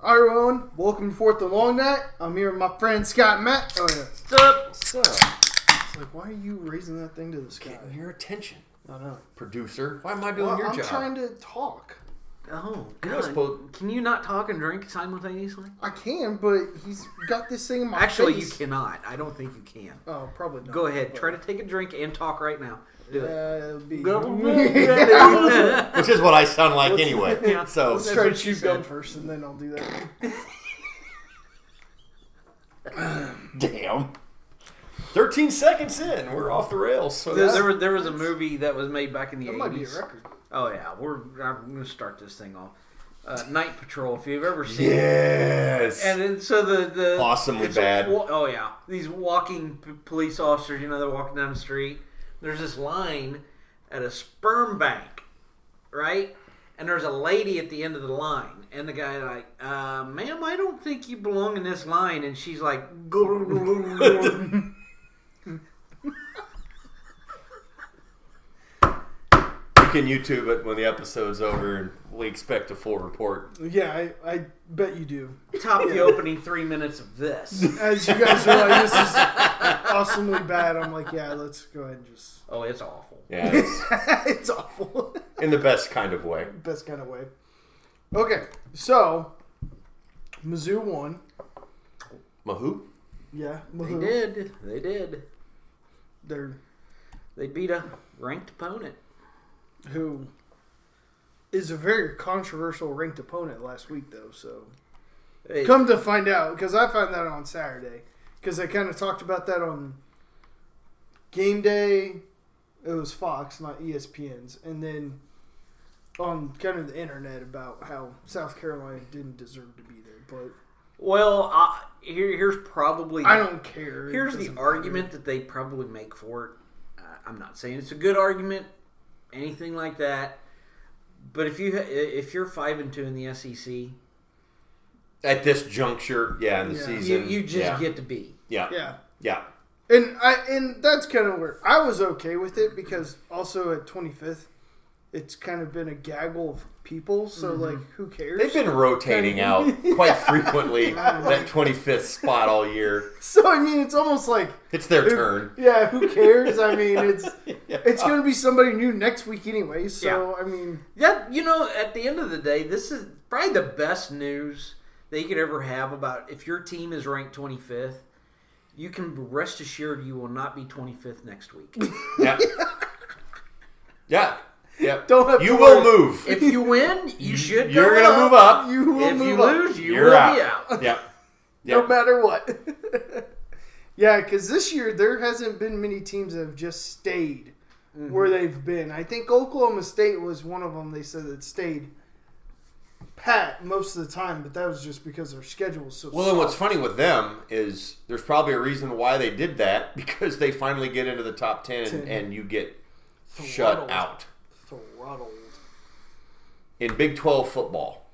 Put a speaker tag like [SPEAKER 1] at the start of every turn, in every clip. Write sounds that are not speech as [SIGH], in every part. [SPEAKER 1] Hi everyone, welcome to Fourth and Long Night. I'm here with my friend Scott and Matt. Oh yeah.
[SPEAKER 2] Stop.
[SPEAKER 1] It's like, why are you raising that thing to the sky?
[SPEAKER 2] Getting your attention,
[SPEAKER 1] I don't know.
[SPEAKER 2] producer. Why am I doing
[SPEAKER 1] Well,
[SPEAKER 2] your
[SPEAKER 1] I'm
[SPEAKER 2] job?
[SPEAKER 1] trying to talk.
[SPEAKER 3] Oh,
[SPEAKER 2] not
[SPEAKER 3] God.
[SPEAKER 2] supposed-
[SPEAKER 3] Can you not talk and drink simultaneously?
[SPEAKER 1] I can, but he's got this thing in my
[SPEAKER 3] Actually, you
[SPEAKER 1] face.
[SPEAKER 3] cannot. I don't think you can.
[SPEAKER 1] Oh, probably not.
[SPEAKER 3] Go ahead. Try to take a drink and talk right now. Do it.
[SPEAKER 1] Uh, it'd be... [LAUGHS]
[SPEAKER 3] [LAUGHS] Go-
[SPEAKER 2] Which is what I sound like
[SPEAKER 1] [LAUGHS]
[SPEAKER 2] anyway.
[SPEAKER 3] Yeah.
[SPEAKER 2] So
[SPEAKER 1] Let's try to
[SPEAKER 3] what she
[SPEAKER 1] chew gum
[SPEAKER 3] said.
[SPEAKER 1] first, and then I'll do that.
[SPEAKER 2] damn. Thirteen seconds in, we're off the rails. So
[SPEAKER 3] there,
[SPEAKER 2] that's-
[SPEAKER 3] there, was, there was a movie that was made back in the
[SPEAKER 1] That
[SPEAKER 3] 80s.
[SPEAKER 1] might be a record.
[SPEAKER 3] Oh, yeah. We're, I'm going to start this thing off. Uh, Night Patrol, if you've ever seen it.
[SPEAKER 2] yes.
[SPEAKER 3] And then, so the. the
[SPEAKER 2] Awesomely
[SPEAKER 3] it's a
[SPEAKER 2] bad.
[SPEAKER 3] wa- oh, yeah. These walking p- police officers, you know, they're walking down the street. There's this line at a sperm bank, right? And there's a lady at the end of the line. And the guy, like, uh, ma'am, I don't think you belong in this line. And she's like,
[SPEAKER 2] you can YouTube it when the episode's over, and we expect a full report.
[SPEAKER 1] yeah, I, I bet you do.
[SPEAKER 2] [LAUGHS]
[SPEAKER 3] top the opening three minutes of this.
[SPEAKER 1] As you guys realize,
[SPEAKER 3] [LAUGHS]
[SPEAKER 1] this is awesomely bad. I'm like, yeah, let's go ahead and
[SPEAKER 3] [LAUGHS]
[SPEAKER 1] just.
[SPEAKER 3] Oh, it's awful.
[SPEAKER 2] Yeah, it's
[SPEAKER 1] it's awful.
[SPEAKER 2] in the best kind of way.
[SPEAKER 1] Best kind of way. Okay, so Mizzou won.
[SPEAKER 2] Mahoo.
[SPEAKER 1] Yeah,
[SPEAKER 3] They
[SPEAKER 2] Uh-huh.
[SPEAKER 1] Mizzou.
[SPEAKER 3] did. They did.
[SPEAKER 1] They're
[SPEAKER 3] They beat a ranked opponent.
[SPEAKER 1] who is a very controversial ranked opponent last week, though. So
[SPEAKER 3] They-
[SPEAKER 1] come to find out, because I found that on Saturday, because I kind of talked about that on game day. It was Fox, not E ESPN's, and then on kind of the internet about how South Carolina didn't deserve to be there,
[SPEAKER 3] well, I, here, here's probably.
[SPEAKER 1] but I don't care. It
[SPEAKER 3] Here's the
[SPEAKER 1] doesn't matter.
[SPEAKER 3] argument that they probably make for it. Uh, I'm not saying it's a good argument, anything like that. But if you ha- if you're five and two in the E SEC, you,
[SPEAKER 2] At this juncture, yeah, in the
[SPEAKER 1] Yeah.
[SPEAKER 2] season,
[SPEAKER 3] you just
[SPEAKER 2] yeah,
[SPEAKER 3] get to be.
[SPEAKER 2] yeah, yeah,
[SPEAKER 1] Yeah. And I and that's kind of where I was okay with it because also at 25th, it's kind of been a gaggle of people. So
[SPEAKER 3] Mm-hmm.
[SPEAKER 1] like, who cares?
[SPEAKER 2] They've been rotating out quite frequently that 25th spot all year.
[SPEAKER 1] [LAUGHS] so I mean, it's almost like
[SPEAKER 2] It's their
[SPEAKER 1] who-
[SPEAKER 2] turn.
[SPEAKER 1] Yeah, who cares? I mean,
[SPEAKER 3] [LAUGHS]
[SPEAKER 1] it's
[SPEAKER 2] [LAUGHS] Yeah.
[SPEAKER 1] it's going to be somebody new next week anyway. So I mean,
[SPEAKER 3] That you know, at the end of the day, this is probably the best news that you could ever have about if your team is ranked 25th. You can rest assured you will not be 25th
[SPEAKER 2] [LAUGHS]
[SPEAKER 3] next week.
[SPEAKER 1] [LAUGHS]
[SPEAKER 2] Yeah. yeah. Yeah.
[SPEAKER 1] Don't have to
[SPEAKER 2] you will
[SPEAKER 1] worry.
[SPEAKER 2] move.
[SPEAKER 3] if you win, you should.
[SPEAKER 2] You're
[SPEAKER 3] going
[SPEAKER 2] going to move up.
[SPEAKER 1] you will
[SPEAKER 3] If
[SPEAKER 1] move
[SPEAKER 3] you
[SPEAKER 1] on,
[SPEAKER 3] lose, you
[SPEAKER 2] You're
[SPEAKER 3] will
[SPEAKER 2] out.
[SPEAKER 3] be out.
[SPEAKER 2] Yeah. Yeah.
[SPEAKER 1] no matter what. [LAUGHS] yeah, because this year there hasn't been many teams that have just stayed
[SPEAKER 2] Mm-hmm.
[SPEAKER 1] where they've been. I think Oklahoma State was one of them. They said that stayed pat most of the time, but that was just because their schedule was so.
[SPEAKER 2] Well, and what's funny with them is there's probably a reason why they did that [LAUGHS] because they finally get into the top 10,
[SPEAKER 1] Ten.
[SPEAKER 2] and you get shut
[SPEAKER 1] Throttled.
[SPEAKER 2] out
[SPEAKER 1] throttled
[SPEAKER 2] in Big 12 football.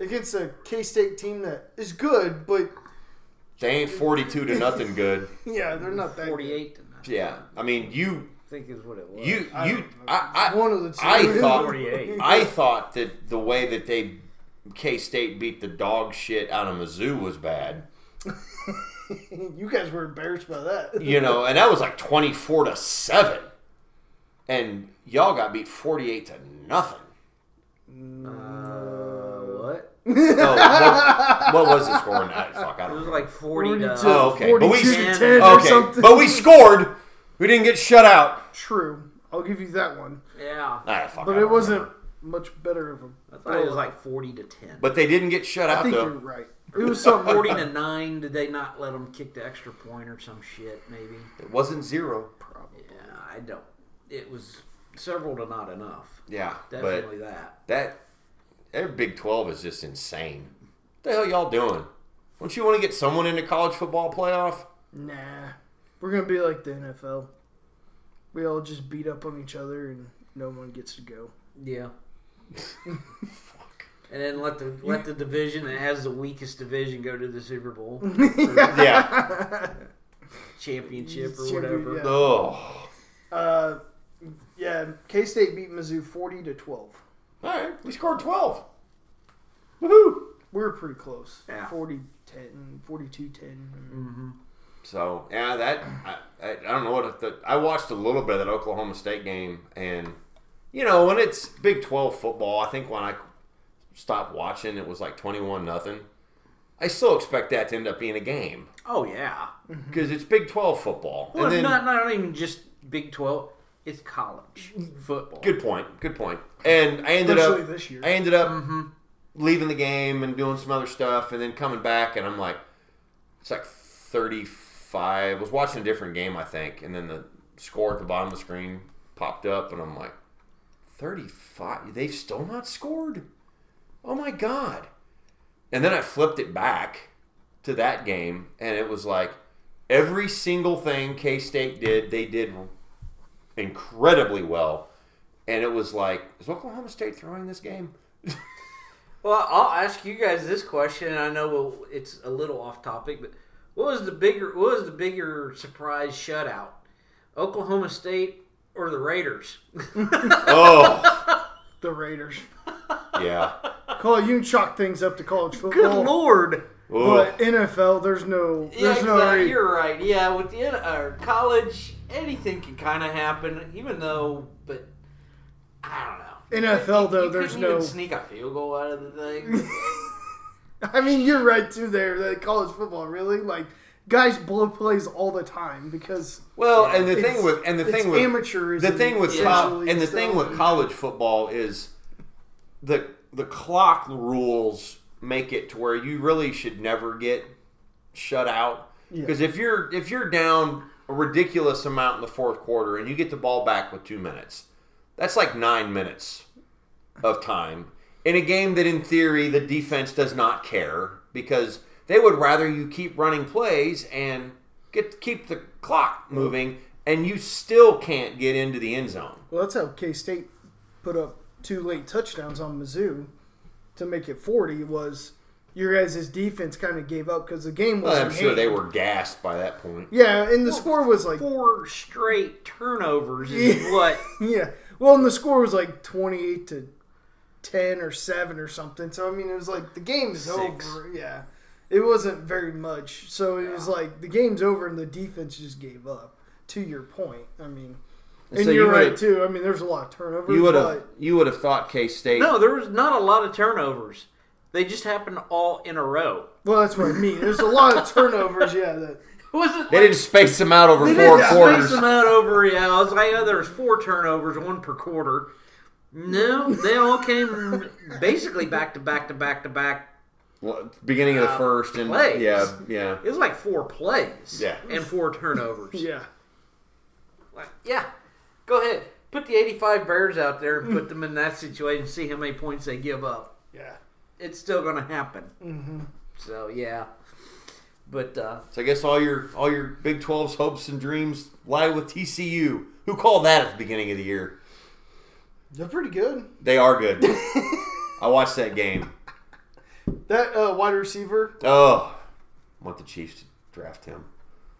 [SPEAKER 1] against a K State team that is good, but [LAUGHS]
[SPEAKER 2] They ain't 42 to nothing good.
[SPEAKER 1] yeah, they're not that. good.
[SPEAKER 3] 48 to nothing,
[SPEAKER 2] Yeah. I mean, you
[SPEAKER 3] I think is what it was.
[SPEAKER 2] you
[SPEAKER 1] I
[SPEAKER 2] you
[SPEAKER 1] don't know.
[SPEAKER 2] I, I,
[SPEAKER 1] One of the two. [LAUGHS]
[SPEAKER 2] I thought
[SPEAKER 3] 48.
[SPEAKER 2] I thought that the way that they K State beat the dog shit out of Mizzou was bad.
[SPEAKER 1] you guys were embarrassed by that.
[SPEAKER 2] You know, and that was like twenty four to seven, and y'all got beat forty eight to nothing.
[SPEAKER 3] Uh, what?
[SPEAKER 2] No, Oh, what, what was the score? I, fuck, I
[SPEAKER 3] It was
[SPEAKER 2] don't. know.
[SPEAKER 3] like 40 to.
[SPEAKER 1] 42.
[SPEAKER 2] Oh, okay, but we
[SPEAKER 1] 42
[SPEAKER 3] to
[SPEAKER 1] 10 or
[SPEAKER 2] okay,
[SPEAKER 1] something.
[SPEAKER 2] but we scored. We didn't get shut out.
[SPEAKER 1] True, I'll give you that one,
[SPEAKER 3] Yeah.
[SPEAKER 2] Ah, fuck, I
[SPEAKER 1] but
[SPEAKER 2] don't
[SPEAKER 1] it wasn't
[SPEAKER 2] remember.
[SPEAKER 1] much better of a.
[SPEAKER 3] I thought it was like 40 to 10.
[SPEAKER 2] But they didn't get shut
[SPEAKER 1] I
[SPEAKER 2] out
[SPEAKER 1] think you're
[SPEAKER 2] though.
[SPEAKER 1] right. It was something.
[SPEAKER 3] 40 to 9, did they not let them kick the extra point or some shit, maybe?
[SPEAKER 2] It wasn't zero.
[SPEAKER 3] Yeah, I don't. It was several to not enough.
[SPEAKER 2] Yeah, but
[SPEAKER 3] Definitely that.
[SPEAKER 2] That their Big Twelve is just insane. What the hell y'all doing? Don't you want to get someone into college football playoff?
[SPEAKER 1] Nah, we're gonna be like the NFL. We all just beat up on each other, and no one gets to
[SPEAKER 3] [LAUGHS]
[SPEAKER 1] go.
[SPEAKER 3] Yeah. And then let the let the division that has the weakest division go to the Super [LAUGHS] Bowl or
[SPEAKER 2] [LAUGHS] Yeah.
[SPEAKER 3] championship or
[SPEAKER 1] Champion-
[SPEAKER 3] whatever.
[SPEAKER 1] yeah.
[SPEAKER 2] oh.
[SPEAKER 1] Uh, yeah. K State beat Mizzou forty to twelve.
[SPEAKER 2] All right, we scored twelve. Woohoo!
[SPEAKER 1] we were pretty close.
[SPEAKER 3] Yeah.
[SPEAKER 1] 40 10, 42 10.
[SPEAKER 3] Mm-hmm.
[SPEAKER 2] So yeah, that I, I, I don't know what the, I watched a little bit of that Oklahoma State game, and you know when it's Big Twelve football, I think when I stopped watching, it was like twenty one nothing. I still expect that to end up being a game
[SPEAKER 3] Oh yeah.
[SPEAKER 2] because it's Big Twelve football.
[SPEAKER 3] Well,
[SPEAKER 2] and then
[SPEAKER 3] not not even just Big Twelve. It's college football.
[SPEAKER 2] good point, good point. And I ended
[SPEAKER 1] Especially
[SPEAKER 2] up
[SPEAKER 1] this year.
[SPEAKER 2] I ended up mm-hmm, leaving the game and doing some other stuff, and then coming back, and I'm like, it's like 35. I was watching a different game, I think, and then the score at the bottom of the screen popped up, and I'm like, 35. They've still not scored. Oh my god! And then I flipped it back to that game, and it was like every single thing K State did, they did incredibly well. And it was like, is Oklahoma State throwing this game?
[SPEAKER 3] Well, I'll ask you guys this question. and I know we'll- it's a little off topic, but what was the bigger what was the bigger surprise shutout? Oklahoma State or the Raiders?
[SPEAKER 2] [LAUGHS]
[SPEAKER 3] [LAUGHS]
[SPEAKER 2] Oh,
[SPEAKER 1] The Raiders.
[SPEAKER 2] yeah.
[SPEAKER 1] Call you can chalk things up to college football.
[SPEAKER 3] Good lord!
[SPEAKER 2] Oh,
[SPEAKER 1] But NFL, there's no,
[SPEAKER 3] Yeah,
[SPEAKER 1] there's no.
[SPEAKER 3] exactly.
[SPEAKER 1] re-
[SPEAKER 3] you're right. Yeah, with the uh, college, anything can kind of happen. Even though, but I don't know.
[SPEAKER 1] NFL
[SPEAKER 3] You
[SPEAKER 1] though, there's
[SPEAKER 3] couldn't even
[SPEAKER 1] no.
[SPEAKER 3] sneak a field goal out of the thing. [LAUGHS]
[SPEAKER 1] I mean, you're right too. There, that college football really like guys blow plays all the time because
[SPEAKER 2] well, and the
[SPEAKER 1] it's-
[SPEAKER 2] thing with and the
[SPEAKER 1] it's
[SPEAKER 2] thing with
[SPEAKER 1] amateurism.
[SPEAKER 2] the thing with
[SPEAKER 3] Yeah.
[SPEAKER 2] col-
[SPEAKER 1] essentially,
[SPEAKER 2] and the
[SPEAKER 1] so-
[SPEAKER 2] thing with college football is the the clock rules make it to where you really should never get shut out
[SPEAKER 1] Yeah.
[SPEAKER 2] because if you're if you're down a ridiculous amount in the fourth quarter and you get the ball back with two minutes, that's like nine minutes of time in a game that, in theory, the defense does not care because they would rather you keep running plays and get keep the clock moving, and you still can't get into the end zone.
[SPEAKER 1] Well, that's how K State put up two late touchdowns on Mizzou to make it 40. Was your guys' defense kind of gave up because the game was.
[SPEAKER 2] Well, I'm
[SPEAKER 1] in
[SPEAKER 2] sure they
[SPEAKER 1] hand.
[SPEAKER 2] were gassed by that point.
[SPEAKER 1] Yeah, and the score was like
[SPEAKER 3] Four straight turnovers is
[SPEAKER 1] Yeah.
[SPEAKER 3] what.
[SPEAKER 1] yeah. Well, and the score was like 28 to 10 or 7 or something. So I mean, it was like the game's
[SPEAKER 3] Six.
[SPEAKER 1] over. Yeah. It wasn't very much. So it was like the game's over and the defense just gave up. To your point, I mean, and
[SPEAKER 2] So you
[SPEAKER 1] you're right
[SPEAKER 2] would've-
[SPEAKER 1] too. I mean, there's a lot of turnovers.
[SPEAKER 2] You would have
[SPEAKER 1] but
[SPEAKER 2] you would have thought K State.
[SPEAKER 3] No, there was not a lot of turnovers. They just happened all in a row. [LAUGHS]
[SPEAKER 1] Well, that's what I mean. There's a lot of turnovers. Yeah, that
[SPEAKER 3] It wasn't
[SPEAKER 2] They
[SPEAKER 3] like
[SPEAKER 2] didn't space them out over
[SPEAKER 1] They
[SPEAKER 2] four
[SPEAKER 1] didn't space
[SPEAKER 2] quarters.
[SPEAKER 3] them out over. Yeah, I was like, oh, there was four turnovers, one per quarter. No, they all came basically back to back to back to back.
[SPEAKER 2] Well, Beginning of the
[SPEAKER 3] Uh,
[SPEAKER 2] first and
[SPEAKER 3] plays.
[SPEAKER 2] yeah, yeah.
[SPEAKER 3] It was like four plays.
[SPEAKER 2] Yeah.
[SPEAKER 3] and four turnovers.
[SPEAKER 1] yeah.
[SPEAKER 3] Like, yeah, go ahead, put the eighty-five Bears out there and put them in that situation. See how many points they give up.
[SPEAKER 1] Yeah.
[SPEAKER 3] It's still going to happen.
[SPEAKER 1] Mhm.
[SPEAKER 3] So yeah, but uh,
[SPEAKER 2] So I guess all your all your Big 12's hopes and dreams lie with TCU. Who called that at the beginning of the year?
[SPEAKER 1] They're pretty good.
[SPEAKER 2] They are good. I watched that game.
[SPEAKER 1] That uh, wide receiver,
[SPEAKER 2] Oh, I want the Chiefs to draft him.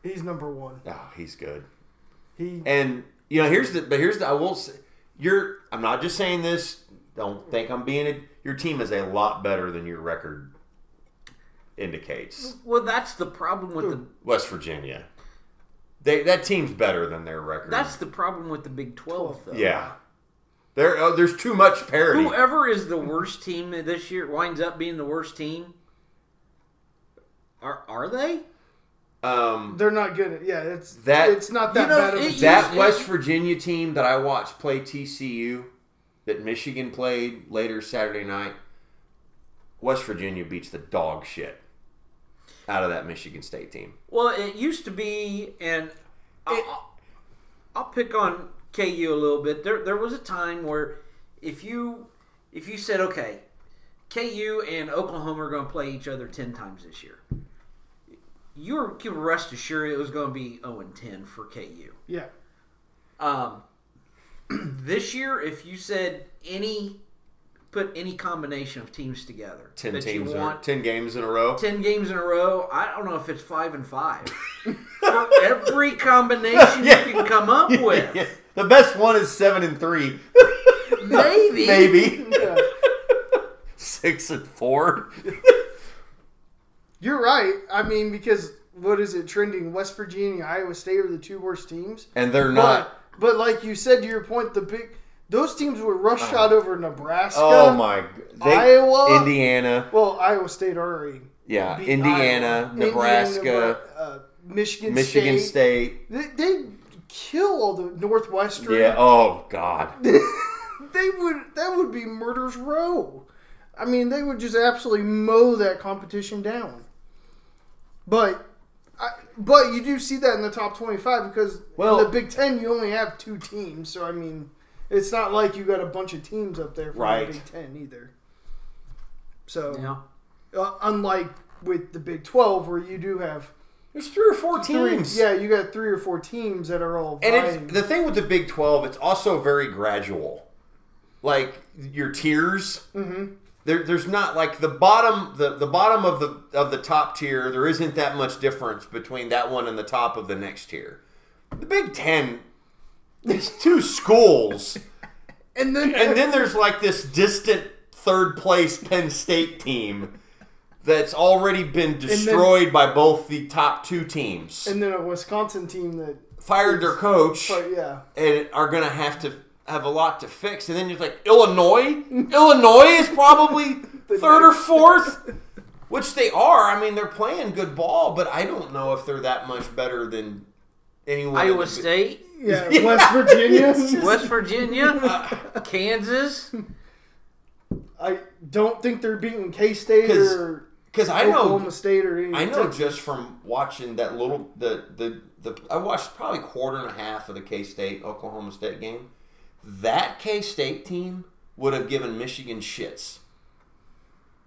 [SPEAKER 1] he's number one.
[SPEAKER 2] Oh, he's good.
[SPEAKER 1] He
[SPEAKER 2] And you know, here's the but here's the I will say you're I'm not just saying this. Don't think I'm being it. Your team is a lot better than your record indicates.
[SPEAKER 3] well, that's the problem with the
[SPEAKER 2] West Virginia. They that team's better than their record.
[SPEAKER 3] that's the problem with the Big Twelve though.
[SPEAKER 2] yeah. There, oh, there's too much parity.
[SPEAKER 3] Whoever is the worst team this year winds up being the worst team. Are are they?
[SPEAKER 2] Um,
[SPEAKER 1] they're not good. At, yeah, it's
[SPEAKER 2] That-
[SPEAKER 1] it's not that
[SPEAKER 3] You know,
[SPEAKER 1] bad of a
[SPEAKER 3] it-
[SPEAKER 2] That
[SPEAKER 3] Yes,
[SPEAKER 2] West
[SPEAKER 3] it-
[SPEAKER 2] Virginia team that I watched play TCU, that Michigan played later Saturday night, West Virginia beats the dog shit out of that Michigan State team.
[SPEAKER 3] Well, it used to be, and I- I'll, I'll pick on KU a little bit. There there was a time where if you if you said okay, KU and Oklahoma are going to play each other ten times this year, you were you were rest assured it was going to be zero and ten for KU.
[SPEAKER 1] yeah.
[SPEAKER 3] Um, [CLEARS THROAT] this year, if you said any, put any combination of teams together
[SPEAKER 2] Ten
[SPEAKER 3] that
[SPEAKER 2] teams,
[SPEAKER 3] you
[SPEAKER 2] in a,
[SPEAKER 3] want,
[SPEAKER 2] ten games in a row.
[SPEAKER 3] ten games in a row. I don't know if it's five and five. [LAUGHS] For every
[SPEAKER 2] [LAUGHS]
[SPEAKER 3] combination you can come up with,
[SPEAKER 2] Yeah. The best one is seven and three, [LAUGHS]
[SPEAKER 3] maybe,
[SPEAKER 2] maybe
[SPEAKER 1] yeah.
[SPEAKER 2] six and four.
[SPEAKER 1] You're right. I mean, because what is it trending? West Virginia, Iowa State are the two worst teams.
[SPEAKER 2] and they're not.
[SPEAKER 1] But, but like you said to your point, the big those teams were rush shot over Nebraska.
[SPEAKER 2] Uh-huh. Oh my! They,
[SPEAKER 1] Iowa?
[SPEAKER 2] Indiana,
[SPEAKER 1] Well, Iowa State already.
[SPEAKER 2] yeah,
[SPEAKER 1] beat
[SPEAKER 2] Indiana,
[SPEAKER 1] Iowa.
[SPEAKER 2] Nebraska,
[SPEAKER 1] Indiana, uh, Michigan,
[SPEAKER 2] Michigan State.
[SPEAKER 1] They, they kill all the Northwestern.
[SPEAKER 2] Yeah. Oh [LAUGHS] God.
[SPEAKER 1] they would. That would be murder's row. I mean, they would just absolutely mow that competition down. But, I, but you do see that in the top twenty-five because
[SPEAKER 2] Well-
[SPEAKER 1] in the Big Ten you only have two teams, so I mean, it's not like you got a bunch of teams up there from
[SPEAKER 2] Right.
[SPEAKER 1] the Big Ten either. So,
[SPEAKER 3] Yeah.
[SPEAKER 1] uh, unlike with the Big Twelve, where you do have
[SPEAKER 2] There's three or four teams.
[SPEAKER 1] three, yeah, you got three or four teams that are all
[SPEAKER 2] And
[SPEAKER 1] vying.
[SPEAKER 2] it's, the thing with the Big 12, it's also very gradual. Like your tiers,
[SPEAKER 1] Mm-hmm.
[SPEAKER 2] there, there's not like the bottom the, the bottom of the of the top tier. There isn't that much difference between that one and the top of the next tier. The Big Ten, it's
[SPEAKER 1] [LAUGHS]
[SPEAKER 2] two schools,
[SPEAKER 1] and then
[SPEAKER 2] and then there's like this distant third place Penn State team that's already been destroyed by both the top two teams.
[SPEAKER 1] and then a Wisconsin team that,
[SPEAKER 2] Fired their coach
[SPEAKER 1] but
[SPEAKER 2] [LAUGHS]
[SPEAKER 1] yeah,
[SPEAKER 2] and are going to have to have a lot to fix. And then you're like, Illinois? Illinois is probably third or fourth, which they are. I mean, they're playing good ball, but I don't know if they're that much better than anyone. in
[SPEAKER 3] Iowa
[SPEAKER 2] the-
[SPEAKER 3] State,
[SPEAKER 1] yeah, West Virginia.
[SPEAKER 2] [LAUGHS]
[SPEAKER 3] West Virginia, Kansas.
[SPEAKER 1] I don't think they're beating K State
[SPEAKER 2] 'Cause
[SPEAKER 1] or
[SPEAKER 2] Because I
[SPEAKER 1] Oklahoma
[SPEAKER 2] know,
[SPEAKER 1] State or any.
[SPEAKER 2] I know just from watching that little the the the I watched probably quarter and a half of the K State Oklahoma State game. That K State team would have given Michigan shits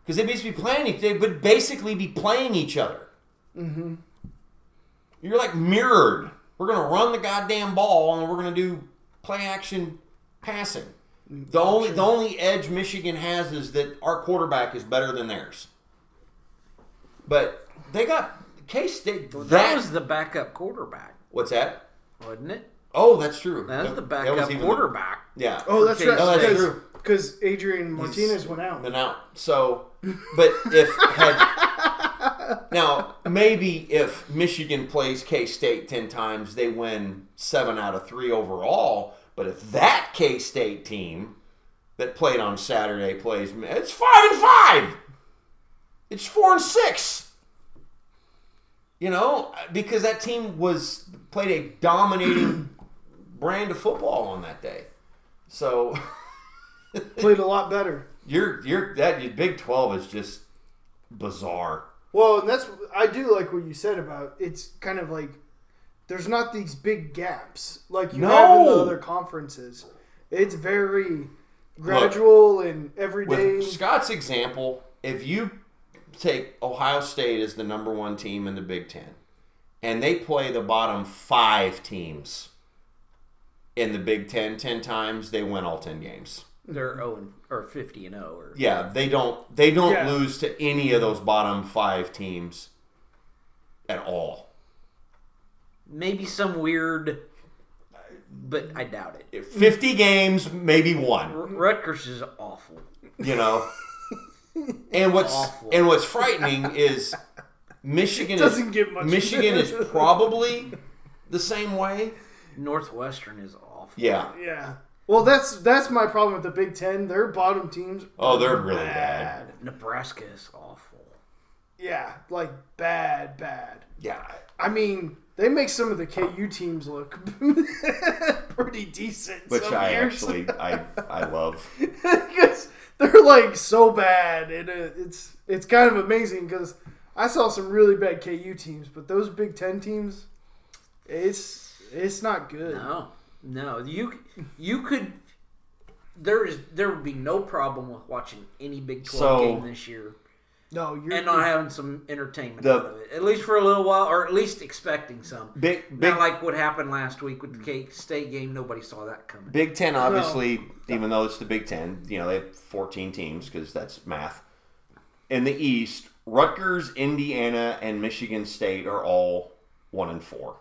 [SPEAKER 2] because they'd basically be playing. They would basically be playing each other.
[SPEAKER 1] Mm-hmm.
[SPEAKER 2] You're like mirrored. We're gonna run the goddamn ball and we're gonna do play action passing. The only the only edge Michigan has is that our quarterback is better than theirs. But they got K State.
[SPEAKER 3] Well, that
[SPEAKER 2] that
[SPEAKER 3] was the backup quarterback,
[SPEAKER 2] what's that?
[SPEAKER 3] wasn't it?
[SPEAKER 2] Oh, that's true.
[SPEAKER 3] That was the
[SPEAKER 2] was
[SPEAKER 3] backup
[SPEAKER 2] even the-
[SPEAKER 3] quarterback.
[SPEAKER 2] yeah.
[SPEAKER 1] Oh, that's
[SPEAKER 3] Okay,
[SPEAKER 1] right.
[SPEAKER 3] no,
[SPEAKER 2] that's
[SPEAKER 1] because-
[SPEAKER 2] true.
[SPEAKER 1] Because Adrian Martinez went out.
[SPEAKER 2] and out. So, but if had, now maybe if Michigan plays K State ten times, they win seven out of three overall. But if that K State team that played on Saturday plays, it's five and five. It's four and six. You know, because that team was played a dominating [CLEARS THROAT] brand of football on that day. So [LAUGHS]
[SPEAKER 1] Played a lot better.
[SPEAKER 2] You're you're that your Big Twelve is just bizarre.
[SPEAKER 1] Well, and that's I do like what you said about it's kind of like there's not these big gaps like you have in the
[SPEAKER 2] No.
[SPEAKER 1] other conferences. It's very gradual and
[SPEAKER 2] With
[SPEAKER 1] everyday.
[SPEAKER 2] Scott's example, if you take Ohio State as the number one team in the Big Ten, and they play the bottom five teams in the Big Ten ten times, they win all ten games.
[SPEAKER 3] They're 0 and, or 50 and 0 or
[SPEAKER 2] Yeah, they don't they don't
[SPEAKER 1] Yeah.
[SPEAKER 2] lose to any of those bottom five teams at all.
[SPEAKER 3] maybe some weird but I doubt it.
[SPEAKER 2] Fifty games, maybe one.
[SPEAKER 3] R- Rutgers is awful.
[SPEAKER 2] you know. And what's
[SPEAKER 3] Awful.
[SPEAKER 2] and what's frightening is Michigan
[SPEAKER 1] Doesn't
[SPEAKER 2] is,
[SPEAKER 1] get much
[SPEAKER 2] Michigan is probably the same way.
[SPEAKER 3] Northwestern is awful.
[SPEAKER 2] Yeah.
[SPEAKER 1] yeah. Well, that's that's my problem with the Big Ten. Their bottom teams.
[SPEAKER 2] Oh, they're
[SPEAKER 1] are
[SPEAKER 2] really bad.
[SPEAKER 3] Nebraska is awful.
[SPEAKER 1] Yeah, like bad, bad.
[SPEAKER 2] Yeah.
[SPEAKER 1] I mean, they make some of the KU teams look [LAUGHS] pretty decent.
[SPEAKER 2] Which
[SPEAKER 1] some
[SPEAKER 2] I
[SPEAKER 1] years. [LAUGHS]
[SPEAKER 3] [LAUGHS]
[SPEAKER 2] actually I I love.
[SPEAKER 1] because they're like so bad, and it, it's it's kind of amazing because I saw some really bad KU teams, but those Big Ten teams, it's it's not good.
[SPEAKER 3] No. No. You you could there is there would be no problem with watching any Big 12
[SPEAKER 2] So-
[SPEAKER 3] game this year
[SPEAKER 1] No, you're
[SPEAKER 3] and not having some entertainment
[SPEAKER 2] The-
[SPEAKER 3] out of it. At least for a little while or at least expecting some.
[SPEAKER 2] Big big
[SPEAKER 3] Not like what happened last week with the K State game. Nobody saw that coming.
[SPEAKER 2] Big Ten, obviously, even though it's the Big Ten, you know, they have 14 teams because that's math. In the East, Rutgers, Indiana, and Michigan State are all one and four.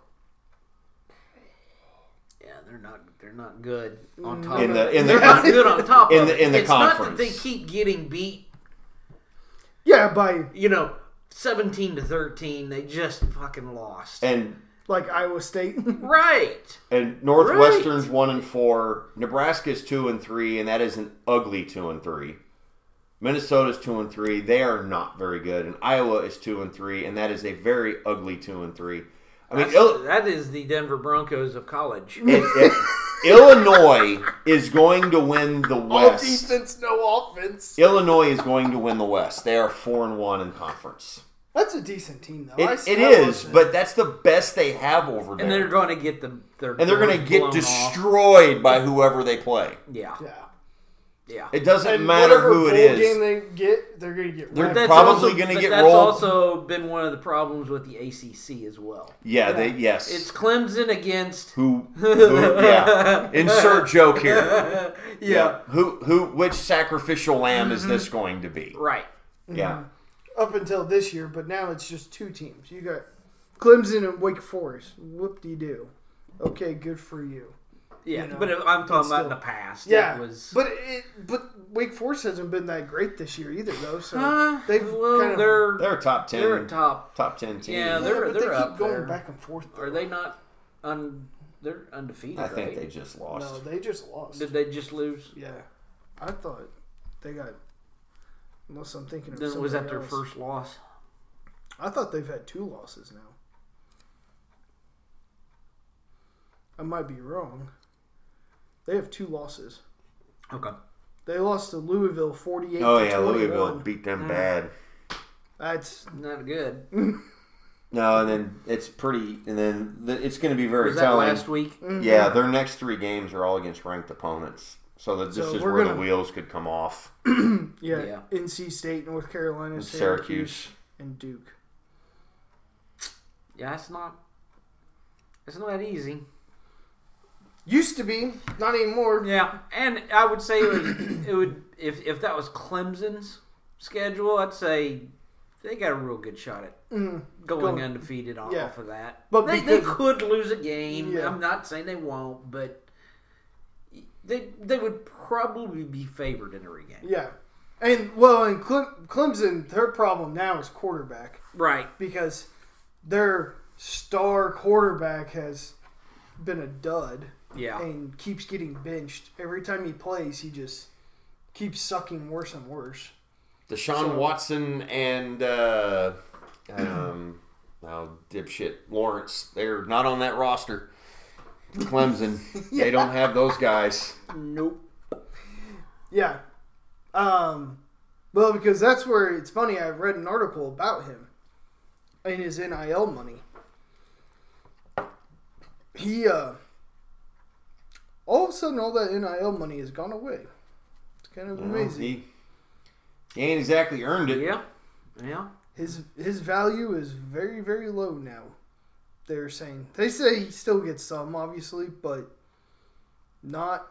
[SPEAKER 3] Yeah, they're not. They're not good on top.
[SPEAKER 2] In
[SPEAKER 3] of
[SPEAKER 2] the-
[SPEAKER 3] it.
[SPEAKER 2] in the-
[SPEAKER 3] they're not good on top
[SPEAKER 2] in
[SPEAKER 3] of
[SPEAKER 2] the-
[SPEAKER 3] it.
[SPEAKER 2] in the
[SPEAKER 3] it's not that
[SPEAKER 2] conference.
[SPEAKER 3] they keep getting beat.
[SPEAKER 1] yeah by
[SPEAKER 3] You know, seventeen to thirteen. They just fucking lost.
[SPEAKER 2] And
[SPEAKER 1] Like Iowa State. [LAUGHS]
[SPEAKER 3] right.
[SPEAKER 2] and Northwestern's one and four. Nebraska's two and three, and that is an ugly two and three. Minnesota's two and three. They are not very good, and Iowa is two and three, and that is a very ugly two and three. I mean,
[SPEAKER 3] That's-
[SPEAKER 2] Ill-
[SPEAKER 3] that is the Denver Broncos of college.
[SPEAKER 2] [LAUGHS] and, and Illinois is going to win the
[SPEAKER 1] All
[SPEAKER 2] West.
[SPEAKER 1] defense, no offense.
[SPEAKER 2] Illinois is going to win the West. They are four and one in conference.
[SPEAKER 1] That's a decent team, though. I
[SPEAKER 2] It,
[SPEAKER 1] s-
[SPEAKER 2] it
[SPEAKER 1] I
[SPEAKER 2] is,
[SPEAKER 1] watched it.
[SPEAKER 2] but that's the best they have over there.
[SPEAKER 3] And they're going to get the their
[SPEAKER 2] and they're going to
[SPEAKER 3] doors
[SPEAKER 2] get
[SPEAKER 3] blown off.
[SPEAKER 2] destroyed by whoever they play.
[SPEAKER 3] Yeah,
[SPEAKER 1] yeah.
[SPEAKER 3] yeah.
[SPEAKER 2] It doesn't
[SPEAKER 1] And
[SPEAKER 2] matter
[SPEAKER 1] whatever
[SPEAKER 2] who it
[SPEAKER 1] bowl
[SPEAKER 2] is.
[SPEAKER 1] game they get, they're gonna get.
[SPEAKER 2] They're
[SPEAKER 1] wrecked.
[SPEAKER 2] dead. probably
[SPEAKER 3] also-
[SPEAKER 2] gonna
[SPEAKER 3] but
[SPEAKER 2] get
[SPEAKER 3] that's
[SPEAKER 2] rolled.
[SPEAKER 3] also been one of the problems with the ACC as well.
[SPEAKER 2] yeah, they yes.
[SPEAKER 3] It's Clemson against
[SPEAKER 2] who,
[SPEAKER 3] [LAUGHS]
[SPEAKER 2] who? Yeah. Insert joke here.
[SPEAKER 3] yeah.
[SPEAKER 2] Who? Who? Which sacrificial lamb is this going to be?
[SPEAKER 3] Mm-hmm. right.
[SPEAKER 2] Yeah.
[SPEAKER 1] up until this year, but now it's just two teams. You got Clemson and Wake Forest. Whoop de doo. Okay, good for you.
[SPEAKER 3] Yeah,
[SPEAKER 1] You know,
[SPEAKER 3] but if- I'm talking about in
[SPEAKER 1] still-
[SPEAKER 3] the past.
[SPEAKER 1] Yeah,
[SPEAKER 3] it was.
[SPEAKER 1] but it, but Wake Forest hasn't been that great this year either, though. So
[SPEAKER 3] Uh,
[SPEAKER 1] they've
[SPEAKER 3] well,
[SPEAKER 1] kind of
[SPEAKER 3] they're
[SPEAKER 2] They're a top ten.
[SPEAKER 3] they're a top.
[SPEAKER 2] top ten team.
[SPEAKER 1] yeah,
[SPEAKER 3] Yeah,
[SPEAKER 1] but
[SPEAKER 3] they're-
[SPEAKER 1] they
[SPEAKER 3] they're
[SPEAKER 1] keep
[SPEAKER 3] up
[SPEAKER 1] going
[SPEAKER 3] there.
[SPEAKER 1] back and forth. though.
[SPEAKER 3] Are they not? Un, they're undefeated.
[SPEAKER 2] I think
[SPEAKER 3] right?
[SPEAKER 2] they just
[SPEAKER 1] No,
[SPEAKER 2] lost.
[SPEAKER 1] they just lost.
[SPEAKER 3] Did they just lose?
[SPEAKER 1] yeah, I thought they got. Unless I'm thinking of
[SPEAKER 3] Then was that
[SPEAKER 1] somebody
[SPEAKER 3] their
[SPEAKER 1] else.
[SPEAKER 3] first loss?
[SPEAKER 1] I thought they've had two losses now. I might be wrong. They have two losses.
[SPEAKER 3] Okay.
[SPEAKER 1] They lost to Louisville 48
[SPEAKER 2] oh
[SPEAKER 1] to
[SPEAKER 2] yeah,
[SPEAKER 1] 21.
[SPEAKER 2] Louisville beat them bad.
[SPEAKER 1] That's
[SPEAKER 3] Not good.
[SPEAKER 2] No, and then it's pretty, and then th- it's going to be very
[SPEAKER 3] Was that
[SPEAKER 2] telling.
[SPEAKER 3] last week? Mm-hmm.
[SPEAKER 2] Yeah, their next three games are all against ranked opponents, so that this
[SPEAKER 1] So
[SPEAKER 2] is
[SPEAKER 1] we're
[SPEAKER 2] where the
[SPEAKER 1] gonna-
[SPEAKER 2] wheels could come off.
[SPEAKER 1] yeah,
[SPEAKER 3] Yeah.
[SPEAKER 1] NC State, North Carolina, Syracuse,
[SPEAKER 2] Syracuse.
[SPEAKER 1] and Duke.
[SPEAKER 3] Yeah, it's not. It's not easy.
[SPEAKER 1] Used to be, not anymore.
[SPEAKER 3] Yeah, and I would say it, was, it would if if that was Clemson's schedule, I'd say they got a real good shot at
[SPEAKER 1] Mm.
[SPEAKER 3] going
[SPEAKER 1] Go-
[SPEAKER 3] undefeated off
[SPEAKER 1] yeah.
[SPEAKER 3] of that.
[SPEAKER 1] But
[SPEAKER 3] they, they
[SPEAKER 1] because-
[SPEAKER 3] could lose a game.
[SPEAKER 1] Yeah.
[SPEAKER 3] I'm not saying they won't, but they they would probably be favored in every game.
[SPEAKER 1] Yeah. And well, and Cle- Clemson, their problem now is quarterback.
[SPEAKER 3] Right.
[SPEAKER 1] because their star quarterback has been a dud
[SPEAKER 3] Yeah.
[SPEAKER 1] and keeps getting benched. Every time he plays, he just keeps sucking worse and worse.
[SPEAKER 2] Deshaun Watson and uh, um, [CLEARS THROAT] oh, dipshit Lawrence, they're not on that roster. Clemson, they don't have those guys.
[SPEAKER 3] Nope.
[SPEAKER 1] Yeah. Um, well, because that's where it's funny. I read an article about him and his NIL money. He, uh, all of a sudden, all that NIL money has gone away. It's kind of amazing.
[SPEAKER 2] He, he ain't exactly earned it.
[SPEAKER 3] Yeah. Yeah.
[SPEAKER 1] His his value is very very low now. They're saying they say he still gets some, obviously, but not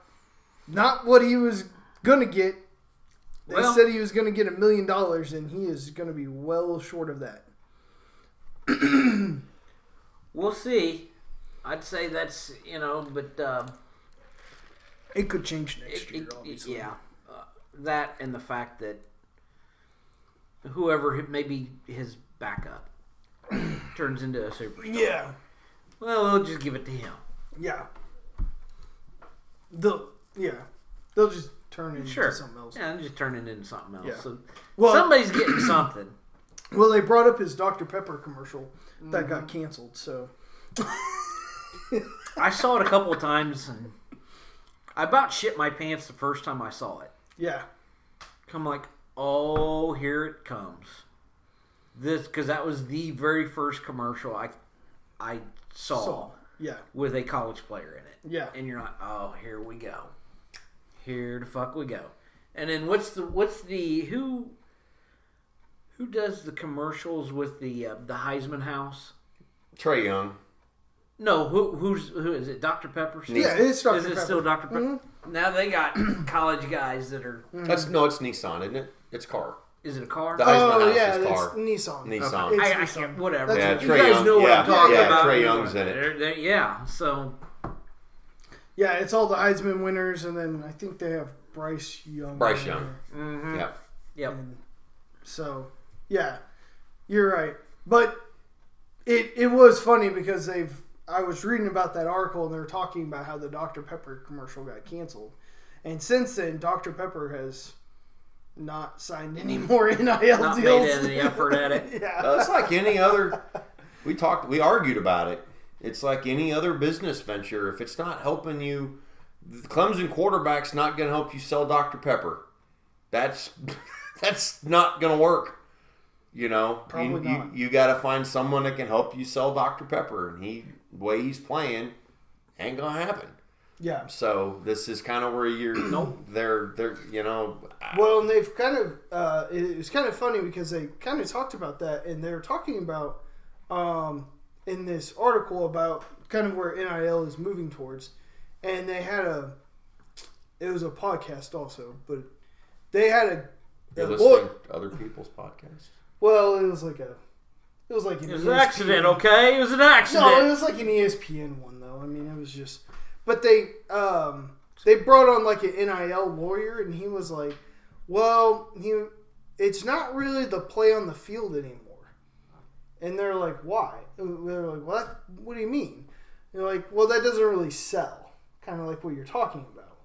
[SPEAKER 1] not what he was gonna get. They
[SPEAKER 3] Well-
[SPEAKER 1] said he was gonna get a million dollars, and he is gonna be well short of that.
[SPEAKER 3] We'll see. I'd say that's you know, but. Um,
[SPEAKER 1] It could change next
[SPEAKER 3] It-
[SPEAKER 1] year,
[SPEAKER 3] it-
[SPEAKER 1] obviously.
[SPEAKER 3] Yeah, uh, that and the fact that whoever hi- maybe his
[SPEAKER 1] [CLEARS THROAT]
[SPEAKER 3] backup turns into a superstar.
[SPEAKER 1] yeah,
[SPEAKER 3] Well, we'll just give it to him.
[SPEAKER 1] yeah. They'll yeah, they'll just turn it
[SPEAKER 3] Sure.
[SPEAKER 1] into something else.
[SPEAKER 3] Yeah, and just turn it into something else.
[SPEAKER 1] Yeah.
[SPEAKER 3] So
[SPEAKER 1] Well-
[SPEAKER 3] somebody's
[SPEAKER 1] [CLEARS THROAT]
[SPEAKER 3] getting something.
[SPEAKER 1] Well, they brought up his Dr Pepper commercial that got
[SPEAKER 3] Mm-hmm.
[SPEAKER 1] canceled, so
[SPEAKER 3] I saw it a couple of times, and I about shit my pants the first time I saw it.
[SPEAKER 1] yeah,
[SPEAKER 3] I'm like, oh, here it comes. This because that was the very first commercial I I saw.
[SPEAKER 1] so yeah,
[SPEAKER 3] with a college player in it.
[SPEAKER 1] yeah.
[SPEAKER 3] And you're like, oh, here we go. Here the fuck we go. And then what's the what's the who who does the commercials with the uh, the Heisman House?
[SPEAKER 2] Trey Young,
[SPEAKER 3] No, who who's who is it? Dr Pepper. still?
[SPEAKER 1] Yeah, it's Dr.
[SPEAKER 3] Is it
[SPEAKER 1] Pepper. Mm-hmm.
[SPEAKER 3] still Dr Pepper? Now they
[SPEAKER 1] [CLEARS THROAT]
[SPEAKER 3] got college guys that are.
[SPEAKER 2] that's no, it's Nissan, isn't it? It's car.
[SPEAKER 3] Is it a car?
[SPEAKER 2] The Heisman
[SPEAKER 1] Oh
[SPEAKER 2] House
[SPEAKER 1] yeah,
[SPEAKER 2] is
[SPEAKER 1] that's
[SPEAKER 2] car.
[SPEAKER 1] Nissan.
[SPEAKER 2] Nissan.
[SPEAKER 1] It's
[SPEAKER 3] I, I
[SPEAKER 1] Nissan.
[SPEAKER 3] can't. Whatever.
[SPEAKER 1] That's
[SPEAKER 2] Yeah,
[SPEAKER 1] it.
[SPEAKER 3] you
[SPEAKER 2] Trey
[SPEAKER 3] guys
[SPEAKER 2] Young.
[SPEAKER 3] know um, what
[SPEAKER 2] yeah,
[SPEAKER 3] I'm talking
[SPEAKER 2] yeah,
[SPEAKER 3] about.
[SPEAKER 2] Trey Young's in it.
[SPEAKER 3] They're- they're- yeah. So
[SPEAKER 1] Yeah, it's all the Heisman winners, and then I think they have Bryce Young.
[SPEAKER 2] Bryce
[SPEAKER 1] in there.
[SPEAKER 2] Young. Yeah.
[SPEAKER 3] yep.
[SPEAKER 1] And so, yeah, You're right, but it it was funny because they've. I was reading about that article and they were talking about how the Dr Pepper commercial got canceled, and since then Dr Pepper has not signed any [LAUGHS] more nil
[SPEAKER 3] Not made
[SPEAKER 1] deals.
[SPEAKER 3] any effort at it. [LAUGHS]
[SPEAKER 1] yeah,
[SPEAKER 2] Well, it's like any other. We talked. We argued about it. It's like any other business venture. If it's not helping you, the Clemson quarterback's not going to help you sell Dr Pepper. That's [LAUGHS] that's not going to work. You know, you,
[SPEAKER 1] Probably not.
[SPEAKER 2] you, you got to find someone that can help you sell Dr Pepper, and he the way he's playing ain't going to happen.
[SPEAKER 1] yeah.
[SPEAKER 2] So this is kind of where you're. nope. They're they're you know. I-
[SPEAKER 1] Well, and they've kind of uh, it, it was kind of funny because they kind of talked about that, and they were talking about um, in this article about kind of where NIL is moving towards, and they had a it was a podcast also, but they had a,
[SPEAKER 2] You're
[SPEAKER 1] a
[SPEAKER 2] listening to other people's podcasts.
[SPEAKER 1] well, it was like a it was like an E
[SPEAKER 3] It was an
[SPEAKER 1] ESPN
[SPEAKER 3] accident, okay? It was an accident.
[SPEAKER 1] no, it was like an E ESPN one though. I mean, it was just, but they um they brought on like an NIL lawyer, and he was like, "Well, he, it's not really the play on the field anymore." And they're like, "Why?" And They're like, "What? What do you mean?" And they're like, "Well, that doesn't really sell." Kind of like what you're talking about.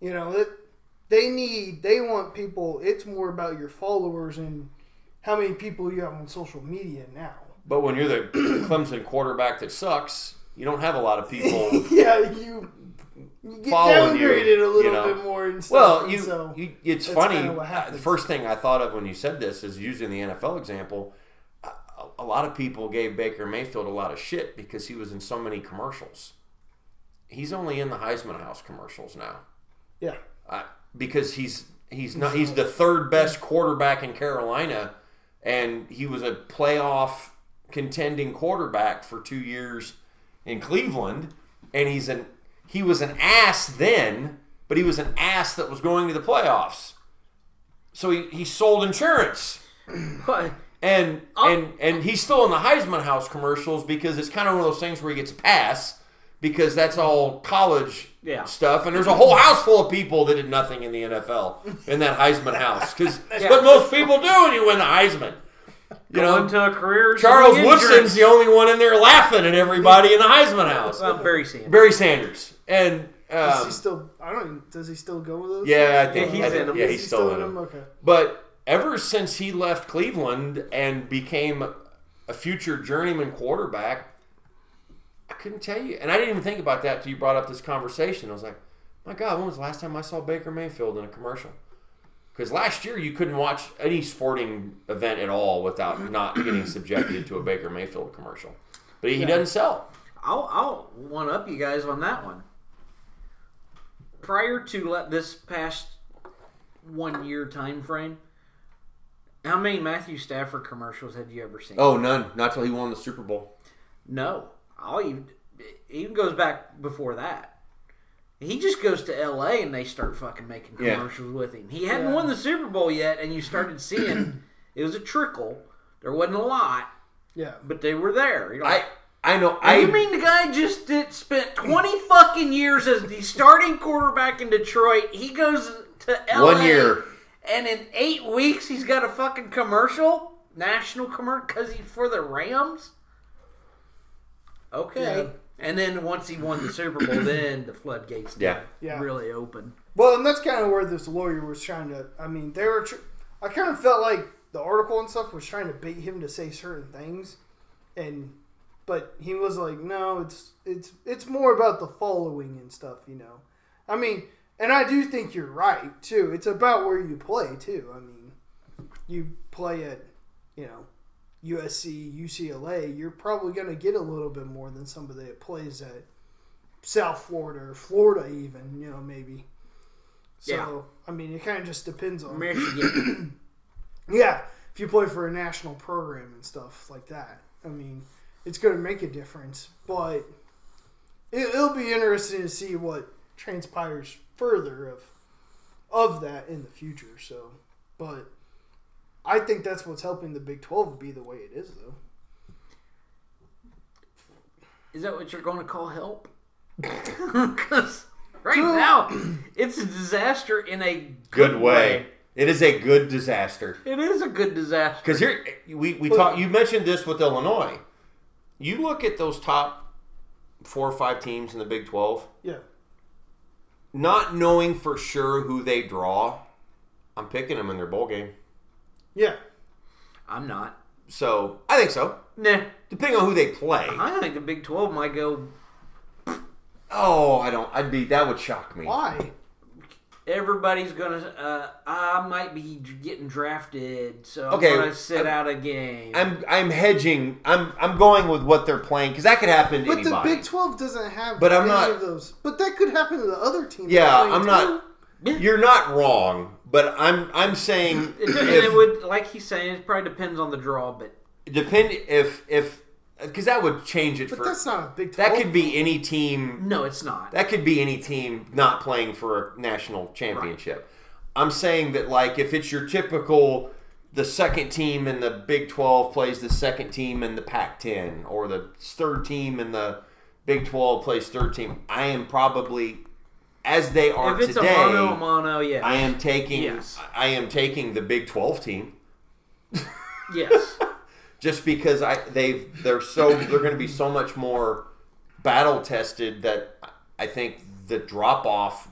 [SPEAKER 1] You know, it, they need they want people. It's more about your followers and how many people you have on social media now.
[SPEAKER 2] But when you're the [CLEARS THROAT] Clemson quarterback that sucks, you don't have a lot
[SPEAKER 1] [LAUGHS]
[SPEAKER 2] of people.
[SPEAKER 1] yeah, you, you get
[SPEAKER 2] Following you,
[SPEAKER 1] downgraded a little
[SPEAKER 2] you know.
[SPEAKER 1] bit more and stuff.
[SPEAKER 2] well,
[SPEAKER 1] and
[SPEAKER 2] you,
[SPEAKER 1] so
[SPEAKER 2] you it's
[SPEAKER 1] that's
[SPEAKER 2] funny.
[SPEAKER 1] kinda what
[SPEAKER 2] The
[SPEAKER 1] happens.
[SPEAKER 2] first thing I thought of when you said this is using the NFL example. a- A lot of people gave Baker Mayfield a lot of shit because he was in so many commercials. He's only in the Heisman House commercials now.
[SPEAKER 1] yeah,
[SPEAKER 2] I, because he's he's not he's the third best quarterback in Carolina, and he was a playoff contending quarterback for two years in Cleveland, and he's an he was an ass then, but he was an ass that was going to the playoffs. So he, he sold insurance.
[SPEAKER 3] What?
[SPEAKER 2] And
[SPEAKER 3] Oh.
[SPEAKER 2] and and he's still in the Heisman House commercials because it's kind of one of those things where he gets a pass because that's all college
[SPEAKER 3] Yeah.
[SPEAKER 2] stuff, and there's a whole house full of people that did nothing in the NFL in that Heisman House because
[SPEAKER 3] Yeah.
[SPEAKER 2] what most people do when you win the Heisman. You know,
[SPEAKER 3] Going to a career.
[SPEAKER 2] Charles
[SPEAKER 3] showing
[SPEAKER 2] Woodson's
[SPEAKER 3] insurance.
[SPEAKER 2] the only one in there laughing at everybody in the Heisman House.
[SPEAKER 3] Well, Barry Sanders.
[SPEAKER 2] Barry Sanders and
[SPEAKER 1] does
[SPEAKER 2] um,
[SPEAKER 1] he still? I don't. Even, does he still go with those?
[SPEAKER 2] yeah, I
[SPEAKER 3] Yeah,
[SPEAKER 2] think
[SPEAKER 3] he's
[SPEAKER 2] I
[SPEAKER 3] in
[SPEAKER 2] think-
[SPEAKER 3] them.
[SPEAKER 2] Yeah,
[SPEAKER 1] Is
[SPEAKER 2] he's
[SPEAKER 1] he
[SPEAKER 2] still, in them.
[SPEAKER 1] Okay.
[SPEAKER 2] But ever since he left Cleveland and became a future journeyman quarterback, I couldn't tell you. And I didn't even think about that till you brought up this conversation. I was like, my God, when was the last time I saw Baker Mayfield in a commercial? Because last year you couldn't watch any sporting event at all without not getting subjected to a Baker Mayfield commercial. But he doesn't sell.
[SPEAKER 3] I'll, I'll one up you guys on that one. Prior to let this past one year time frame, how many Matthew Stafford commercials had you ever seen?
[SPEAKER 2] Oh, none. Not till he won the Super Bowl.
[SPEAKER 3] No, I'll even it even goes back before that. He just goes to L.A. and they start fucking making
[SPEAKER 2] Yeah.
[SPEAKER 3] commercials with him. He hadn't
[SPEAKER 1] Yeah.
[SPEAKER 3] won the Super Bowl yet, and you started seeing it was a trickle. There wasn't a lot,
[SPEAKER 1] Yeah.
[SPEAKER 3] but they were there. You're like,
[SPEAKER 2] I I know. I
[SPEAKER 3] you mean the guy just did, spent 20 fucking years as the starting quarterback in Detroit? He goes to LA.
[SPEAKER 2] One year.
[SPEAKER 3] And in eight weeks, he's got a fucking commercial? National commercial? Because he's for the Rams? Okay.
[SPEAKER 1] Yeah.
[SPEAKER 3] And then once he won the
[SPEAKER 2] [COUGHS]
[SPEAKER 3] Super Bowl, then the floodgates
[SPEAKER 2] Yeah.
[SPEAKER 1] Yeah.
[SPEAKER 3] really open.
[SPEAKER 1] Well, and that's kind of where this lawyer was trying to. I mean, they were. Tr- I kind of felt like the article and stuff was trying to bait him to say certain things, and but he was like, no, it's it's it's more about the following and stuff, you know. I mean, and I do think you're right too. It's about where you play too. I mean, you play at you know USC, UCLA, you're probably going to get a little bit more than somebody that plays at South Florida or Florida, even, you know, maybe. So,
[SPEAKER 3] Yeah.
[SPEAKER 1] I mean, it kind of just depends on.
[SPEAKER 3] Michigan.
[SPEAKER 1] Yeah, if you play for a national program and stuff like that, I mean, it's going to make a difference, but it, it'll be interesting to see what transpires further of of that in the future. So, but I think that's what's helping the Big Twelve be the way it is, though.
[SPEAKER 3] Is that what you're going to call help? [LAUGHS] 'Cause right now, it's a disaster in a
[SPEAKER 2] good way. It is a good disaster.
[SPEAKER 3] It is a good disaster.
[SPEAKER 2] Because here we we talk. You mentioned this with Illinois. You look at those top four or five teams in the Big Twelve,
[SPEAKER 1] Yeah.
[SPEAKER 2] not knowing for sure who they draw. I'm picking them in their bowl game,
[SPEAKER 1] Yeah.
[SPEAKER 3] I'm not.
[SPEAKER 2] so I think so.
[SPEAKER 3] Nah.
[SPEAKER 2] Depending on who they play.
[SPEAKER 3] I think the Big 12 might go
[SPEAKER 2] Oh, I don't. I'd be. That would shock me.
[SPEAKER 1] Why?
[SPEAKER 3] Everybody's gonna. Uh, I might be getting drafted, so I'm
[SPEAKER 2] Okay,
[SPEAKER 3] gonna sit
[SPEAKER 2] I'm-
[SPEAKER 3] out a game.
[SPEAKER 2] I'm I'm hedging. I'm I'm going with what they're playing because that could happen to
[SPEAKER 1] But the
[SPEAKER 2] anybody.
[SPEAKER 1] Big Twelve doesn't have
[SPEAKER 2] But I'm
[SPEAKER 1] any
[SPEAKER 2] not-
[SPEAKER 1] of those. But that could happen to the other team.
[SPEAKER 2] yeah,
[SPEAKER 1] Playing
[SPEAKER 2] I'm not.
[SPEAKER 3] too.
[SPEAKER 2] You're not wrong, but I'm I'm saying
[SPEAKER 3] it,
[SPEAKER 2] if-
[SPEAKER 3] it would, like he's saying, it probably depends on the draw, but
[SPEAKER 2] depend if if because that would change it
[SPEAKER 1] But
[SPEAKER 2] for
[SPEAKER 1] that's not a Big Twelve.
[SPEAKER 2] that could be any team
[SPEAKER 3] no, it's not.
[SPEAKER 2] that could be any team not playing for a national championship. I'm saying that like if it's your typical the second team in the Big 12 plays the second team in the Pac 10 or the third team in the Big 12 plays third team. I am probably as they are
[SPEAKER 3] if it's
[SPEAKER 2] today.
[SPEAKER 3] a mono a mono, yes,
[SPEAKER 2] I am taking
[SPEAKER 3] Yes.
[SPEAKER 2] I am taking the Big 12 team
[SPEAKER 3] yes,
[SPEAKER 2] just because I they've they're so they're going to be so much more battle tested that I think the drop off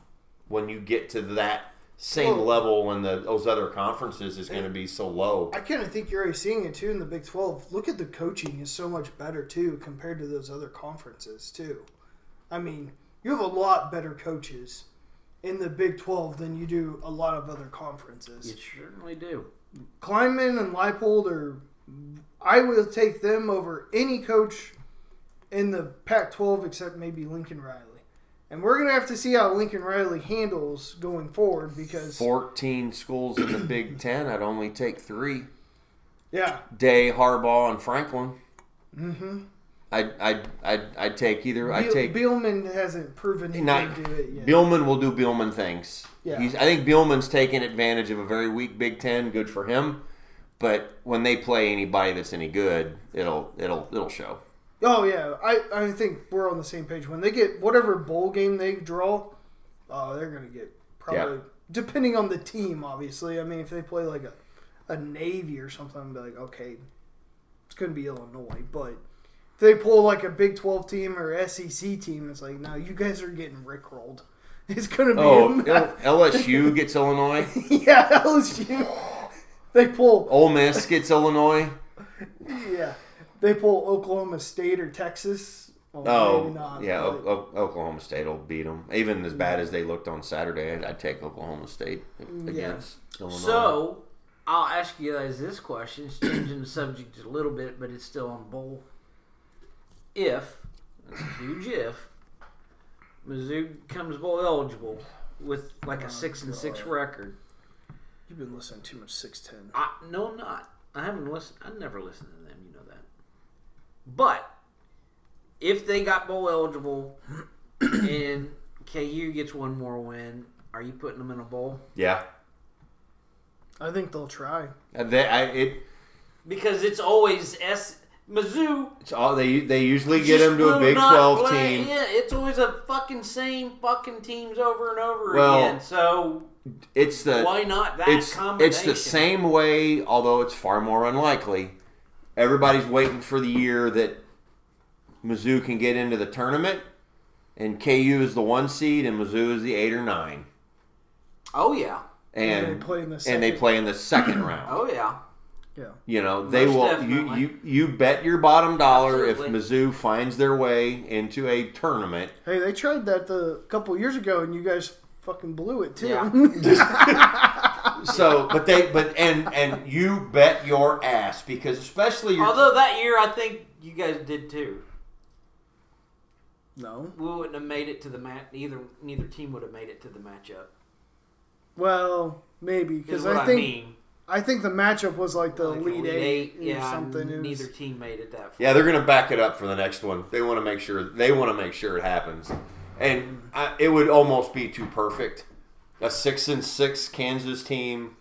[SPEAKER 2] when you get to that same
[SPEAKER 1] Well-
[SPEAKER 2] level in the those other conferences is going to be so low.
[SPEAKER 1] I kind of think you're already seeing it too in the Big Twelve. Look at the coaching is so much better too compared to those other conferences too. I mean, you have a lot better coaches in the Big Twelve than you do a lot of other conferences.
[SPEAKER 2] [LAUGHS]
[SPEAKER 3] you certainly do.
[SPEAKER 1] Kleinman and Leipold are. I will take them over any coach in the Pac-12 except maybe Lincoln Riley. And we're gonna have to see how Lincoln Riley handles going forward because
[SPEAKER 2] 14 schools in the Big 10, I'd only take 3.
[SPEAKER 1] yeah,
[SPEAKER 2] Day, Harbaugh, and Franklin.
[SPEAKER 1] mm-hmm.
[SPEAKER 2] I'd I'd I'd, I'd take either. I'd
[SPEAKER 1] Biel-
[SPEAKER 2] take
[SPEAKER 1] Bielman hasn't proven he
[SPEAKER 2] Not-
[SPEAKER 1] can do it yet.
[SPEAKER 2] Bielman will do Bielman things.
[SPEAKER 1] Yeah.
[SPEAKER 2] He's, I think Bielman's taken advantage of a very weak Big Ten. Good for him. But when they play anybody that's any good, it'll it'll it'll show.
[SPEAKER 1] Oh yeah, I, I think we're on the same page. When they get whatever bowl game they draw, oh, they're gonna get probably depending on the team. Obviously, I mean if they play like a, a Navy or something, I'd be like, okay, it's gonna be Illinois. But if they pull like a Big Twelve team or SEC team, it's like, no, you guys are getting rickrolled. [LAUGHS] It's gonna be
[SPEAKER 2] Oh,
[SPEAKER 3] [LAUGHS]
[SPEAKER 2] L- LSU gets Illinois.
[SPEAKER 1] [LAUGHS] yeah, LSU. They pull
[SPEAKER 2] Ole Miss gets Illinois.
[SPEAKER 1] yeah, they pull Oklahoma State or Texas. Well,
[SPEAKER 2] Oh,
[SPEAKER 1] maybe not,
[SPEAKER 2] yeah,
[SPEAKER 1] but-
[SPEAKER 2] o- o- Oklahoma State will beat them. Even as bad as they looked on Saturday, I'd, I'd take Oklahoma State
[SPEAKER 1] Mm,
[SPEAKER 2] against Illinois.
[SPEAKER 3] So I'll ask you guys this question. It's changing the subject a little bit, but it's still on bowl. If that's a huge if Mizzou becomes bowl eligible with like a six and six record,
[SPEAKER 1] You've been listening too much 610.
[SPEAKER 3] I, no, I'm not. I haven't listened. I never listened to them. You know that. But if they got bowl eligible [CLEARS THROAT] and KU gets one more win, are you putting them in a bowl?
[SPEAKER 2] yeah,
[SPEAKER 1] I think they'll try.
[SPEAKER 2] And they, I, it,
[SPEAKER 3] Because it's always S Mizzou.
[SPEAKER 2] it's all they they usually get
[SPEAKER 3] just
[SPEAKER 2] them to a
[SPEAKER 3] will
[SPEAKER 2] Big
[SPEAKER 3] not
[SPEAKER 2] Twelve
[SPEAKER 3] play.
[SPEAKER 2] team.
[SPEAKER 3] Yeah, it's always a fucking same fucking teams over and over
[SPEAKER 2] Well,
[SPEAKER 3] again. So
[SPEAKER 2] It's the
[SPEAKER 3] why not that
[SPEAKER 2] it's
[SPEAKER 3] combination?
[SPEAKER 2] it's the same way, although it's far more unlikely. Everybody's waiting for the year that Mizzou can get into the tournament, and KU is the one seed, and Mizzou is the eight or nine,
[SPEAKER 3] Oh yeah.
[SPEAKER 2] and
[SPEAKER 1] And they play in the
[SPEAKER 2] and they
[SPEAKER 1] second.
[SPEAKER 2] play in the second round.
[SPEAKER 3] Oh yeah.
[SPEAKER 1] Yeah.
[SPEAKER 2] You know they
[SPEAKER 3] Most
[SPEAKER 2] will. You,
[SPEAKER 3] definitely.
[SPEAKER 2] you you bet your bottom dollar if
[SPEAKER 3] Absolutely.
[SPEAKER 2] Mizzou finds their way into a tournament.
[SPEAKER 1] Hey, they tried that the couple years ago and you guys fucking blew it too. [LAUGHS]
[SPEAKER 3] Yeah.
[SPEAKER 2] So, but they but and and you bet your ass because especially your
[SPEAKER 3] Although that year, I think you guys did too.
[SPEAKER 1] no.
[SPEAKER 3] We wouldn't have made it to the match. Neither neither team would have made it to the matchup.
[SPEAKER 1] Well, maybe
[SPEAKER 3] Is
[SPEAKER 1] because
[SPEAKER 3] what
[SPEAKER 1] I
[SPEAKER 3] I,
[SPEAKER 1] think I,
[SPEAKER 3] mean.
[SPEAKER 1] think the matchup was like the
[SPEAKER 3] Like
[SPEAKER 1] lead
[SPEAKER 3] Elite
[SPEAKER 1] eight, or
[SPEAKER 3] yeah.
[SPEAKER 1] something. It
[SPEAKER 3] Neither
[SPEAKER 1] was,
[SPEAKER 3] team made it that far.
[SPEAKER 2] Yeah, they're gonna back it up for the next one. They want to make sure they want to make sure it happens, and I, it would almost be too perfect. A six and six Kansas team,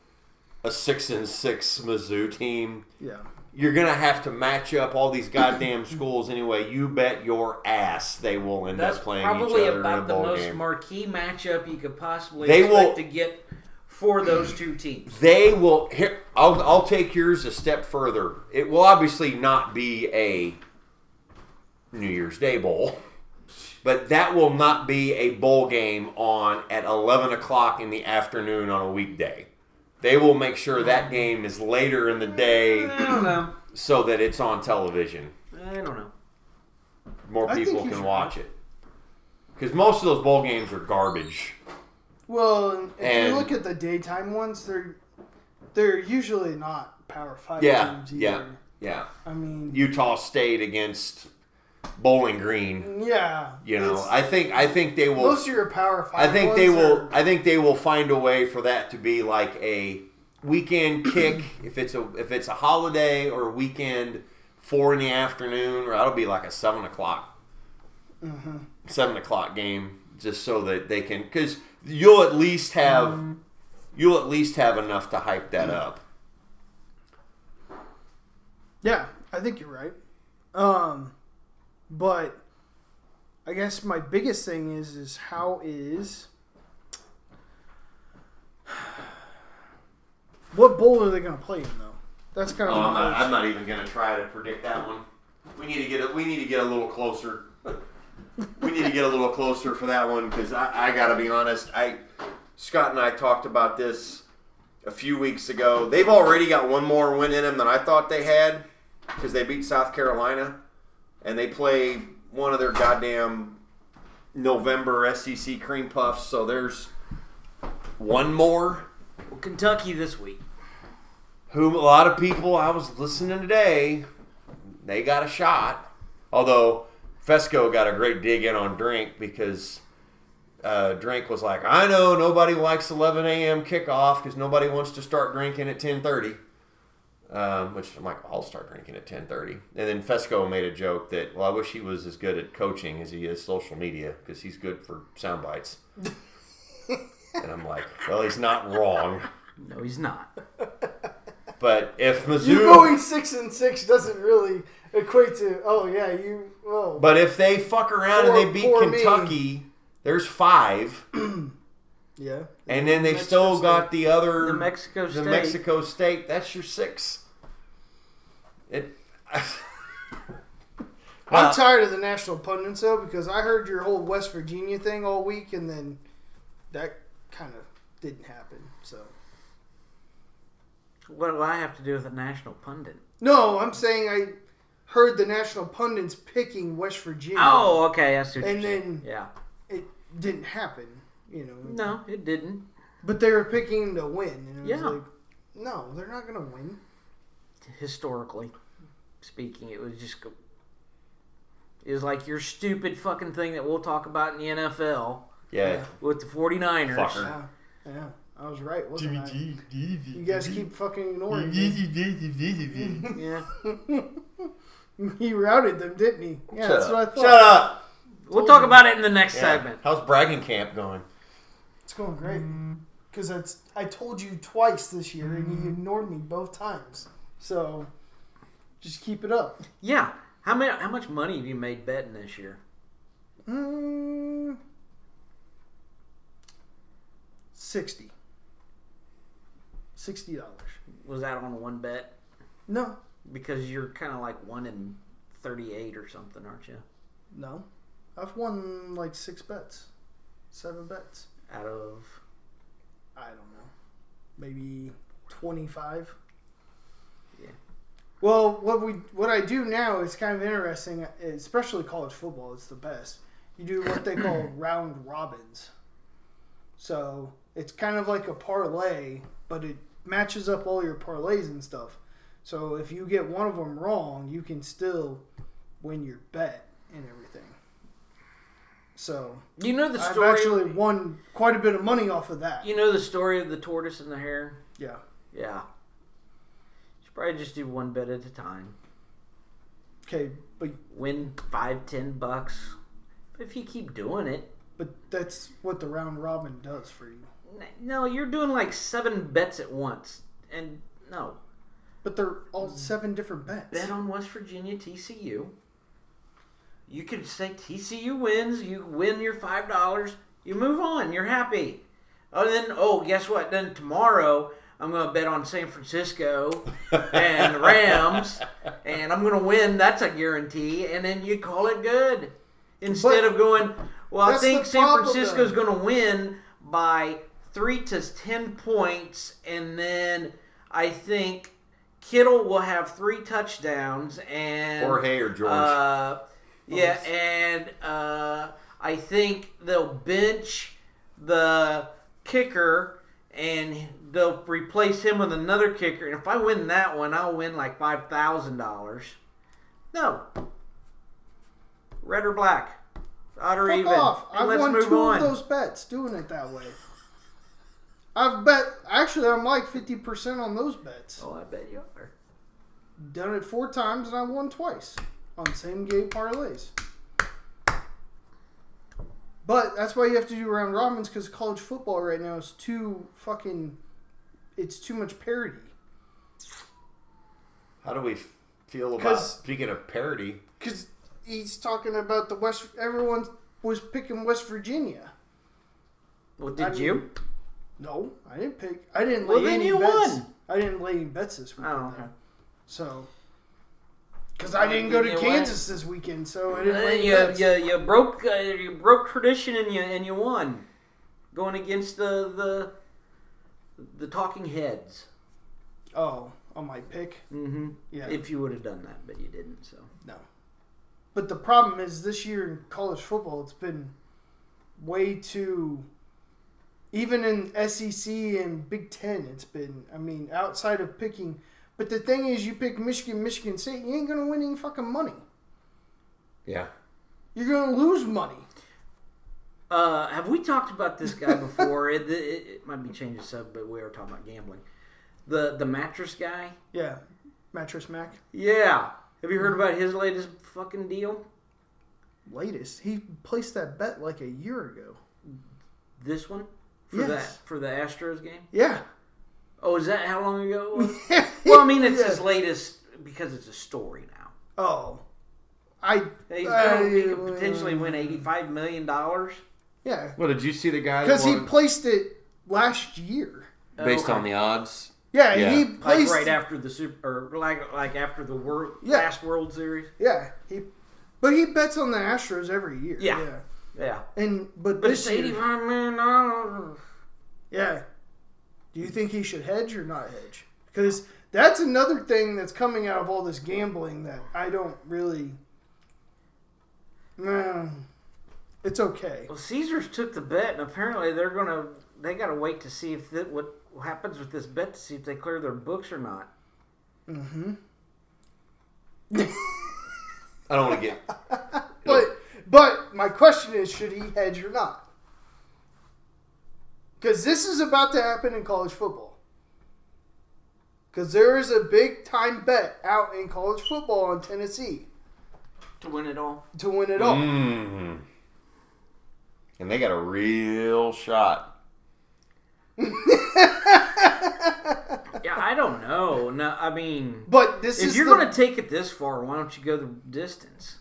[SPEAKER 2] a six and six Mizzou team.
[SPEAKER 1] yeah.
[SPEAKER 2] You're gonna have to match up all these goddamn schools anyway. You bet your ass they will end
[SPEAKER 3] That's
[SPEAKER 2] up playing each
[SPEAKER 3] probably
[SPEAKER 2] other in a
[SPEAKER 3] about the
[SPEAKER 2] bowl
[SPEAKER 3] most
[SPEAKER 2] game.
[SPEAKER 3] marquee matchup you could possibly
[SPEAKER 2] They
[SPEAKER 3] expect
[SPEAKER 2] will-
[SPEAKER 3] to get for those two teams.
[SPEAKER 2] They will. Here, I'll, I'll take yours a step further. It will obviously not be a New Year's Day bowl, but that will not be a bowl game on at eleven o'clock in the afternoon on a weekday. They will make sure that game is later in the
[SPEAKER 3] I
[SPEAKER 2] day
[SPEAKER 3] don't know.
[SPEAKER 2] so that it's on television.
[SPEAKER 3] [CLEARS THROAT] I don't know.
[SPEAKER 2] More
[SPEAKER 1] I think
[SPEAKER 2] people
[SPEAKER 1] he's
[SPEAKER 2] can
[SPEAKER 1] right.
[SPEAKER 2] watch it because most of those bowl games are garbage.
[SPEAKER 1] Well, and if
[SPEAKER 2] And-
[SPEAKER 1] you look at the daytime ones, they're they're usually not Power Five
[SPEAKER 2] Yeah,
[SPEAKER 1] teams either.
[SPEAKER 2] yeah, yeah.
[SPEAKER 1] I mean,
[SPEAKER 2] Utah State against Bowling Green.
[SPEAKER 1] yeah.
[SPEAKER 2] You know,
[SPEAKER 1] it's-
[SPEAKER 2] I think I think they will.
[SPEAKER 1] most of your Power
[SPEAKER 2] I
[SPEAKER 1] Five.
[SPEAKER 2] think they
[SPEAKER 1] ones
[SPEAKER 2] will.
[SPEAKER 1] are-
[SPEAKER 2] I think they will find a way for that to be like a weekend
[SPEAKER 1] [CLEARS THROAT]
[SPEAKER 2] kick. if it's a if it's a holiday or a weekend, four in the afternoon, or that'll be like a seven o'clock,
[SPEAKER 1] Mm-hmm.
[SPEAKER 2] seven o'clock game, just so that they can because you'll at least have
[SPEAKER 1] Mm-hmm.
[SPEAKER 2] you'll at least have enough to hype that up.
[SPEAKER 1] Yeah, I think you're right. Um, but I guess my biggest thing is is how is [SIGHS] what bowl are they going to play in though? That's kind of
[SPEAKER 2] Oh, I'm not, I'm not even gonna try to predict that one. We need to get a, we need to get a little closer. we need to get a little closer for that one because I, I gotta be honest. I Scott and I talked about this a few weeks ago. They've already got one more win in them than I thought they had because they beat South Carolina and they play one of their goddamn November SEC cream puffs. So there's one more
[SPEAKER 3] Well, Kentucky this week.
[SPEAKER 2] whom a lot of people I was listening today, they got a shot. Although Fesco got a great dig in on Drink because uh, Drink was like, I know nobody likes 11 a.m. kickoff because nobody wants to start drinking at 10:30. Um, which I'm like, I'll start drinking at 10:30. And then Fesco made a joke that, well, I wish he was as good at coaching as he is social media because he's good for sound bites. and I'm like, well, he's not wrong.
[SPEAKER 3] No,
[SPEAKER 1] [LAUGHS]
[SPEAKER 3] he's not.
[SPEAKER 2] But if Mizzou,
[SPEAKER 1] you going six and six doesn't really equate to oh yeah you well
[SPEAKER 2] But if they fuck around
[SPEAKER 1] Poor-
[SPEAKER 2] and they beat
[SPEAKER 1] poor me.
[SPEAKER 2] Kentucky, there's five,
[SPEAKER 1] yeah
[SPEAKER 2] and then they've
[SPEAKER 1] Mexico
[SPEAKER 2] still
[SPEAKER 1] State.
[SPEAKER 2] got the other
[SPEAKER 3] The Mexico
[SPEAKER 2] the
[SPEAKER 3] State.
[SPEAKER 2] Mexico State. That's your six. It. [LAUGHS]
[SPEAKER 1] I'm
[SPEAKER 2] Uh,
[SPEAKER 1] tired of the national pundits though because I heard your whole West Virginia thing all week and then that kind of didn't happen so
[SPEAKER 3] What do I have to do with a national pundit?
[SPEAKER 1] no I'm saying I heard the national pundits picking West Virginia
[SPEAKER 3] Oh, okay. I see. What
[SPEAKER 1] And
[SPEAKER 3] you're saying.
[SPEAKER 1] then-
[SPEAKER 3] yeah.
[SPEAKER 1] it didn't happen you know
[SPEAKER 3] No, it didn't.
[SPEAKER 1] but they were picking to win and it was
[SPEAKER 3] Yeah.
[SPEAKER 1] like no they're not gonna win
[SPEAKER 3] Historically speaking, it was just. go- It was like your stupid fucking thing that we'll talk about in the NFL
[SPEAKER 2] Yeah.
[SPEAKER 3] with the 49ers.
[SPEAKER 2] Fucker.
[SPEAKER 1] yeah yeah I was right wasn't I you guys keep fucking ignoring me.
[SPEAKER 3] [LAUGHS] Yeah.
[SPEAKER 1] [LAUGHS] He routed them, didn't he? Yeah,
[SPEAKER 2] Shut
[SPEAKER 1] that's
[SPEAKER 2] up.
[SPEAKER 1] what I thought.
[SPEAKER 2] Shut up.
[SPEAKER 3] We'll talk about it in the next
[SPEAKER 2] Yeah.
[SPEAKER 3] segment.
[SPEAKER 2] How's bragging camp going?
[SPEAKER 1] It's going great. Because that's I told you twice this year and you ignored me both times. So just keep it up.
[SPEAKER 3] Yeah. How many? How much money have you made betting this year?
[SPEAKER 1] Mm, Sixty. Sixty dollars.
[SPEAKER 3] Was that on one bet?
[SPEAKER 1] No,
[SPEAKER 3] Because you're kind of like one in thirty-eight or something, aren't you?
[SPEAKER 1] no. I've won like six bets, seven bets.
[SPEAKER 3] Out of
[SPEAKER 1] I don't know, maybe twenty five.
[SPEAKER 3] Yeah.
[SPEAKER 1] Well, what we what I do now is kind of interesting, especially college football. It's the best. You do what they call round robins. So it's kind of like a parlay, but it matches up all your parlays and stuff. So if you get one of them wrong, you can still win your bet and everything. So
[SPEAKER 3] you know the
[SPEAKER 1] I've
[SPEAKER 3] story.
[SPEAKER 1] actually won quite a bit of money off of that.
[SPEAKER 3] you know the story of the tortoise and the hare.
[SPEAKER 1] Yeah.
[SPEAKER 3] Yeah. Should probably just do one bet at a time.
[SPEAKER 1] Okay, but
[SPEAKER 3] Win five, ten bucks. If you keep doing it,
[SPEAKER 1] but that's what the round robin does for you.
[SPEAKER 3] N- no, you're doing like seven bets at once. And no,
[SPEAKER 1] But they're all
[SPEAKER 3] Mm.
[SPEAKER 1] seven different bets.
[SPEAKER 3] bet on West Virginia TCU. You could say TCU wins, you win your $5, you move on, you're happy. Oh, and then oh, guess what? Then tomorrow I'm going to bet on San Francisco
[SPEAKER 1] [LAUGHS]
[SPEAKER 3] and the Rams, and I'm going to win. That's a guarantee. And then you call it good instead
[SPEAKER 1] But
[SPEAKER 3] of going. Well, I
[SPEAKER 1] that's
[SPEAKER 3] think
[SPEAKER 1] the
[SPEAKER 3] San
[SPEAKER 1] problem,
[SPEAKER 3] Francisco's
[SPEAKER 1] though.
[SPEAKER 3] going to win by three to ten points, and then I think Kittle will have three touchdowns and
[SPEAKER 2] Jorge or George.
[SPEAKER 3] uh, yeah,
[SPEAKER 1] Almost.
[SPEAKER 3] and uh, I think they'll bench the kicker and they'll replace him with another kicker. And if I win that one, I'll win like five thousand dollars. No, red or black, odd or
[SPEAKER 1] Fuck
[SPEAKER 3] even.
[SPEAKER 1] off.
[SPEAKER 3] And
[SPEAKER 1] I
[SPEAKER 3] let's
[SPEAKER 1] won
[SPEAKER 3] move
[SPEAKER 1] two
[SPEAKER 3] on.
[SPEAKER 1] of those bets doing it that way. I've bet, actually, I'm like 50% on those bets.
[SPEAKER 3] Oh, I bet you are.
[SPEAKER 1] Done it four times and I won twice on same game parlays. But that's why you have to do round robins because college football right now is too fucking. It's too much parity.
[SPEAKER 2] How do we f- feel about
[SPEAKER 1] 'Cause-
[SPEAKER 2] speaking of parody?
[SPEAKER 1] Because he's talking about the West. Everyone was picking West Virginia.
[SPEAKER 3] Well, did
[SPEAKER 1] I mean-
[SPEAKER 3] you?
[SPEAKER 1] No, I didn't pick. I didn't lay
[SPEAKER 3] Well, then
[SPEAKER 1] any
[SPEAKER 3] you
[SPEAKER 1] bets.
[SPEAKER 3] won.
[SPEAKER 1] I didn't lay any bets this weekend.
[SPEAKER 3] Oh, okay.
[SPEAKER 1] though. So, because I didn't go to
[SPEAKER 3] You won.
[SPEAKER 1] Kansas this weekend, so Oh, I didn't
[SPEAKER 3] Uh,
[SPEAKER 1] lay any
[SPEAKER 3] you,
[SPEAKER 1] bets.
[SPEAKER 3] you, you broke uh, you broke tradition and you and you won, going against the the the talking heads.
[SPEAKER 1] Oh, on my pick,
[SPEAKER 3] Mm-hmm.
[SPEAKER 1] yeah,
[SPEAKER 3] If you would have done that, but you didn't. So
[SPEAKER 1] no. But the problem is this year in college football, it's been way too. Even in SEC and Big Ten, it's been. I mean, outside of picking, but the thing is, you pick Michigan, Michigan State, you ain't gonna win any fucking money.
[SPEAKER 2] Yeah.
[SPEAKER 1] You're gonna lose money.
[SPEAKER 3] uh, have we talked about
[SPEAKER 1] [LAUGHS]
[SPEAKER 3] this guy before? it, it, it might be changing sub, but we were talking about gambling. The the mattress guy.
[SPEAKER 1] Yeah, mattress Mac.
[SPEAKER 3] Yeah. Have you heard about his latest fucking deal?
[SPEAKER 1] latest. He placed that bet like a year ago.
[SPEAKER 3] This one for
[SPEAKER 1] Yes.
[SPEAKER 3] that for the Astros game.
[SPEAKER 1] Yeah. [LAUGHS]
[SPEAKER 3] Oh, is that how long ago? it was? [LAUGHS] well, I mean, it's his latest because it's a story now.
[SPEAKER 1] Oh. I.
[SPEAKER 3] He's
[SPEAKER 1] I-
[SPEAKER 3] gonna, he could potentially win eighty-five million dollars
[SPEAKER 1] Yeah.
[SPEAKER 2] Well, did you see the guy? that
[SPEAKER 1] Because he
[SPEAKER 2] won-
[SPEAKER 1] placed it last year.
[SPEAKER 3] Oh,
[SPEAKER 2] based on the odds.
[SPEAKER 1] Yeah,
[SPEAKER 2] Yeah.
[SPEAKER 1] he
[SPEAKER 2] Like
[SPEAKER 3] uh, like
[SPEAKER 1] placed.
[SPEAKER 3] right after the super, or like like after the world
[SPEAKER 1] Yeah.
[SPEAKER 3] last World Series.
[SPEAKER 1] Yeah. He. But he bets on the Astros every year.
[SPEAKER 3] Yeah. Yeah,
[SPEAKER 1] And but,
[SPEAKER 3] but
[SPEAKER 1] this
[SPEAKER 3] it's
[SPEAKER 1] year,
[SPEAKER 3] eighty-five million dollars.
[SPEAKER 1] yeah. Do you think he should hedge or not hedge? Because that's another thing that's coming out of all this gambling that I don't really. No. It's okay.
[SPEAKER 3] Well, Caesars took the bet, and apparently they're gonna they gotta wait to see if that, what happens with this bet to see if they clear their books or not.
[SPEAKER 1] Mm-hmm. [LAUGHS]
[SPEAKER 2] I don't want to get.
[SPEAKER 1] But but my question is, should he hedge or not? Because this is about to happen in college football. Because there is a big time bet out in college football on Tennessee
[SPEAKER 3] To win it all,
[SPEAKER 1] to win
[SPEAKER 3] Oh.
[SPEAKER 1] it all.
[SPEAKER 3] Mm-hmm.
[SPEAKER 2] Mm. And they got a real shot.
[SPEAKER 3] [LAUGHS] yeah, I don't know. No, I mean,
[SPEAKER 1] [LAUGHS] But this
[SPEAKER 3] if
[SPEAKER 1] is
[SPEAKER 3] you're
[SPEAKER 1] the,
[SPEAKER 3] gonna take it this far, why don't you go the distance?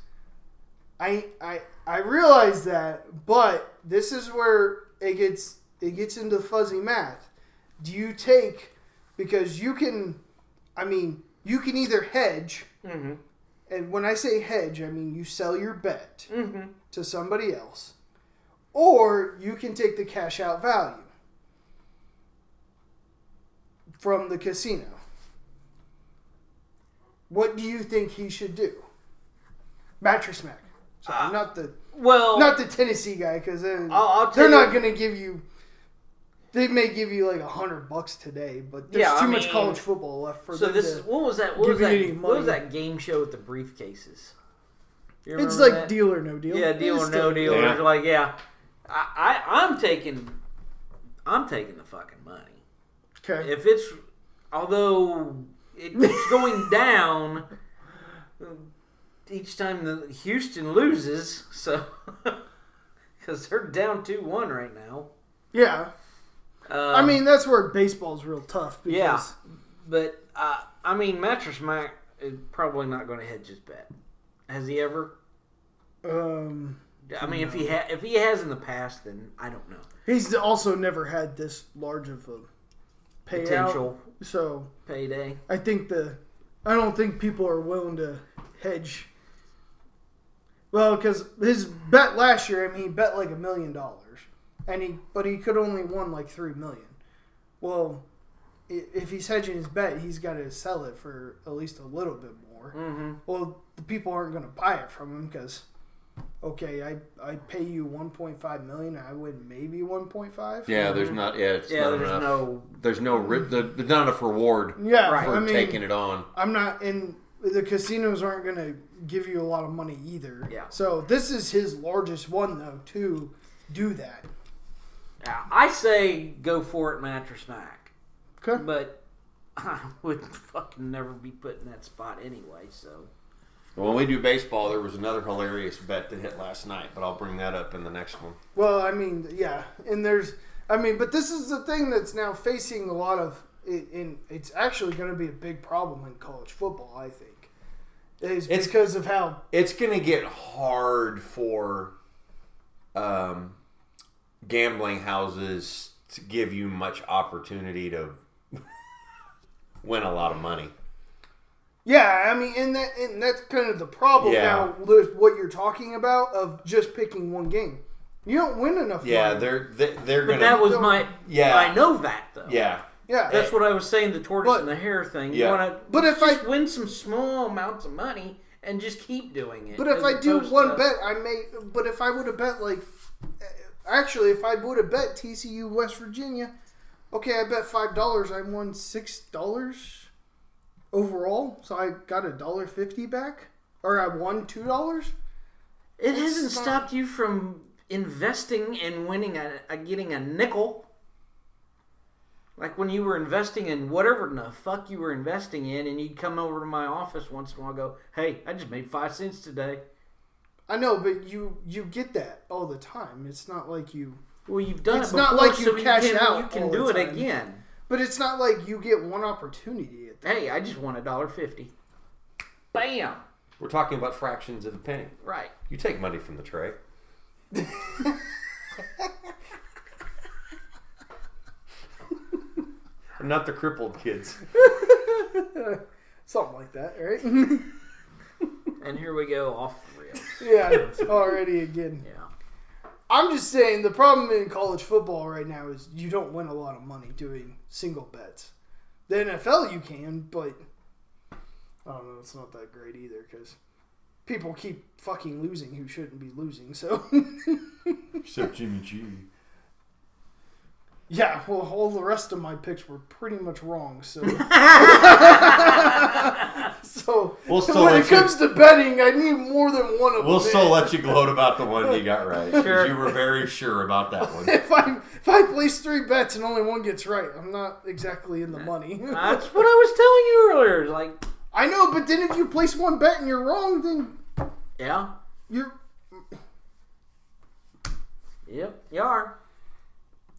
[SPEAKER 1] I I I realize that, but this is where it gets it gets into fuzzy math. Do you take because you can I mean, you can either hedge
[SPEAKER 3] Mm-hmm.
[SPEAKER 1] and when I say hedge, I mean you sell your bet
[SPEAKER 3] Mm-hmm.
[SPEAKER 1] to somebody else, or you can take the cash out value from the casino. What do you think he should do? Mattress Mac. Sorry,
[SPEAKER 3] Uh,
[SPEAKER 1] not the
[SPEAKER 3] Well,
[SPEAKER 1] not the Tennessee guy because they're,
[SPEAKER 3] I'll, I'll tell
[SPEAKER 1] they're
[SPEAKER 3] you-
[SPEAKER 1] not going to give you. They may give you like a hundred bucks today, but there's
[SPEAKER 3] Yeah, I
[SPEAKER 1] too much
[SPEAKER 3] mean-
[SPEAKER 1] college football left for
[SPEAKER 3] So
[SPEAKER 1] them
[SPEAKER 3] this
[SPEAKER 1] to-
[SPEAKER 3] is what was that? What
[SPEAKER 1] give
[SPEAKER 3] was
[SPEAKER 1] you
[SPEAKER 3] that?
[SPEAKER 1] any
[SPEAKER 3] What was
[SPEAKER 1] money.
[SPEAKER 3] that game show with the briefcases? You
[SPEAKER 1] it's
[SPEAKER 3] remember
[SPEAKER 1] like
[SPEAKER 3] that?
[SPEAKER 1] deal or no deal.
[SPEAKER 3] yeah, deal
[SPEAKER 1] It's
[SPEAKER 3] or
[SPEAKER 1] still-
[SPEAKER 3] no deal.
[SPEAKER 2] Yeah.
[SPEAKER 3] It's Like yeah, I, I I'm taking I'm taking the fucking money.
[SPEAKER 1] Okay.
[SPEAKER 3] If it's although
[SPEAKER 1] [LAUGHS]
[SPEAKER 3] it's going down each time the Houston loses, so [LAUGHS] because they're down two one right now.
[SPEAKER 1] Yeah.
[SPEAKER 3] Uh,
[SPEAKER 1] I mean, that's where baseball's real tough. Because,
[SPEAKER 3] Yeah. But uh, I mean, mattress Mac is probably not going to hedge his bet. Has he ever?
[SPEAKER 1] Um,
[SPEAKER 3] I mean, if he ha- if he has in the past, then I don't know
[SPEAKER 1] He's also never had this large of a payout.
[SPEAKER 3] potential
[SPEAKER 1] So
[SPEAKER 3] payday.
[SPEAKER 1] I think the I don't think people are willing to hedge. Well, because his bet last year, I mean, he bet like a million dollars, and he but he could only won like three million. Well, i- if he's hedging his bet, he's got to sell it for at least a little bit more.
[SPEAKER 3] Mm-hmm.
[SPEAKER 1] Well, the people aren't going to buy it from him because, okay, I I pay you one point five million, I win maybe one point five.
[SPEAKER 2] Yeah, there's not. Yeah, it's
[SPEAKER 3] Yeah,
[SPEAKER 2] not
[SPEAKER 3] there's
[SPEAKER 2] enough.
[SPEAKER 3] no.
[SPEAKER 2] There's no. Ri- the, there's not enough reward
[SPEAKER 1] yeah.
[SPEAKER 3] Right.
[SPEAKER 2] for
[SPEAKER 1] I mean,
[SPEAKER 2] taking it on.
[SPEAKER 1] I'm not in the casinos aren't going to give you a lot of money either.
[SPEAKER 3] Yeah.
[SPEAKER 1] So this is his largest one though to do that.
[SPEAKER 3] I say go for it, mattress smack.
[SPEAKER 1] Okay.
[SPEAKER 3] But [LAUGHS] I would fucking never be put in that spot anyway. So
[SPEAKER 2] When we do baseball, there was another hilarious bet that hit last night, but I'll bring that up in the next one.
[SPEAKER 1] Well, I mean, yeah, and there's I mean, but this is the thing that's now facing a lot of it, and it's actually going to be a big problem in college football, I think. Is
[SPEAKER 2] It's-
[SPEAKER 1] because of how
[SPEAKER 2] It's gonna get hard for um, gambling houses to give you much opportunity to [LAUGHS] win a lot of money.
[SPEAKER 1] Yeah, I mean, and that and that's kind of the problem
[SPEAKER 2] Yeah.
[SPEAKER 1] now with what you're talking about of just picking one game. You don't win enough.
[SPEAKER 2] Yeah,
[SPEAKER 1] money.
[SPEAKER 2] they're they- they're
[SPEAKER 3] but
[SPEAKER 2] gonna.
[SPEAKER 3] that was
[SPEAKER 1] no.
[SPEAKER 3] my.
[SPEAKER 2] Yeah.
[SPEAKER 3] I know that though.
[SPEAKER 2] yeah,
[SPEAKER 1] yeah.
[SPEAKER 3] That's what I was saying. The tortoise
[SPEAKER 1] But-
[SPEAKER 3] and the hare thing.
[SPEAKER 2] Yeah.
[SPEAKER 3] You wanna,
[SPEAKER 1] But if
[SPEAKER 3] just
[SPEAKER 1] I-
[SPEAKER 3] win some small amounts of money and just keep doing it.
[SPEAKER 1] but if
[SPEAKER 3] as
[SPEAKER 1] I do
[SPEAKER 3] opposed
[SPEAKER 1] one
[SPEAKER 3] to-
[SPEAKER 1] bet, I may. But if I would have bet like, actually, if I would have bet TCU West Virginia, okay, I bet five dollars. I won six dollars overall, so I got a dollar fifty back, or I won two dollars.
[SPEAKER 3] it hasn't
[SPEAKER 1] not-
[SPEAKER 3] stopped you from investing and winning a, a getting a nickel. Like when you were investing in whatever the fuck you were investing in, and you'd come over to my office once in a while, and go, "Hey, I just made five cents today."
[SPEAKER 1] I know, but you you get that all the time. It's not like you.
[SPEAKER 3] Well, you've done
[SPEAKER 1] It's
[SPEAKER 3] it.
[SPEAKER 1] not
[SPEAKER 3] before,
[SPEAKER 1] like you
[SPEAKER 3] so
[SPEAKER 1] cash
[SPEAKER 3] can,
[SPEAKER 1] out
[SPEAKER 3] You can
[SPEAKER 1] all
[SPEAKER 3] do
[SPEAKER 1] the
[SPEAKER 3] it
[SPEAKER 1] time.
[SPEAKER 3] again.
[SPEAKER 1] But it's not like you get one opportunity at that.
[SPEAKER 3] Hey, I just won a dollar fifty. Bam!
[SPEAKER 2] we're talking about fractions of a penny.
[SPEAKER 3] Right.
[SPEAKER 2] You take money from the tray. Not the crippled kids.
[SPEAKER 1] Something like that, right? [LAUGHS]
[SPEAKER 3] And here we go off the rails. [LAUGHS]
[SPEAKER 1] yeah, already again.
[SPEAKER 3] Yeah.
[SPEAKER 1] I'm just saying the problem in college football right now is you don't win a lot of money doing single bets. The NFL you can, but I don't know, it's not that great either because people keep fucking losing who shouldn't be losing. So [LAUGHS]
[SPEAKER 2] Except Jimmy G.
[SPEAKER 1] yeah, well, all the rest of my picks were pretty much wrong. So [LAUGHS] so
[SPEAKER 2] We'll still
[SPEAKER 1] when it
[SPEAKER 2] let you-
[SPEAKER 1] comes to betting, I need more than one of
[SPEAKER 2] We'll
[SPEAKER 1] them.
[SPEAKER 2] still let you gloat about the one you got [LAUGHS] right. 'cause
[SPEAKER 3] Sure.
[SPEAKER 2] You were very sure about that
[SPEAKER 1] [LAUGHS]
[SPEAKER 2] one.
[SPEAKER 1] if I if I place three bets and only one gets right, I'm not exactly in the money.
[SPEAKER 3] That's what I was telling you earlier. Like,
[SPEAKER 1] [LAUGHS] I know, but then if you place one bet and you're wrong, then
[SPEAKER 3] yeah,
[SPEAKER 1] you're
[SPEAKER 3] yep, you are.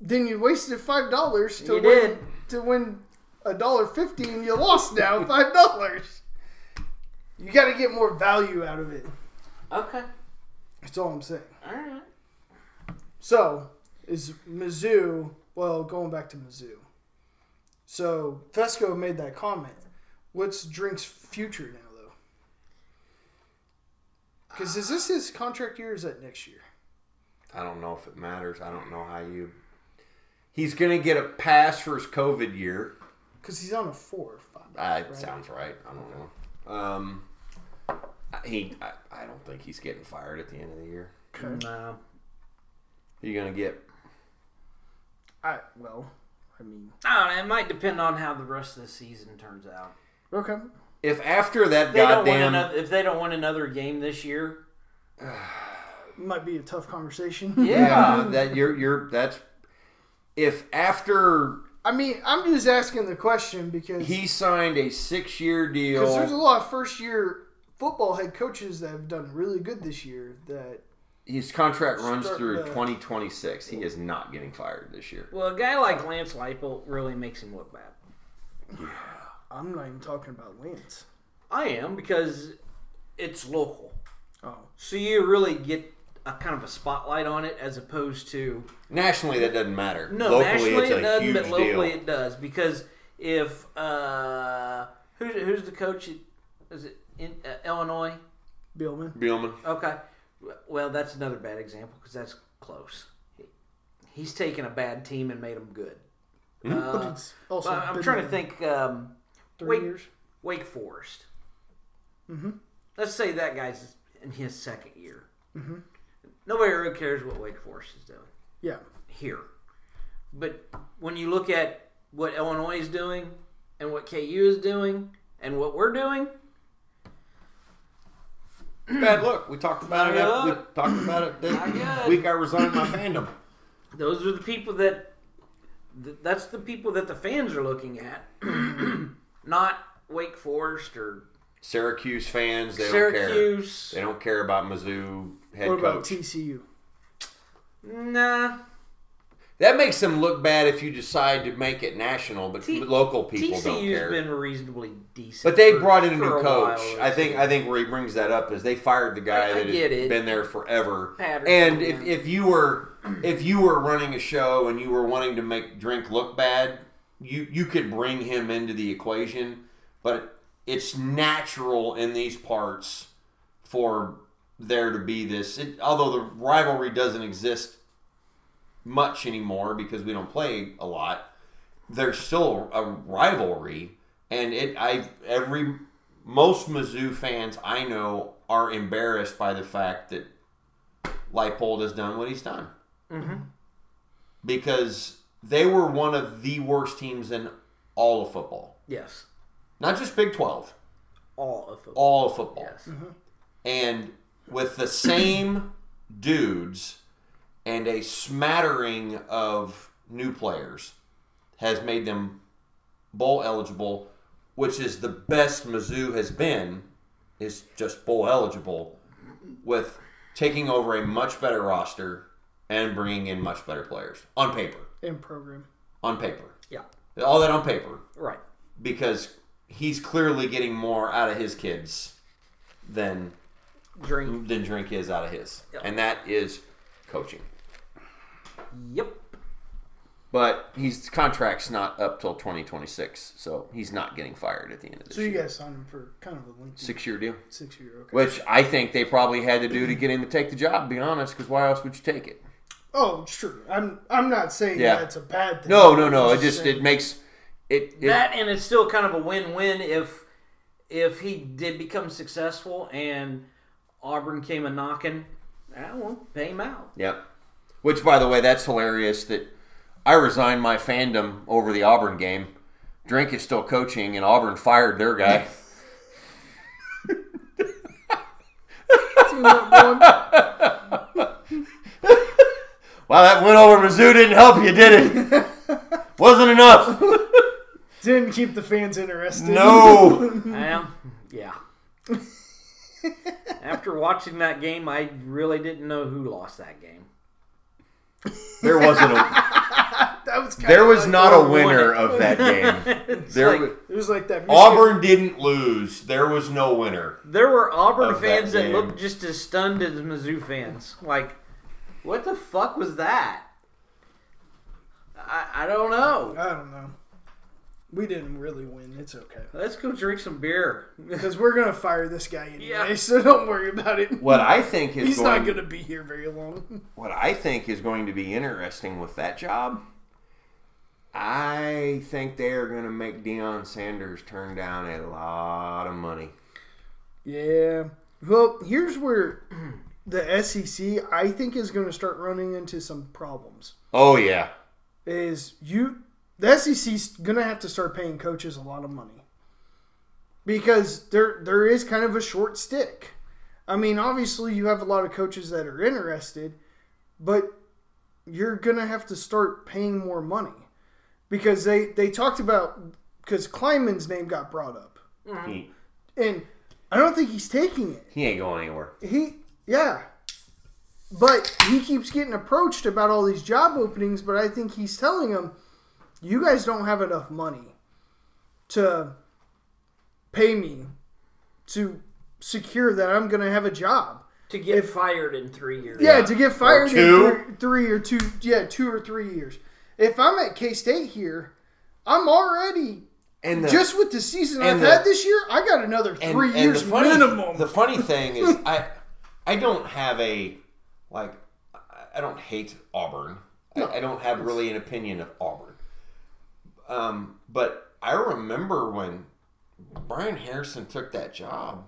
[SPEAKER 1] then you wasted five dollars to
[SPEAKER 3] You
[SPEAKER 1] win
[SPEAKER 3] did.
[SPEAKER 1] to win a dollar fifty, and you lost now [LAUGHS] five dollars. You got to get more value out of it.
[SPEAKER 3] Okay.
[SPEAKER 1] That's all I'm saying.
[SPEAKER 3] All right.
[SPEAKER 1] So is Mizzou? Well, going back to Mizzou. So Fesco made that comment. What's Drink's future now, though? Because is this his contract year? Or is that next year?
[SPEAKER 2] I don't know if it matters. I don't know how you. He's going to get a pass for his COVID year.
[SPEAKER 1] Because he's on a four or five.
[SPEAKER 2] That
[SPEAKER 1] Right.
[SPEAKER 2] sounds right. I don't know. Um, I- he, I, I don't think he's getting fired at the end of the year.
[SPEAKER 3] No.
[SPEAKER 2] You're going to get
[SPEAKER 1] I well, I mean,
[SPEAKER 3] I don't know, it might depend on how the rest of the season turns out.
[SPEAKER 1] okay.
[SPEAKER 2] if after that
[SPEAKER 3] If They don't win
[SPEAKER 2] goddamn
[SPEAKER 3] another, if they don't win another game this year,
[SPEAKER 1] Might be a tough conversation.
[SPEAKER 2] yeah
[SPEAKER 3] Yeah.
[SPEAKER 2] that you're you're that's if after
[SPEAKER 1] [LAUGHS] I mean, I'm just asking the question because
[SPEAKER 2] he signed a six year
[SPEAKER 1] because there's a
[SPEAKER 2] deal,
[SPEAKER 1] lot of first year football head coaches that have done really good this year. That
[SPEAKER 2] his contract runs
[SPEAKER 1] Start
[SPEAKER 2] through
[SPEAKER 1] the-
[SPEAKER 2] 2026. He is not getting fired this year.
[SPEAKER 3] well, a guy like Lance Leipold really makes him look bad.
[SPEAKER 1] I'm not even talking about Lance.
[SPEAKER 3] I am because it's local,
[SPEAKER 1] Oh,
[SPEAKER 3] so you really get a kind of a spotlight on it as opposed to
[SPEAKER 2] Nationally, that doesn't matter.
[SPEAKER 3] no
[SPEAKER 2] locally,
[SPEAKER 3] nationally
[SPEAKER 2] it's a
[SPEAKER 3] it doesn't,
[SPEAKER 2] huge
[SPEAKER 3] but locally
[SPEAKER 2] deal.
[SPEAKER 3] it does because if uh, who's who's the coach? At, is it in uh, Illinois?
[SPEAKER 1] Billman.
[SPEAKER 2] Billman.
[SPEAKER 3] Okay, well that's another bad example because that's close. He's taken a bad team and made them good.
[SPEAKER 1] But
[SPEAKER 3] Uh,
[SPEAKER 1] it's also
[SPEAKER 3] well, I'm
[SPEAKER 1] been
[SPEAKER 3] trying to
[SPEAKER 1] there
[SPEAKER 3] think. Um,
[SPEAKER 1] Three
[SPEAKER 3] wait.
[SPEAKER 1] years.
[SPEAKER 3] Wake Forest.
[SPEAKER 1] Mhm.
[SPEAKER 3] Let's say that guy's in his second year.
[SPEAKER 1] Mm-hmm.
[SPEAKER 3] Nobody really cares what Wake Forest is doing
[SPEAKER 1] Yeah.
[SPEAKER 3] here. But when you look at what Illinois is doing and what KU is doing and what we're doing,
[SPEAKER 2] [CLEARS THROAT] Bad look. We talked about it.
[SPEAKER 3] Bad
[SPEAKER 2] After, we
[SPEAKER 3] look.
[SPEAKER 2] talked about it
[SPEAKER 3] Not
[SPEAKER 2] that
[SPEAKER 3] good.
[SPEAKER 2] week. I resigned my fandom.
[SPEAKER 3] those are the people that th- that's the people that the fans are looking at, [CLEARS THROAT] not Wake Forest or
[SPEAKER 2] Syracuse fans. They don't care.
[SPEAKER 3] Syracuse.
[SPEAKER 2] They don't care about Mizzou head
[SPEAKER 1] What about
[SPEAKER 2] coach.
[SPEAKER 1] TCU?
[SPEAKER 3] Nah,
[SPEAKER 2] that makes them look bad if you decide to make it national, but
[SPEAKER 3] T-
[SPEAKER 2] local people
[SPEAKER 3] TCU's
[SPEAKER 2] don't care.
[SPEAKER 3] been reasonably decent,
[SPEAKER 2] but they
[SPEAKER 3] for-
[SPEAKER 2] brought in a
[SPEAKER 3] for
[SPEAKER 2] new coach.
[SPEAKER 3] while.
[SPEAKER 2] I think. I think where he brings that up is they fired the guy
[SPEAKER 3] I- I
[SPEAKER 2] that had
[SPEAKER 3] get it.
[SPEAKER 2] been there forever.
[SPEAKER 3] Patterson,
[SPEAKER 2] and if,
[SPEAKER 3] yeah.
[SPEAKER 2] if you were if you were running a show and you were wanting to make drink look bad, you you could bring him into the equation. But it's natural in these parts for there to be this. It, although the rivalry doesn't exist much anymore because we don't play a lot, there's still a rivalry, and it. I every most Mizzou fans I know are embarrassed by the fact that Leipold has done what he's done.
[SPEAKER 3] Mm-hmm.
[SPEAKER 2] Because they were one of the worst teams in all of football.
[SPEAKER 3] yes,
[SPEAKER 2] Not just Big 12,
[SPEAKER 3] all of them.
[SPEAKER 2] all of football.
[SPEAKER 3] yes. Mm-hmm.
[SPEAKER 2] And with the same dudes and a smattering of new players has made them bowl eligible, which is the best Mizzou has been, is just bowl eligible with taking over a much better roster and bringing in much better players on paper.
[SPEAKER 1] And program.
[SPEAKER 2] On paper.
[SPEAKER 3] Yeah,
[SPEAKER 2] All that on paper
[SPEAKER 3] right.
[SPEAKER 2] because he's clearly getting more out of his kids than
[SPEAKER 3] Drink.
[SPEAKER 2] than drink is out of his,
[SPEAKER 3] Yep.
[SPEAKER 2] and that is coaching. Mm-hmm.
[SPEAKER 3] Yep.
[SPEAKER 2] But his contract's not up till 2026, so he's not getting fired at the end of this
[SPEAKER 1] So you
[SPEAKER 2] year.
[SPEAKER 1] guys signed him for kind of a lengthy
[SPEAKER 2] Six year deal,
[SPEAKER 1] six year. Okay.
[SPEAKER 2] which I think they probably had to do to get him to take the job. to Be honest, because why else would you take it?
[SPEAKER 1] Oh, it's true. I'm I'm not saying
[SPEAKER 2] Yeah.
[SPEAKER 1] that's a bad thing.
[SPEAKER 2] No, no, no.
[SPEAKER 1] I'm
[SPEAKER 2] It just
[SPEAKER 1] saying-
[SPEAKER 2] it makes it. it
[SPEAKER 3] that and it's still kind of a win-win if if he did become successful and Auburn came a knocking, I won't pay him out.
[SPEAKER 2] Yep. Which, by the way, that's hilarious that I resigned my fandom over the Auburn game. Drink is still coaching, and Auburn fired their guy.
[SPEAKER 1] [LAUGHS] Team up one.
[SPEAKER 2] [LAUGHS] wow, that went over Mizzou didn't help you, did
[SPEAKER 1] [LAUGHS]
[SPEAKER 2] it? Wasn't enough.
[SPEAKER 1] Didn't keep the fans interested.
[SPEAKER 2] No.
[SPEAKER 3] Well, yeah. After watching that game, I really didn't know who lost that game.
[SPEAKER 2] [LAUGHS] There wasn't. A,
[SPEAKER 1] that was kinda
[SPEAKER 2] there was
[SPEAKER 1] like-
[SPEAKER 2] not a winner of that game. There,
[SPEAKER 3] like-
[SPEAKER 2] wa-
[SPEAKER 1] It was like that. Michigan-
[SPEAKER 2] Auburn didn't lose. There was no winner.
[SPEAKER 3] There were Auburn
[SPEAKER 2] Of that
[SPEAKER 3] fans that,
[SPEAKER 2] game.
[SPEAKER 3] looked just as stunned as Mizzou fans. Like, what the fuck was that? I, I don't know.
[SPEAKER 1] I don't know. We didn't really win. It's okay.
[SPEAKER 3] Let's go drink some beer.
[SPEAKER 1] Because we're gonna fire this guy anyway,
[SPEAKER 3] [LAUGHS] Yeah.
[SPEAKER 1] so don't worry about it.
[SPEAKER 2] What I think is
[SPEAKER 1] He's
[SPEAKER 2] going,
[SPEAKER 1] not gonna be here very long.
[SPEAKER 2] what I think is going to be interesting with that job, I think they are going to make Deion Sanders turn down a lot of money.
[SPEAKER 1] Yeah. Well, here's where [CLEARS THROAT] the SEC I think is gonna start running into some problems.
[SPEAKER 2] Oh yeah,
[SPEAKER 1] Is you the SEC's gonna have to start paying coaches a lot of money. Because there there is kind of a short stick. I mean, obviously you have a lot of coaches that are interested, but you're gonna have to start paying more money. Because they, they talked about because Kleinman's name got brought up.
[SPEAKER 2] he,
[SPEAKER 1] And I don't think he's taking it.
[SPEAKER 2] he ain't going anywhere.
[SPEAKER 1] He, yeah. But he keeps getting approached about all these job openings, but I think he's telling them, you guys don't have enough money to pay me to secure that I'm going to have a job.
[SPEAKER 4] to get
[SPEAKER 1] If-
[SPEAKER 4] fired in three years.
[SPEAKER 1] Yeah,
[SPEAKER 2] Yeah.
[SPEAKER 1] to get fired
[SPEAKER 2] two.
[SPEAKER 1] in three, three or two, yeah, two or three years. If I'm at K State here, I'm already
[SPEAKER 2] And the,
[SPEAKER 1] just with the season I've
[SPEAKER 2] and the-
[SPEAKER 1] had this year. I got another
[SPEAKER 2] and-
[SPEAKER 1] three
[SPEAKER 2] and
[SPEAKER 1] years
[SPEAKER 2] the funny,
[SPEAKER 1] minimum.
[SPEAKER 2] The funny thing is, I I don't have a like I- I don't hate Auburn. I, I don't have really an opinion of Auburn. Um, but I remember when Brian Harrison took that job.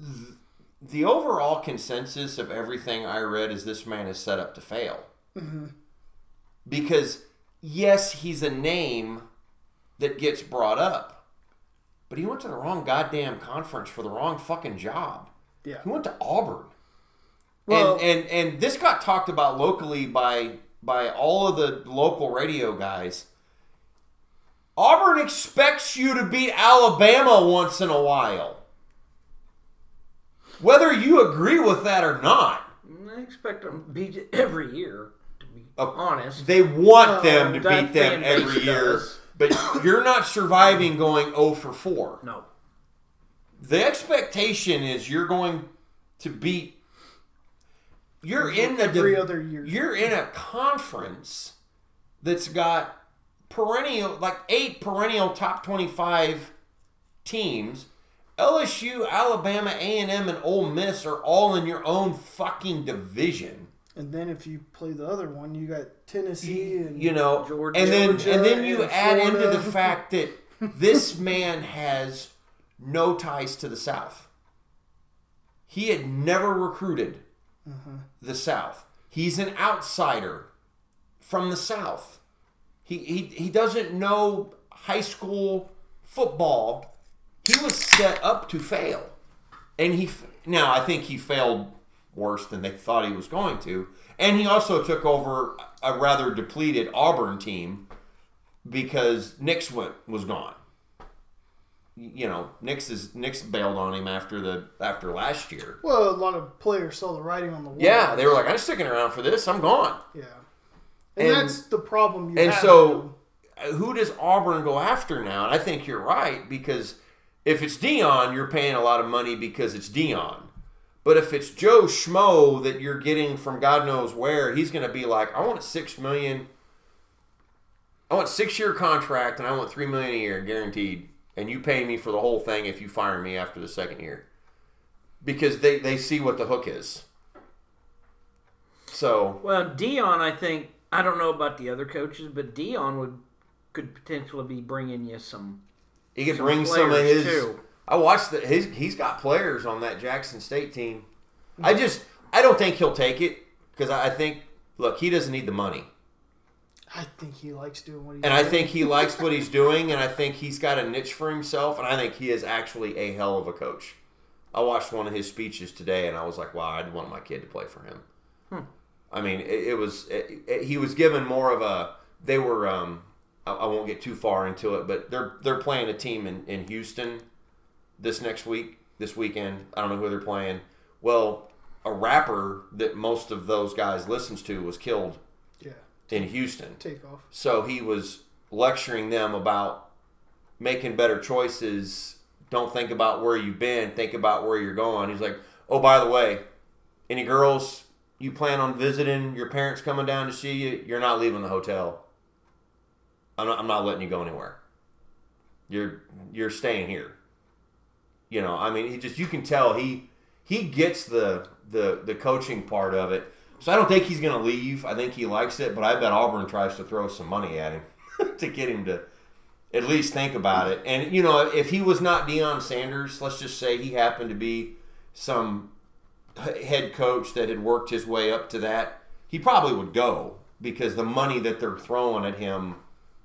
[SPEAKER 2] th- The overall consensus of everything I read is this man is set up to fail.
[SPEAKER 1] Mm-hmm.
[SPEAKER 2] Because yes, he's a name that gets brought up. But he went to the wrong goddamn conference for the wrong fucking job.
[SPEAKER 1] Yeah.
[SPEAKER 2] He went to Auburn.
[SPEAKER 1] Well-
[SPEAKER 2] and, and and this got talked about locally by by all of the local radio guys. Auburn expects you to beat Alabama once in a while. Whether you agree with that or not,
[SPEAKER 3] I expect them to beat it every year. To be honest,
[SPEAKER 2] uh, they want them to
[SPEAKER 3] that
[SPEAKER 2] beat them
[SPEAKER 3] fan base
[SPEAKER 2] every year.
[SPEAKER 3] [LAUGHS] does.
[SPEAKER 2] But you're not surviving going 0 for 4.
[SPEAKER 3] no.
[SPEAKER 2] the expectation is you're going to beat you're in the
[SPEAKER 1] Every
[SPEAKER 2] div-
[SPEAKER 1] other year.
[SPEAKER 2] you're in a conference that's got perennial like eight perennial top 25 teams LSU, Alabama, A&M and Ole Miss are all in your own fucking division.
[SPEAKER 1] And then if you play the other one, you got Tennessee and
[SPEAKER 2] you know
[SPEAKER 3] Georgia-
[SPEAKER 2] and then
[SPEAKER 1] Georgia
[SPEAKER 2] and then you
[SPEAKER 1] and
[SPEAKER 2] add into the
[SPEAKER 1] Florida.
[SPEAKER 2] fact that this man has no ties to the south he had never recruited
[SPEAKER 1] Mm-hmm.
[SPEAKER 2] the south he's an outsider from the south he, he he doesn't know high school football he was set up to fail and he f- now I think he failed worse than they thought he was going to, and he also took over a rather depleted Auburn team because Nix went was gone. You know, Nix is Nix bailed on him after the after last year.
[SPEAKER 1] well, a lot of players saw the writing on the wall.
[SPEAKER 2] Yeah, they were like, I'm sticking around for this. I'm gone.
[SPEAKER 1] yeah. And,
[SPEAKER 2] And-
[SPEAKER 1] that's the problem. You
[SPEAKER 2] And
[SPEAKER 1] have,
[SPEAKER 2] so, uh, who does Auburn go after now? And I think you're right because if it's Dion, you're paying a lot of money because it's Dion. But if it's Joe Schmo that you're getting from God knows where, he's going to be like, I want six million. I want six year contract and I want three million a year guaranteed. And you pay me for the whole thing if you fire me after the second year, because they they see what the hook is. So
[SPEAKER 4] Well, Dion, I think I don't know about the other coaches, but Dion would could potentially be bringing you some.
[SPEAKER 2] He could
[SPEAKER 4] Some
[SPEAKER 2] bring some of
[SPEAKER 4] players,
[SPEAKER 2] his.
[SPEAKER 4] too.
[SPEAKER 2] I watched that. His he's got players on that Jackson State team.
[SPEAKER 4] Mm-hmm.
[SPEAKER 2] I just I don't think he'll take it because I, I think look he doesn't need the money
[SPEAKER 1] I think he likes doing what he.
[SPEAKER 2] and I
[SPEAKER 1] does.
[SPEAKER 2] think he likes what he's doing and I think he's got a niche for himself and I think he is actually a hell of a coach. I watched one of his speeches today and I was like wow I'd want my kid to play for him. I mean it, it was it, it- he was given more of a they were um I, I won't get too far into it but they're they're playing a team in, in Houston this next week, this weekend. I don't know who they're playing. Well, a rapper that most of those guys listens to was killed
[SPEAKER 1] yeah,
[SPEAKER 2] in Houston.
[SPEAKER 1] take off.
[SPEAKER 2] So he was lecturing them about making better choices. Don't think about where you've been, think about where you're going. He's like, Oh, by the way, any girls you plan on visiting, your parents coming down to see you, you're not leaving the hotel. I'm not, I'm not letting you go anywhere. You're you're staying here. You know, I mean, he just you can tell he he gets the the the coaching part of it. So I don't think he's going to leave. I think he likes it, but I bet Auburn tries to throw some money at him [LAUGHS] to get him to at least think about it. And you know, if he was not Deion Sanders, let's just say he happened to be some h- head coach that had worked his way up to that, he probably would go because the money that they're throwing at him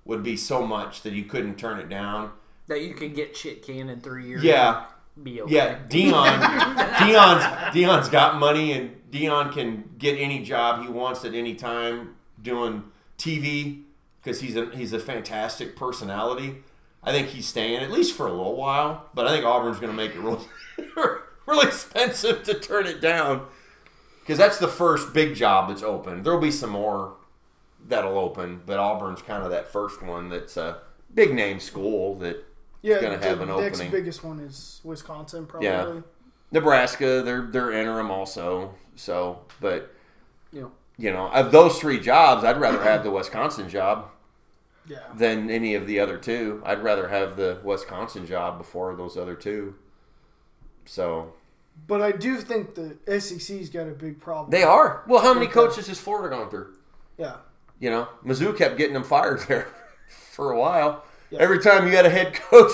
[SPEAKER 2] would be so much that you couldn't turn it down.
[SPEAKER 4] That you could get shit canned in three years.
[SPEAKER 2] Yeah,
[SPEAKER 4] and Be okay.
[SPEAKER 2] yeah, Dion, Dion's Dion's got money, and Dion can get any job he wants at any time doing TV because he's a he's a fantastic personality. I think he's staying at least for a little while, but I think Auburn's going to make it real, [LAUGHS] really expensive to turn it down because that's the first big job that's open. There'll be some more that'll open, but Auburn's kind of that first one that's a big name school that
[SPEAKER 1] Yeah,
[SPEAKER 2] gonna
[SPEAKER 1] the
[SPEAKER 2] have an
[SPEAKER 1] next
[SPEAKER 2] opening.
[SPEAKER 1] biggest one is Wisconsin, probably.
[SPEAKER 2] Yeah. Nebraska, they're they're interim also. So, but
[SPEAKER 4] Yeah.
[SPEAKER 2] you know, of those three jobs, I'd rather have the Wisconsin job
[SPEAKER 1] Yeah.
[SPEAKER 2] than any of the other two. I'd rather have the Wisconsin job before those other two. So
[SPEAKER 1] But I do think the SEC's got a big problem.
[SPEAKER 2] they are. Well, how many coaches has Florida gone through?
[SPEAKER 1] yeah.
[SPEAKER 2] You know, Mizzou kept getting them fired [LAUGHS] there for a while.
[SPEAKER 1] Yeah.
[SPEAKER 2] Every time you had a head coach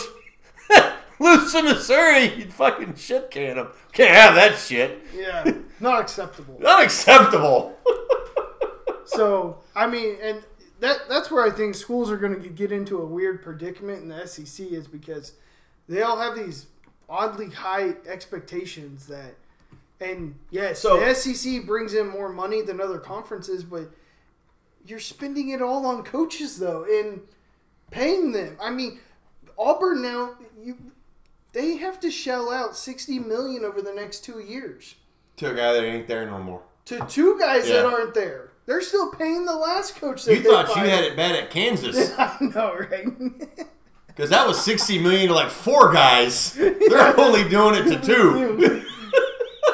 [SPEAKER 2] [LAUGHS] lose to Missouri, you'd fucking shit can them. Can't have that shit.
[SPEAKER 1] Yeah. Not
[SPEAKER 2] [LAUGHS]
[SPEAKER 1] acceptable.
[SPEAKER 2] Unacceptable. [LAUGHS]
[SPEAKER 1] So I mean, and that that's where I think schools are going to get into a weird predicament in the SEC is because they all have these oddly high expectations that, and yes,
[SPEAKER 3] So-
[SPEAKER 1] the SEC brings in more money than other conferences, but you're spending it all on coaches though and paying them. I mean, Auburn now you they have to shell out sixty million over the next two years
[SPEAKER 2] to a guy that ain't there no more.
[SPEAKER 1] to two guys that
[SPEAKER 2] Yeah.
[SPEAKER 1] aren't there. They're still paying the last coach. That
[SPEAKER 2] You
[SPEAKER 1] they
[SPEAKER 2] thought
[SPEAKER 1] fired.
[SPEAKER 2] you had it bad at Kansas
[SPEAKER 1] [LAUGHS] I know,
[SPEAKER 2] [LAUGHS]
[SPEAKER 1] right?
[SPEAKER 2] because that was sixty million to like
[SPEAKER 1] [LAUGHS]
[SPEAKER 2] four guys. They're only doing it to two.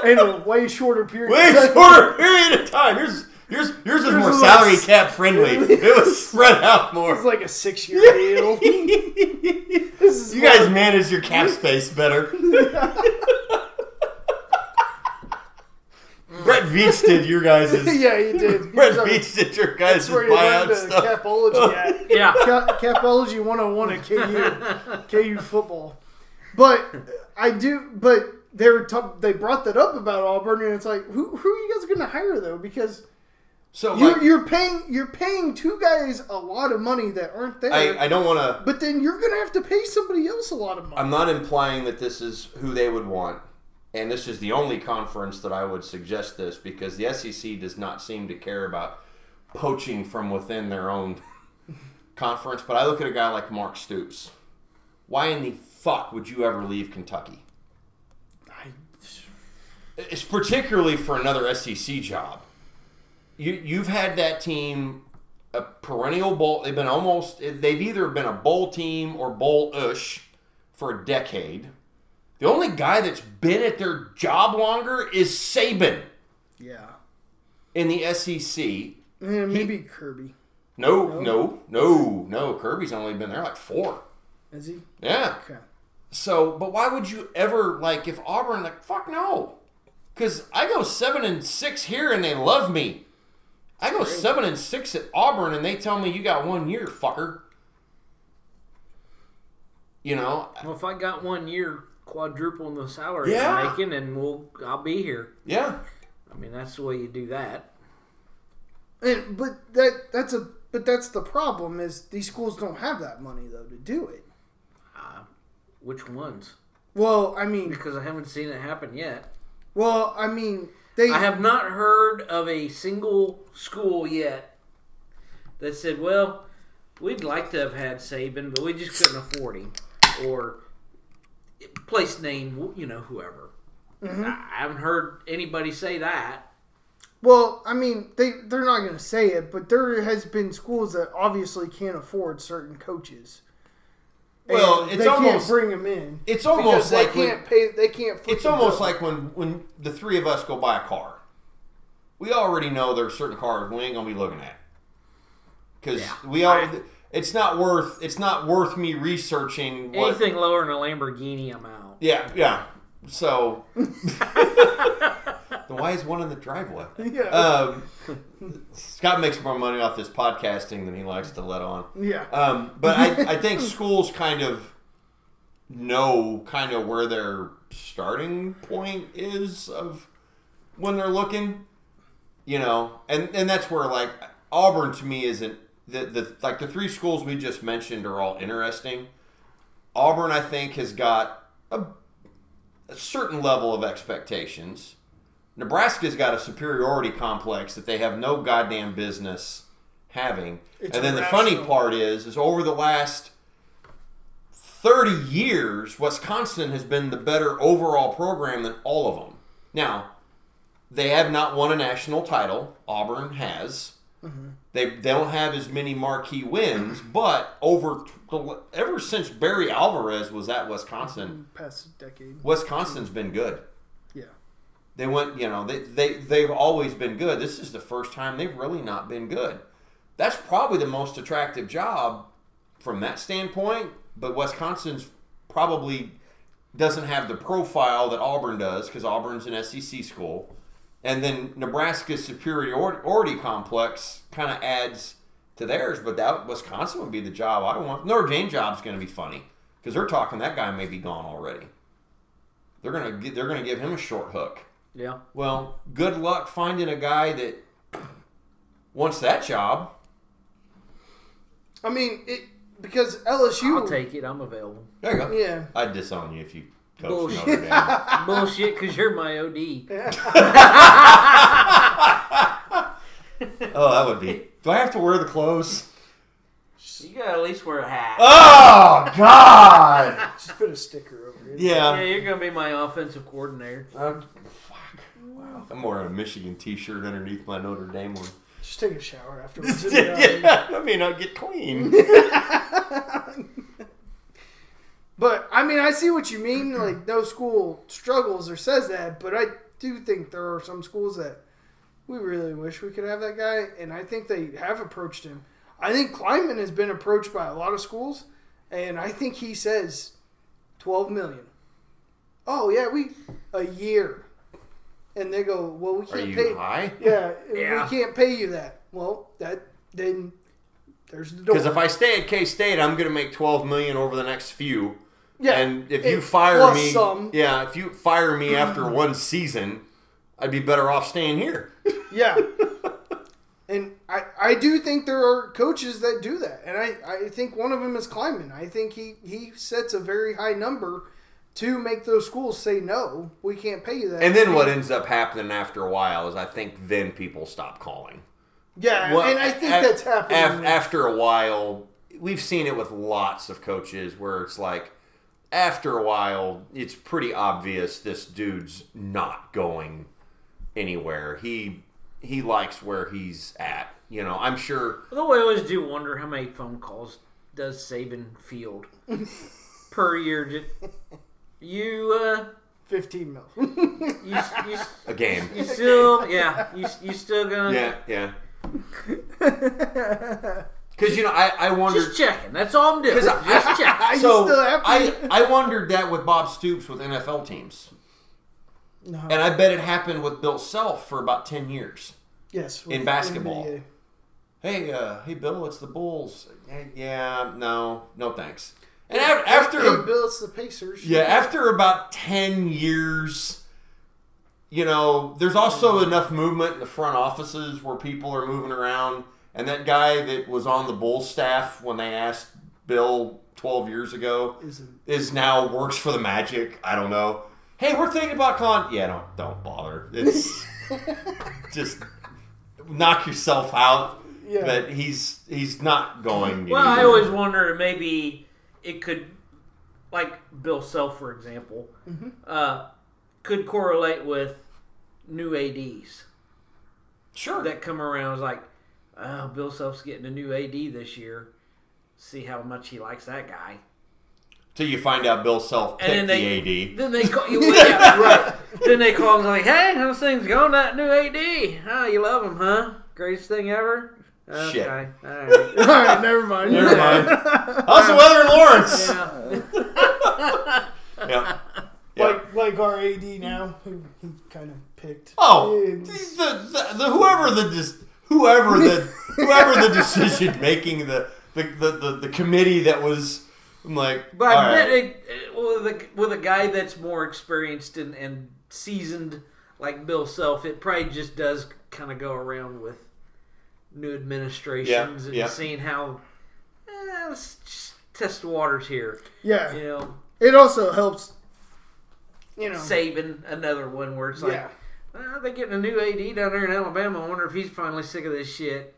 [SPEAKER 1] In a way shorter period.
[SPEAKER 2] [LAUGHS] Way
[SPEAKER 1] of time. [LAUGHS]
[SPEAKER 2] shorter period of time. Yours, yours, yours is more
[SPEAKER 1] was
[SPEAKER 2] salary
[SPEAKER 1] less.
[SPEAKER 2] cap friendly. It
[SPEAKER 1] [LAUGHS]
[SPEAKER 2] was spread out more.
[SPEAKER 1] It's like a six-year deal. [LAUGHS] this is
[SPEAKER 2] [LAUGHS] You guys manage your cap
[SPEAKER 1] [LAUGHS]
[SPEAKER 2] space better. Brett Veach did your
[SPEAKER 1] why-
[SPEAKER 2] guys'
[SPEAKER 1] [LAUGHS] yeah, you did. [LAUGHS]
[SPEAKER 2] Brett
[SPEAKER 1] That's
[SPEAKER 2] Veach did your guys'
[SPEAKER 1] where you learned
[SPEAKER 2] buyout
[SPEAKER 1] uh,
[SPEAKER 2] stuff. [LAUGHS]
[SPEAKER 1] capology at.
[SPEAKER 4] Yeah.
[SPEAKER 1] Ca- Capology 101 at KU, KU football. But I do, but they were t- they brought that up about Auburn, and it's like, who, who are you guys going to hire though? Because
[SPEAKER 2] So
[SPEAKER 1] you're,
[SPEAKER 2] like,
[SPEAKER 1] you're paying you're paying two guys a lot of money that aren't there,
[SPEAKER 2] I, I don't want to.
[SPEAKER 1] but then you're going to have to pay somebody else a lot of money.
[SPEAKER 2] I'm not implying that this is who they would want, and this is the only conference that I would suggest this because the SEC does not seem to care about poaching from within their own conference. But I look at a guy like Mark Stoops. Why in the fuck would you ever leave Kentucky?
[SPEAKER 1] I,
[SPEAKER 2] It's particularly for another SEC job. You you've had that team a perennial bowl. They've been almost. They've either been a bowl team or bowl ish for a decade. The only guy that's been at their job longer is Saban
[SPEAKER 1] Yeah.
[SPEAKER 2] in the SEC.
[SPEAKER 1] Yeah, maybe Kirby.
[SPEAKER 2] No, no, no, no. Kirby's only been there like four.
[SPEAKER 1] Is he?
[SPEAKER 2] Yeah.
[SPEAKER 1] Okay.
[SPEAKER 2] So, but why would you ever like if Auburn like fuck no? Because I go seven and six here and they love me. I go seven and six at Auburn and they tell me you got one year, fucker. You know,
[SPEAKER 4] Well, if I got one year quadrupling the salary
[SPEAKER 2] Yeah.
[SPEAKER 4] I'm making, and we'll I'll be here.
[SPEAKER 2] yeah.
[SPEAKER 4] I mean, that's the way you do that.
[SPEAKER 1] And, but that that's a but that's the problem is these schools don't have that money though to do it.
[SPEAKER 4] Uh, which ones?
[SPEAKER 1] Well, I mean,
[SPEAKER 4] Because I haven't seen it happen yet.
[SPEAKER 1] well, I mean they.
[SPEAKER 4] I have not heard of a single school yet that said, "Well, we'd like to have had Saban, but we just couldn't afford him," or place name, you know, whoever. I I haven't heard anybody say that.
[SPEAKER 1] well, I mean they they're not going to say it, but there has been schools that obviously can't afford certain coaches. And
[SPEAKER 2] Well, it's
[SPEAKER 1] they
[SPEAKER 2] almost-
[SPEAKER 1] can't bring them in.
[SPEAKER 2] It's
[SPEAKER 1] Because
[SPEAKER 2] almost
[SPEAKER 1] they
[SPEAKER 2] like when-
[SPEAKER 1] can't pay. They can't.
[SPEAKER 2] it's
[SPEAKER 1] freaking
[SPEAKER 2] almost
[SPEAKER 1] bill.
[SPEAKER 2] like when when the three of us go buy a car. We already know there are certain cars we ain't gonna be looking at because we all. It's not worth. It's not worth me researching what
[SPEAKER 4] Anything lower than a Lamborghini, I'm out.
[SPEAKER 2] Yeah, yeah. So, [LAUGHS] then why is one in the driveway?
[SPEAKER 1] Yeah.
[SPEAKER 2] Um, Scott makes more money off this podcasting than he likes to let on.
[SPEAKER 1] yeah.
[SPEAKER 2] Um, but I, I think schools kind of know kind of where their starting point is of when they're looking, you know, and and that's where like Auburn to me isn't the the like the three schools we just mentioned are all interesting. Auburn, I think, has got a, a certain level of expectations. Nebraska's got a superiority complex that they have no goddamn business having.
[SPEAKER 1] It's
[SPEAKER 2] and then the funny
[SPEAKER 1] irrational.
[SPEAKER 2] part is, is over the last thirty years, Wisconsin has been the better overall program than all of them. Now, they have not won a national title. Auburn has. They, they don't have as many marquee wins, but over ever since Barry Alvarez was at Wisconsin,
[SPEAKER 1] Mm-hmm. Past decade.
[SPEAKER 2] Wisconsin's been good.
[SPEAKER 1] Yeah.
[SPEAKER 2] They went, you know, they, they, they've always been good. This is the first time they've really not been good. That's probably the most attractive job from that standpoint, but Wisconsin's probably doesn't have the profile that Auburn does because Auburn's an SEC school. And then Nebraska's superiority complex kind of adds to theirs, but that Wisconsin would be the job I want. Notre Dame job's going to be funny because they're talking that guy may be gone already. They're gonna gi- they're gonna give him a short hook.
[SPEAKER 3] Yeah.
[SPEAKER 2] Well, good luck finding a guy that wants that job.
[SPEAKER 1] I mean, it because LSU.
[SPEAKER 3] I'll take it. I'm available.
[SPEAKER 2] There you go.
[SPEAKER 1] Yeah.
[SPEAKER 2] I'd disown you if you coached
[SPEAKER 3] Bullshit.
[SPEAKER 2] Notre Dame. [LAUGHS]
[SPEAKER 3] Bullshit, because you're my OD.
[SPEAKER 1] [LAUGHS]
[SPEAKER 2] Oh, that would be. Do I have to wear the clothes?
[SPEAKER 3] You gotta at least wear a hat.
[SPEAKER 2] Oh God!
[SPEAKER 1] Just put a sticker over it.
[SPEAKER 3] Yeah,
[SPEAKER 2] Yeah.
[SPEAKER 3] you're gonna be my offensive coordinator.
[SPEAKER 2] Um, fuck. Wow. I'm wearing a Michigan T-shirt underneath my Notre Dame one.
[SPEAKER 1] Just take a shower afterwards.
[SPEAKER 2] [LAUGHS] yeah. [LAUGHS] I mean, I get [LAUGHS] clean.
[SPEAKER 1] But I mean, I see what you mean. Like no school struggles or says that, but I do think there are some schools that we really wish we could have that guy, and I think they have approached him. I think Kleinman has been approached by a lot of schools, and I think he says twelve million. Oh yeah, we a year, and they go, well, we
[SPEAKER 2] Are
[SPEAKER 1] can't pay.
[SPEAKER 2] you high?
[SPEAKER 1] Yeah,
[SPEAKER 5] Yeah.
[SPEAKER 1] we can't pay you that. Well, that then there's the door.
[SPEAKER 2] Because if I stay at K State, I'm going to make 12 million over the next few.
[SPEAKER 1] yeah,
[SPEAKER 2] and if
[SPEAKER 1] it-
[SPEAKER 2] you fire
[SPEAKER 1] plus
[SPEAKER 2] me,
[SPEAKER 1] some.
[SPEAKER 2] yeah, if you fire me after
[SPEAKER 1] [CLEARS THROAT]
[SPEAKER 2] one season, I'd be better off staying here.
[SPEAKER 1] Yeah.
[SPEAKER 2] [LAUGHS]
[SPEAKER 1] and I, I do think there are coaches that do that. And I, I think one of them is Kleiman. I think he, he sets a very high number to make those schools say, no, we can't pay you that.
[SPEAKER 2] And then what ends up happening after a while is I think then people stop calling.
[SPEAKER 1] Yeah,
[SPEAKER 2] Well,
[SPEAKER 1] and I think
[SPEAKER 2] af-
[SPEAKER 1] that's happening.
[SPEAKER 2] af-
[SPEAKER 1] now.
[SPEAKER 2] after a while, we've seen it with lots of coaches where it's like, after a while, it's pretty obvious this dude's not going anywhere. He he likes where he's at. You know, I'm sure.
[SPEAKER 3] Although I always do wonder how many phone calls does Saban
[SPEAKER 2] [LAUGHS]
[SPEAKER 3] field per year. Just, you, uh,
[SPEAKER 1] 15 mil. [LAUGHS]
[SPEAKER 3] you, you,
[SPEAKER 2] A game.
[SPEAKER 3] you still, yeah, you, you still gonna
[SPEAKER 2] Yeah, yeah. Because you know, I I wondered.
[SPEAKER 3] just checking. That's all I'm doing.
[SPEAKER 2] 'Cause
[SPEAKER 3] Just
[SPEAKER 2] [LAUGHS] I-
[SPEAKER 3] checking.
[SPEAKER 2] So
[SPEAKER 1] still happy?
[SPEAKER 2] I I wondered that with Bob Stoops with NFL teams,
[SPEAKER 1] no.
[SPEAKER 2] and I bet it happened with Bill Self for about ten years.
[SPEAKER 1] [LAUGHS] yes.
[SPEAKER 2] in
[SPEAKER 1] with
[SPEAKER 2] basketball.
[SPEAKER 1] NBA.
[SPEAKER 2] Hey, uh, hey, Bill, it's the Bulls. Yeah, yeah no, no, thanks. And af- after
[SPEAKER 1] Hey, Bill, it's the Pacers.
[SPEAKER 2] yeah, after about ten years, you know, there's
[SPEAKER 1] Mm-hmm.
[SPEAKER 2] also enough movement in the front offices where people are moving around. And that guy that was on the Bulls staff when they asked Bill twelve years ago
[SPEAKER 1] Isn't.
[SPEAKER 2] is now works for the Magic. I don't know. Hey, we're thinking about con. Yeah, don't don't bother.
[SPEAKER 1] [LAUGHS]
[SPEAKER 2] It's just knock yourself out.
[SPEAKER 1] Yeah.
[SPEAKER 2] But he's he's not going.
[SPEAKER 3] Well, I
[SPEAKER 2] anywhere.
[SPEAKER 3] always wonder maybe it could, like Bill Self, for example,
[SPEAKER 2] Mm-hmm.
[SPEAKER 3] uh, could correlate with new ads.
[SPEAKER 2] sure.
[SPEAKER 3] that come around was like, oh, Bill Self's getting a new AD this year. See how much he likes that guy.
[SPEAKER 2] Till you find out Bill Self
[SPEAKER 3] And then
[SPEAKER 2] picked
[SPEAKER 3] they
[SPEAKER 2] the AD.
[SPEAKER 3] then they
[SPEAKER 2] [LAUGHS]
[SPEAKER 3] call you yeah, right. Then they call and like, hey, how's things going? That new AD? Oh, you love him, huh? Greatest thing ever. Okay,
[SPEAKER 2] Shit.
[SPEAKER 3] all right. [LAUGHS]
[SPEAKER 1] All right, never mind.
[SPEAKER 2] Never mind. [LAUGHS] How's the weather in Lawrence?
[SPEAKER 3] Yeah.
[SPEAKER 2] Yeah.
[SPEAKER 1] [LAUGHS] Like, like our AD now, who he kind of picked.
[SPEAKER 2] Oh,
[SPEAKER 1] Yeah.
[SPEAKER 2] the, the, the whoever the dis- whoever the whoever the decision making the the, the, the the committee that was I'm like
[SPEAKER 3] But
[SPEAKER 2] all
[SPEAKER 3] I bet
[SPEAKER 2] right.
[SPEAKER 3] it, it- with a with a guy that's more experienced and, and seasoned like Bill Self, it probably just does kind of go around with new administrations and
[SPEAKER 2] yeah.
[SPEAKER 3] seeing how eh, let's just test the waters here.
[SPEAKER 1] Yeah.
[SPEAKER 3] You know,
[SPEAKER 1] It also helps, you know.
[SPEAKER 3] Saban, another one where it's like,
[SPEAKER 1] um, yeah.
[SPEAKER 3] "Ah, they're getting a new AD down there in Alabama. I wonder if he's finally sick of this shit.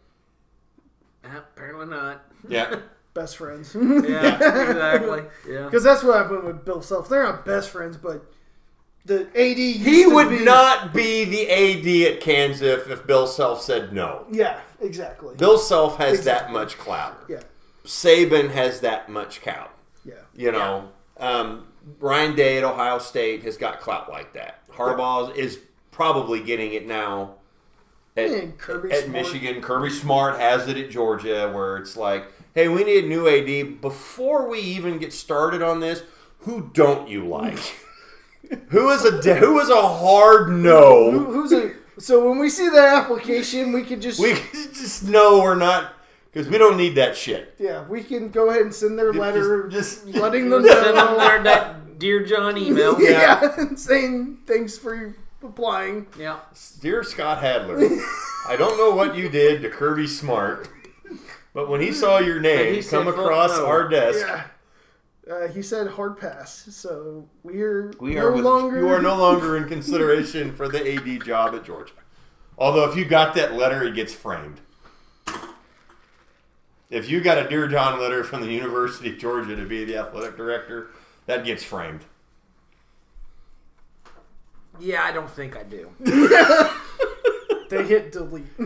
[SPEAKER 3] Ah, apparently
[SPEAKER 4] [LAUGHS]
[SPEAKER 3] not.
[SPEAKER 2] yeah
[SPEAKER 1] best friends.
[SPEAKER 3] Yeah,
[SPEAKER 1] [LAUGHS]
[SPEAKER 3] exactly. Yeah.
[SPEAKER 1] Because that's what happened with Bill Self. They're not best friends, but the AD. Used
[SPEAKER 2] He
[SPEAKER 1] to
[SPEAKER 2] would
[SPEAKER 1] be-
[SPEAKER 2] not be the AD at Kansas if Bill Self said no.
[SPEAKER 1] Yeah, exactly.
[SPEAKER 2] Bill Self has that much clout.
[SPEAKER 1] yeah,
[SPEAKER 2] Saban has that much clout.
[SPEAKER 1] yeah.
[SPEAKER 2] You know, um, Ryan Day at Ohio State has got clout like that. Harbaugh is probably getting it now at,
[SPEAKER 1] Yeah, Kirby
[SPEAKER 2] at
[SPEAKER 1] Smart.
[SPEAKER 2] Michigan. Kirby Smart has it at Georgia, where it's like, hey, we need a new AD. Before we even get started on this, who don't you like? who is a de- who is a hard
[SPEAKER 1] Who,
[SPEAKER 2] no?
[SPEAKER 1] who's a so when we see that application, we could just
[SPEAKER 2] We [LAUGHS] just know we're not because we don't need that shit.
[SPEAKER 1] yeah, we can go ahead and send their letter,
[SPEAKER 2] Just,
[SPEAKER 1] [LAUGHS]
[SPEAKER 2] just
[SPEAKER 1] letting them
[SPEAKER 4] Send them
[SPEAKER 1] know.
[SPEAKER 4] their that dear John email.
[SPEAKER 1] [LAUGHS] yeah,
[SPEAKER 4] [LAUGHS] Yeah.
[SPEAKER 1] saying thanks for applying.
[SPEAKER 2] Dear Scott Hadler, I don't know what you did to Kirby Smart, but when he saw your
[SPEAKER 4] And he
[SPEAKER 2] name
[SPEAKER 4] said,
[SPEAKER 2] come
[SPEAKER 4] "Fuck
[SPEAKER 2] across
[SPEAKER 4] no."
[SPEAKER 2] our desk,
[SPEAKER 1] Yeah. Uh, he said hard pass, so we're
[SPEAKER 2] we
[SPEAKER 1] no
[SPEAKER 2] are with,
[SPEAKER 1] longer
[SPEAKER 2] you
[SPEAKER 1] [LAUGHS]
[SPEAKER 2] are no longer in consideration for the AD job at Georgia. Although if you got that letter, it gets framed. If you got a Dear John letter from the University of Georgia to be the athletic director, that gets framed.
[SPEAKER 3] Yeah, I don't think I do.
[SPEAKER 1] [LAUGHS] they hit delete. [LAUGHS]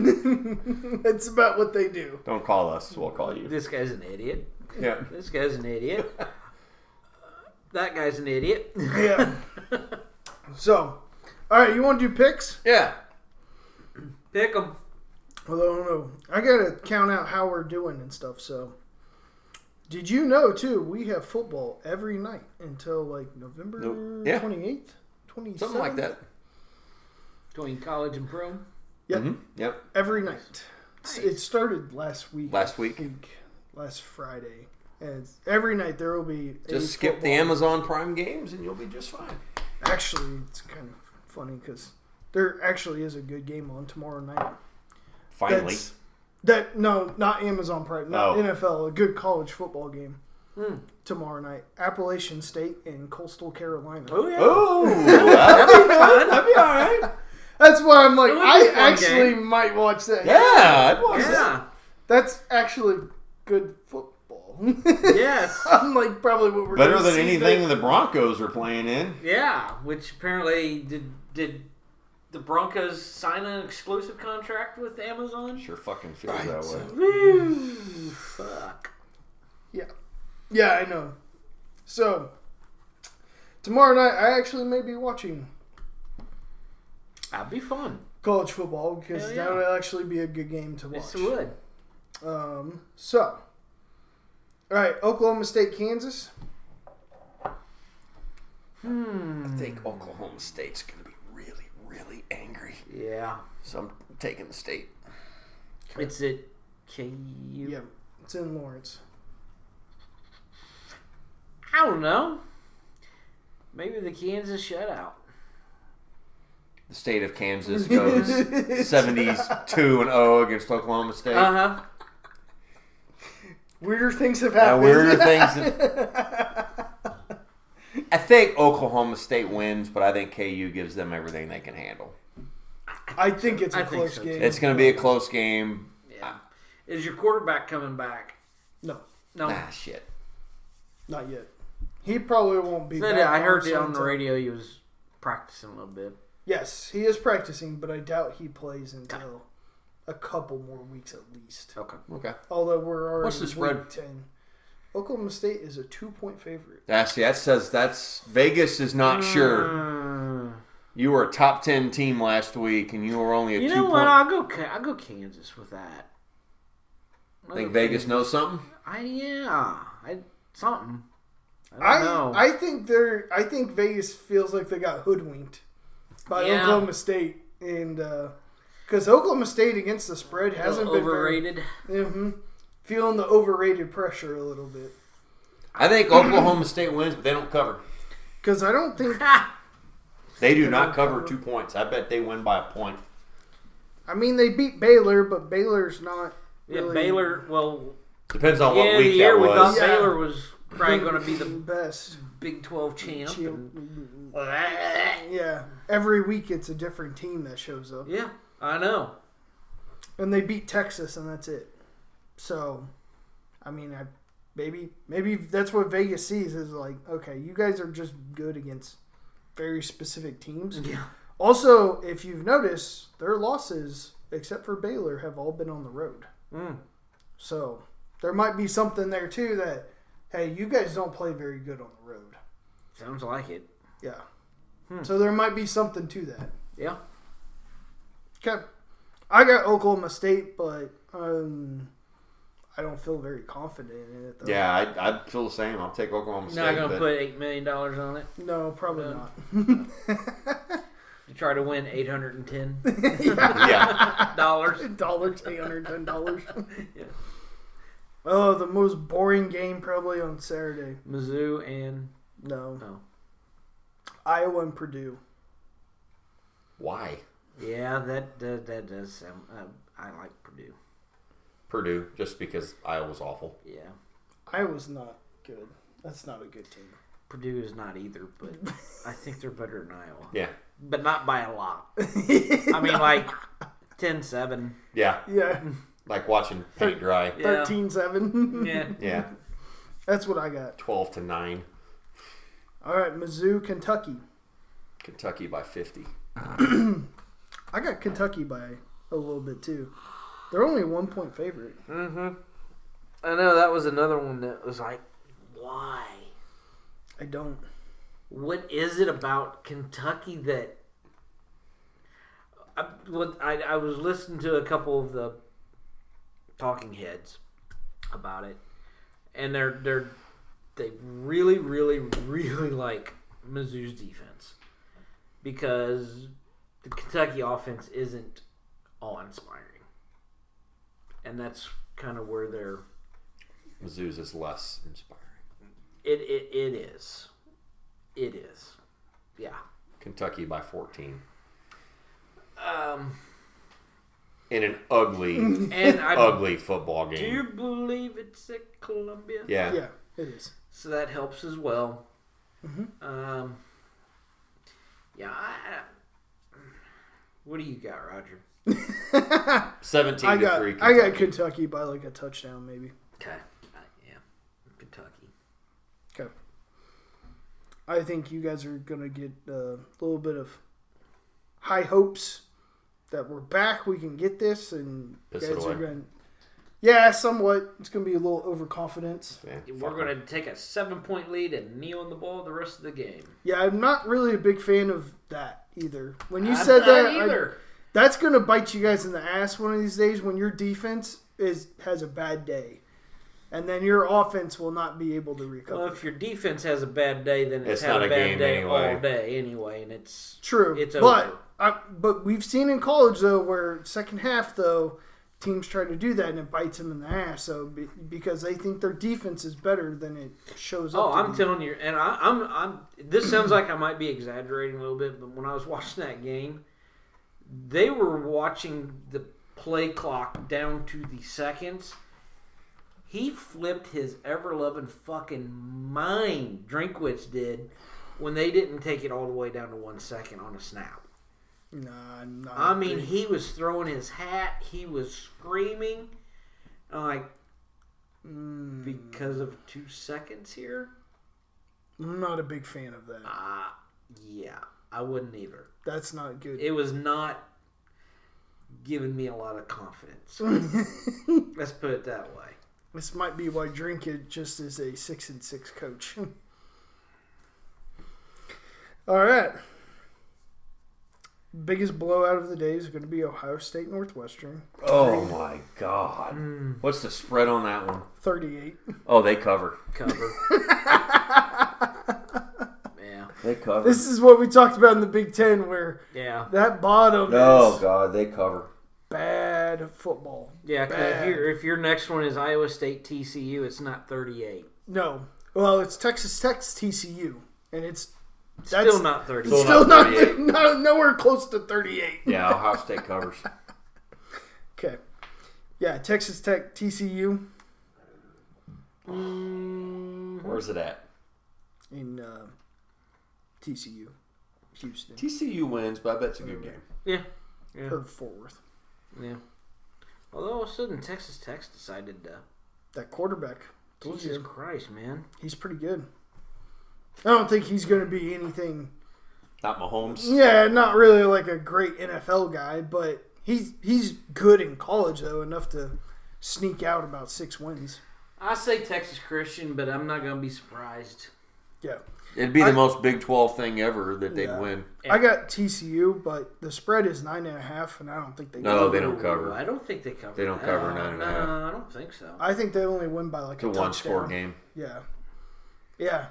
[SPEAKER 1] That's about what they do.
[SPEAKER 2] Don't call us; we'll call you.
[SPEAKER 3] This guy's an idiot.
[SPEAKER 2] Yeah.
[SPEAKER 3] This guy's an idiot.
[SPEAKER 4] [LAUGHS]
[SPEAKER 3] that guy's an idiot. [LAUGHS]
[SPEAKER 1] Yeah. [LAUGHS] so, all right, you want to do picks?
[SPEAKER 2] Yeah.
[SPEAKER 3] Pick him.
[SPEAKER 1] Although I don't know, I gotta count out how we're doing and stuff. So, did you know too? We have football every night until like November
[SPEAKER 2] Nope. Yeah.
[SPEAKER 1] twenty eighth, twenty
[SPEAKER 2] Something like that.
[SPEAKER 4] Between college and pro.
[SPEAKER 1] Yep,
[SPEAKER 2] Mm-hmm. Yep.
[SPEAKER 1] every night. It's- It started last week.
[SPEAKER 2] Last week.
[SPEAKER 1] I think, last Friday, and it's- every night there will be a
[SPEAKER 2] Just skip the
[SPEAKER 1] football-
[SPEAKER 2] Amazon Prime games and you'll be just fine.
[SPEAKER 1] Actually, it's kind of funny because there actually is a good game on tomorrow night.
[SPEAKER 2] Finally.
[SPEAKER 1] That's- that no, not Amazon Prime, not
[SPEAKER 2] Oh.
[SPEAKER 1] NFL. A good college football game tomorrow night. Appalachian State and Coastal Carolina.
[SPEAKER 4] Oh yeah.
[SPEAKER 2] [LAUGHS] Oh, that'd be good. That'd be all right.
[SPEAKER 1] That's why I'm like,
[SPEAKER 4] That would be
[SPEAKER 1] I
[SPEAKER 4] a fun
[SPEAKER 1] actually might watch that.
[SPEAKER 2] Yeah, I'd watch that.
[SPEAKER 4] Yeah.
[SPEAKER 1] that's actually good football. [LAUGHS]
[SPEAKER 4] yes.
[SPEAKER 1] I'm like probably what we're
[SPEAKER 2] Better
[SPEAKER 1] gonna
[SPEAKER 2] than
[SPEAKER 1] see
[SPEAKER 2] anything the Broncos are playing in.
[SPEAKER 4] Yeah. Which apparently did did the Broncos sign an exclusive contract with Amazon?
[SPEAKER 2] Sure, fucking feels that way.
[SPEAKER 4] Woo, fuck.
[SPEAKER 1] Yeah, I know. So tomorrow night, I actually may be watching
[SPEAKER 4] That'd be fun.
[SPEAKER 1] college football because
[SPEAKER 4] Hell
[SPEAKER 1] that
[SPEAKER 4] yeah.
[SPEAKER 1] would actually be a good game to watch.
[SPEAKER 4] Yes, it would.
[SPEAKER 1] Um, so, all right, Oklahoma State, Kansas.
[SPEAKER 2] I think Oklahoma State's going to be really, really angry.
[SPEAKER 4] Yeah.
[SPEAKER 2] So I'm taking the state.
[SPEAKER 4] It's at KU.
[SPEAKER 1] Yeah, it's in Lawrence.
[SPEAKER 4] I don't know. Maybe the Kansas shutout.
[SPEAKER 2] The state of Kansas goes [LAUGHS] 72 and 0 against Oklahoma State.
[SPEAKER 4] Uh huh.
[SPEAKER 1] Weirder things have
[SPEAKER 2] Now,
[SPEAKER 1] happened.
[SPEAKER 2] weirder [LAUGHS] things. I think Oklahoma State wins, but I think KU gives them everything they can handle.
[SPEAKER 1] [LAUGHS] I think it's a
[SPEAKER 4] I think
[SPEAKER 1] close
[SPEAKER 4] so, too.
[SPEAKER 1] game.
[SPEAKER 2] It's going to be a close game.
[SPEAKER 4] Yeah. Is your quarterback coming back?
[SPEAKER 1] no,
[SPEAKER 4] No.
[SPEAKER 2] Ah, shit.
[SPEAKER 1] not yet. He probably won't be.
[SPEAKER 4] Said
[SPEAKER 1] back
[SPEAKER 4] it, I heard it
[SPEAKER 1] sometime.
[SPEAKER 4] on the radio. He was practicing a little bit.
[SPEAKER 1] Yes, he is practicing, but I doubt he plays until a couple more weeks at least.
[SPEAKER 4] Okay.
[SPEAKER 2] Okay.
[SPEAKER 1] Although we're already
[SPEAKER 2] What's the spread?
[SPEAKER 1] week ten. Oklahoma State is a two-point favorite.
[SPEAKER 2] That's, that says that's Vegas is not
[SPEAKER 4] Uh,
[SPEAKER 2] sure. You were a top 10 team last week, and you were only a
[SPEAKER 4] You
[SPEAKER 2] two
[SPEAKER 4] know
[SPEAKER 2] point.
[SPEAKER 4] what? I'll go. Ka- I'll go Kansas with that. I'll
[SPEAKER 2] Think
[SPEAKER 4] go
[SPEAKER 2] Vegas
[SPEAKER 4] Kansas.
[SPEAKER 2] knows something?
[SPEAKER 4] I yeah. I something. I don't
[SPEAKER 1] I
[SPEAKER 4] know.
[SPEAKER 1] I think they're I think Vegas feels like they got hoodwinked by
[SPEAKER 4] Yeah.
[SPEAKER 1] Oklahoma State and because Oklahoma State against the spread hasn't been very- [LAUGHS]
[SPEAKER 4] overrated.
[SPEAKER 1] hmm Feeling the overrated pressure a little bit
[SPEAKER 2] I think Oklahoma [CLEARS THROAT] State wins, but they don't cover.
[SPEAKER 1] because I don't think
[SPEAKER 4] Ha!
[SPEAKER 2] They do
[SPEAKER 1] don't
[SPEAKER 2] not cover
[SPEAKER 1] cover.
[SPEAKER 2] two points. I bet they win by a point.
[SPEAKER 1] I mean they beat Baylor, but Baylor's not
[SPEAKER 4] Yeah,
[SPEAKER 1] really
[SPEAKER 4] Baylor. Well,
[SPEAKER 2] Depends on what
[SPEAKER 4] yeah, the
[SPEAKER 2] week
[SPEAKER 4] year
[SPEAKER 2] that
[SPEAKER 4] we thought
[SPEAKER 2] was.
[SPEAKER 1] Yeah.
[SPEAKER 4] Baylor was probably going to be the
[SPEAKER 1] best.
[SPEAKER 4] Big Twelve champ.
[SPEAKER 1] She-
[SPEAKER 4] and-
[SPEAKER 3] [LAUGHS]
[SPEAKER 1] yeah, every week it's a different team that shows up,
[SPEAKER 4] yeah, I know.
[SPEAKER 1] and they beat Texas, and that's it. So, I mean, I maybe maybe that's what Vegas sees is like, okay, you guys are just good against very specific teams.
[SPEAKER 4] Yeah.
[SPEAKER 1] Also, if you've noticed, their losses, except for Baylor, have all been on the road.
[SPEAKER 4] Mm.
[SPEAKER 1] So there might be something there too that, hey, you guys don't play very good on the road.
[SPEAKER 3] Sounds like it.
[SPEAKER 1] Yeah. So there might be something to that.
[SPEAKER 3] Yeah.
[SPEAKER 1] Okay. I got Oklahoma State, but um, I don't feel very confident in it. Though.
[SPEAKER 2] Yeah, I, I feel the same. I'll take Oklahoma State.
[SPEAKER 3] Not gonna
[SPEAKER 2] but
[SPEAKER 3] put eight million dollars on it
[SPEAKER 1] No, probably
[SPEAKER 3] No.
[SPEAKER 1] not.
[SPEAKER 3] to try to win eight hundred and ten
[SPEAKER 2] yeah,
[SPEAKER 3] dollars.
[SPEAKER 1] [LAUGHS] dollars, eight hundred ten dollars.
[SPEAKER 3] Yeah.
[SPEAKER 1] Oh, the most boring game probably on Saturday.
[SPEAKER 3] Mizzou and
[SPEAKER 1] No,
[SPEAKER 3] oh
[SPEAKER 1] Iowa and Purdue.
[SPEAKER 2] why
[SPEAKER 3] yeah, that that, that does sound. Uh, I like Purdue.
[SPEAKER 2] Purdue? Just because Iowa's awful.
[SPEAKER 3] Yeah,
[SPEAKER 1] Iowa's not good. That's not a good team.
[SPEAKER 3] Purdue is not either, but I think they're better than Iowa,
[SPEAKER 2] Yeah,
[SPEAKER 3] but not by a lot. I mean, like 10-7.
[SPEAKER 2] yeah,
[SPEAKER 1] Yeah,
[SPEAKER 2] like watching paint dry.
[SPEAKER 3] Yeah.
[SPEAKER 1] thirteen seven. [LAUGHS]
[SPEAKER 3] Yeah,
[SPEAKER 2] Yeah,
[SPEAKER 1] That's what I got.
[SPEAKER 2] twelve to nine.
[SPEAKER 1] All right, Mizzou, Kentucky.
[SPEAKER 2] Kentucky by fifty.
[SPEAKER 1] I got Kentucky by a little bit too. They're only a one point favorite.
[SPEAKER 3] Mm-hmm. I know that was another one that was like, why?
[SPEAKER 1] I don't.
[SPEAKER 3] What is it about Kentucky that? I, what I, I was listening to a couple of the talking heads about it, and they're they're they really really really [LAUGHS] like Mizzou's defense because the Kentucky offense isn't all inspiring, and that's kind of where they're
[SPEAKER 2] Mizzou's is less inspiring.
[SPEAKER 3] It, it it is. It is. Yeah.
[SPEAKER 2] Kentucky by fourteen
[SPEAKER 3] Um,
[SPEAKER 2] in an
[SPEAKER 3] [LAUGHS]
[SPEAKER 2] ugly,
[SPEAKER 3] and I
[SPEAKER 2] ugly football
[SPEAKER 3] do you
[SPEAKER 2] game.
[SPEAKER 3] believe it's at Columbia,
[SPEAKER 2] Yeah,
[SPEAKER 1] Yeah, it is.
[SPEAKER 3] so that helps as well.
[SPEAKER 1] Mm-hmm.
[SPEAKER 3] Um, yeah. I, I- what do you got, Roger?
[SPEAKER 2] seventeen
[SPEAKER 1] I
[SPEAKER 2] to
[SPEAKER 1] got
[SPEAKER 2] three.
[SPEAKER 1] I
[SPEAKER 2] Kentucky.
[SPEAKER 1] got Kentucky by like a touchdown maybe.
[SPEAKER 3] Okay. Uh, yeah. Kentucky.
[SPEAKER 1] Okay. I think you guys are gonna get uh, a little bit of high hopes that we're back. We can get this, and
[SPEAKER 2] Piss
[SPEAKER 1] you
[SPEAKER 2] it
[SPEAKER 1] guys are
[SPEAKER 2] away.
[SPEAKER 1] gonna. Yeah, somewhat. It's gonna be a little overconfidence.
[SPEAKER 2] Yeah,
[SPEAKER 3] We're
[SPEAKER 2] fuck
[SPEAKER 3] going
[SPEAKER 2] 'em.
[SPEAKER 3] to take a seven-point lead and kneel on the ball the rest of the game.
[SPEAKER 1] Yeah, I'm not really a big fan of that either. When you
[SPEAKER 3] I'm
[SPEAKER 1] said
[SPEAKER 3] not
[SPEAKER 1] that, I-
[SPEAKER 3] either.
[SPEAKER 1] that's gonna bite you guys in the ass one of these days when your defense is has a bad day, and then your offense will not be able to recover.
[SPEAKER 3] well, if your defense has a bad day, then it's,
[SPEAKER 2] It's
[SPEAKER 3] had
[SPEAKER 2] not
[SPEAKER 3] a
[SPEAKER 2] a
[SPEAKER 3] bad
[SPEAKER 2] game
[SPEAKER 3] day
[SPEAKER 2] anyway.
[SPEAKER 3] all day anyway, and it's
[SPEAKER 1] True.
[SPEAKER 3] It's over.
[SPEAKER 1] but I, but we've seen in college though where second half though teams try to do that and it bites them in the ass. So be, because they think their defense is better than it shows up.
[SPEAKER 3] Oh,
[SPEAKER 1] to
[SPEAKER 3] I'm
[SPEAKER 1] be.
[SPEAKER 3] telling you, and I, I'm, I'm. This sounds like I might be exaggerating a little bit, but when I was [LAUGHS] watching that game, they were watching the play clock down to the seconds. He flipped his ever-loving fucking mind. Drinkwitz did when they didn't take it all the way down to one second on a snap.
[SPEAKER 1] Nah, I'm not
[SPEAKER 3] I mean,
[SPEAKER 1] agree.
[SPEAKER 3] he was throwing his hat. He was screaming. I'm like,
[SPEAKER 1] Mm,
[SPEAKER 3] because of two seconds here.
[SPEAKER 1] I'm not a big fan of that.
[SPEAKER 3] Uh, yeah, I wouldn't either.
[SPEAKER 1] That's not good.
[SPEAKER 3] It was not giving me a lot
[SPEAKER 1] [LAUGHS]
[SPEAKER 3] of confidence. Let's put it that way.
[SPEAKER 1] this might be why Drinkit just is a six and six coach. [LAUGHS] All right. Biggest blowout of the day is going to be Ohio State Northwestern,
[SPEAKER 2] Oh my god!
[SPEAKER 1] Hmm.
[SPEAKER 2] What's the spread on that one?
[SPEAKER 1] thirty-eight.
[SPEAKER 2] Oh, they cover.
[SPEAKER 3] Cover. yeah,
[SPEAKER 2] They cover.
[SPEAKER 1] This is what we talked about in the Big Ten, where
[SPEAKER 3] yeah,
[SPEAKER 1] that bottom
[SPEAKER 2] oh
[SPEAKER 1] is
[SPEAKER 2] god, they cover.
[SPEAKER 1] bad football.
[SPEAKER 3] yeah. 'cause if
[SPEAKER 1] Bad.
[SPEAKER 3] your if your next one is Iowa State TCU, it's not thirty eight.
[SPEAKER 1] No, well, it's Texas Tech's TCU, and it's that's
[SPEAKER 3] Still not thirty.
[SPEAKER 1] it's
[SPEAKER 2] Still
[SPEAKER 1] still
[SPEAKER 2] not
[SPEAKER 1] not, [LAUGHS]
[SPEAKER 2] 38.
[SPEAKER 1] not- nowhere close to thirty-eight. [LAUGHS]
[SPEAKER 2] Yeah, Ohio State covers.
[SPEAKER 1] Okay, yeah, Texas Tech TCU Mm-hmm.
[SPEAKER 2] Where's it at?
[SPEAKER 1] in uh, TCU, Houston,
[SPEAKER 2] TCU wins, but I bet it's a good game.
[SPEAKER 3] Yeah,
[SPEAKER 1] or Fort Worth.
[SPEAKER 3] yeah. Although all of a sudden Texas Tech decided to.
[SPEAKER 1] That quarterback,
[SPEAKER 3] Jesus
[SPEAKER 1] TCU,
[SPEAKER 3] Christ, man!
[SPEAKER 1] he's pretty good. I don't think he's going to be anything
[SPEAKER 2] Not Mahomes.
[SPEAKER 1] Yeah, not really like a great NFL guy, but he's he's good in college though, enough to sneak out about six wins.
[SPEAKER 3] I say Texas Christian, but I'm not gonna be surprised.
[SPEAKER 1] Yeah.
[SPEAKER 2] It'd be the
[SPEAKER 1] Mm-hmm. I-
[SPEAKER 2] most Big Twelve thing ever that they'd
[SPEAKER 1] Yeah.
[SPEAKER 2] win.
[SPEAKER 1] I got TCU, but the spread is nine and a half, and I don't think they.
[SPEAKER 2] No,
[SPEAKER 1] get
[SPEAKER 2] they
[SPEAKER 1] it.
[SPEAKER 2] don't cover.
[SPEAKER 3] I don't think they cover.
[SPEAKER 2] They don't
[SPEAKER 3] that.
[SPEAKER 2] cover nine and a half.
[SPEAKER 3] No, I don't think so.
[SPEAKER 1] I think they only win by like
[SPEAKER 2] It's a
[SPEAKER 1] a
[SPEAKER 2] one
[SPEAKER 1] touchdown.
[SPEAKER 2] score game.
[SPEAKER 1] Yeah, yeah,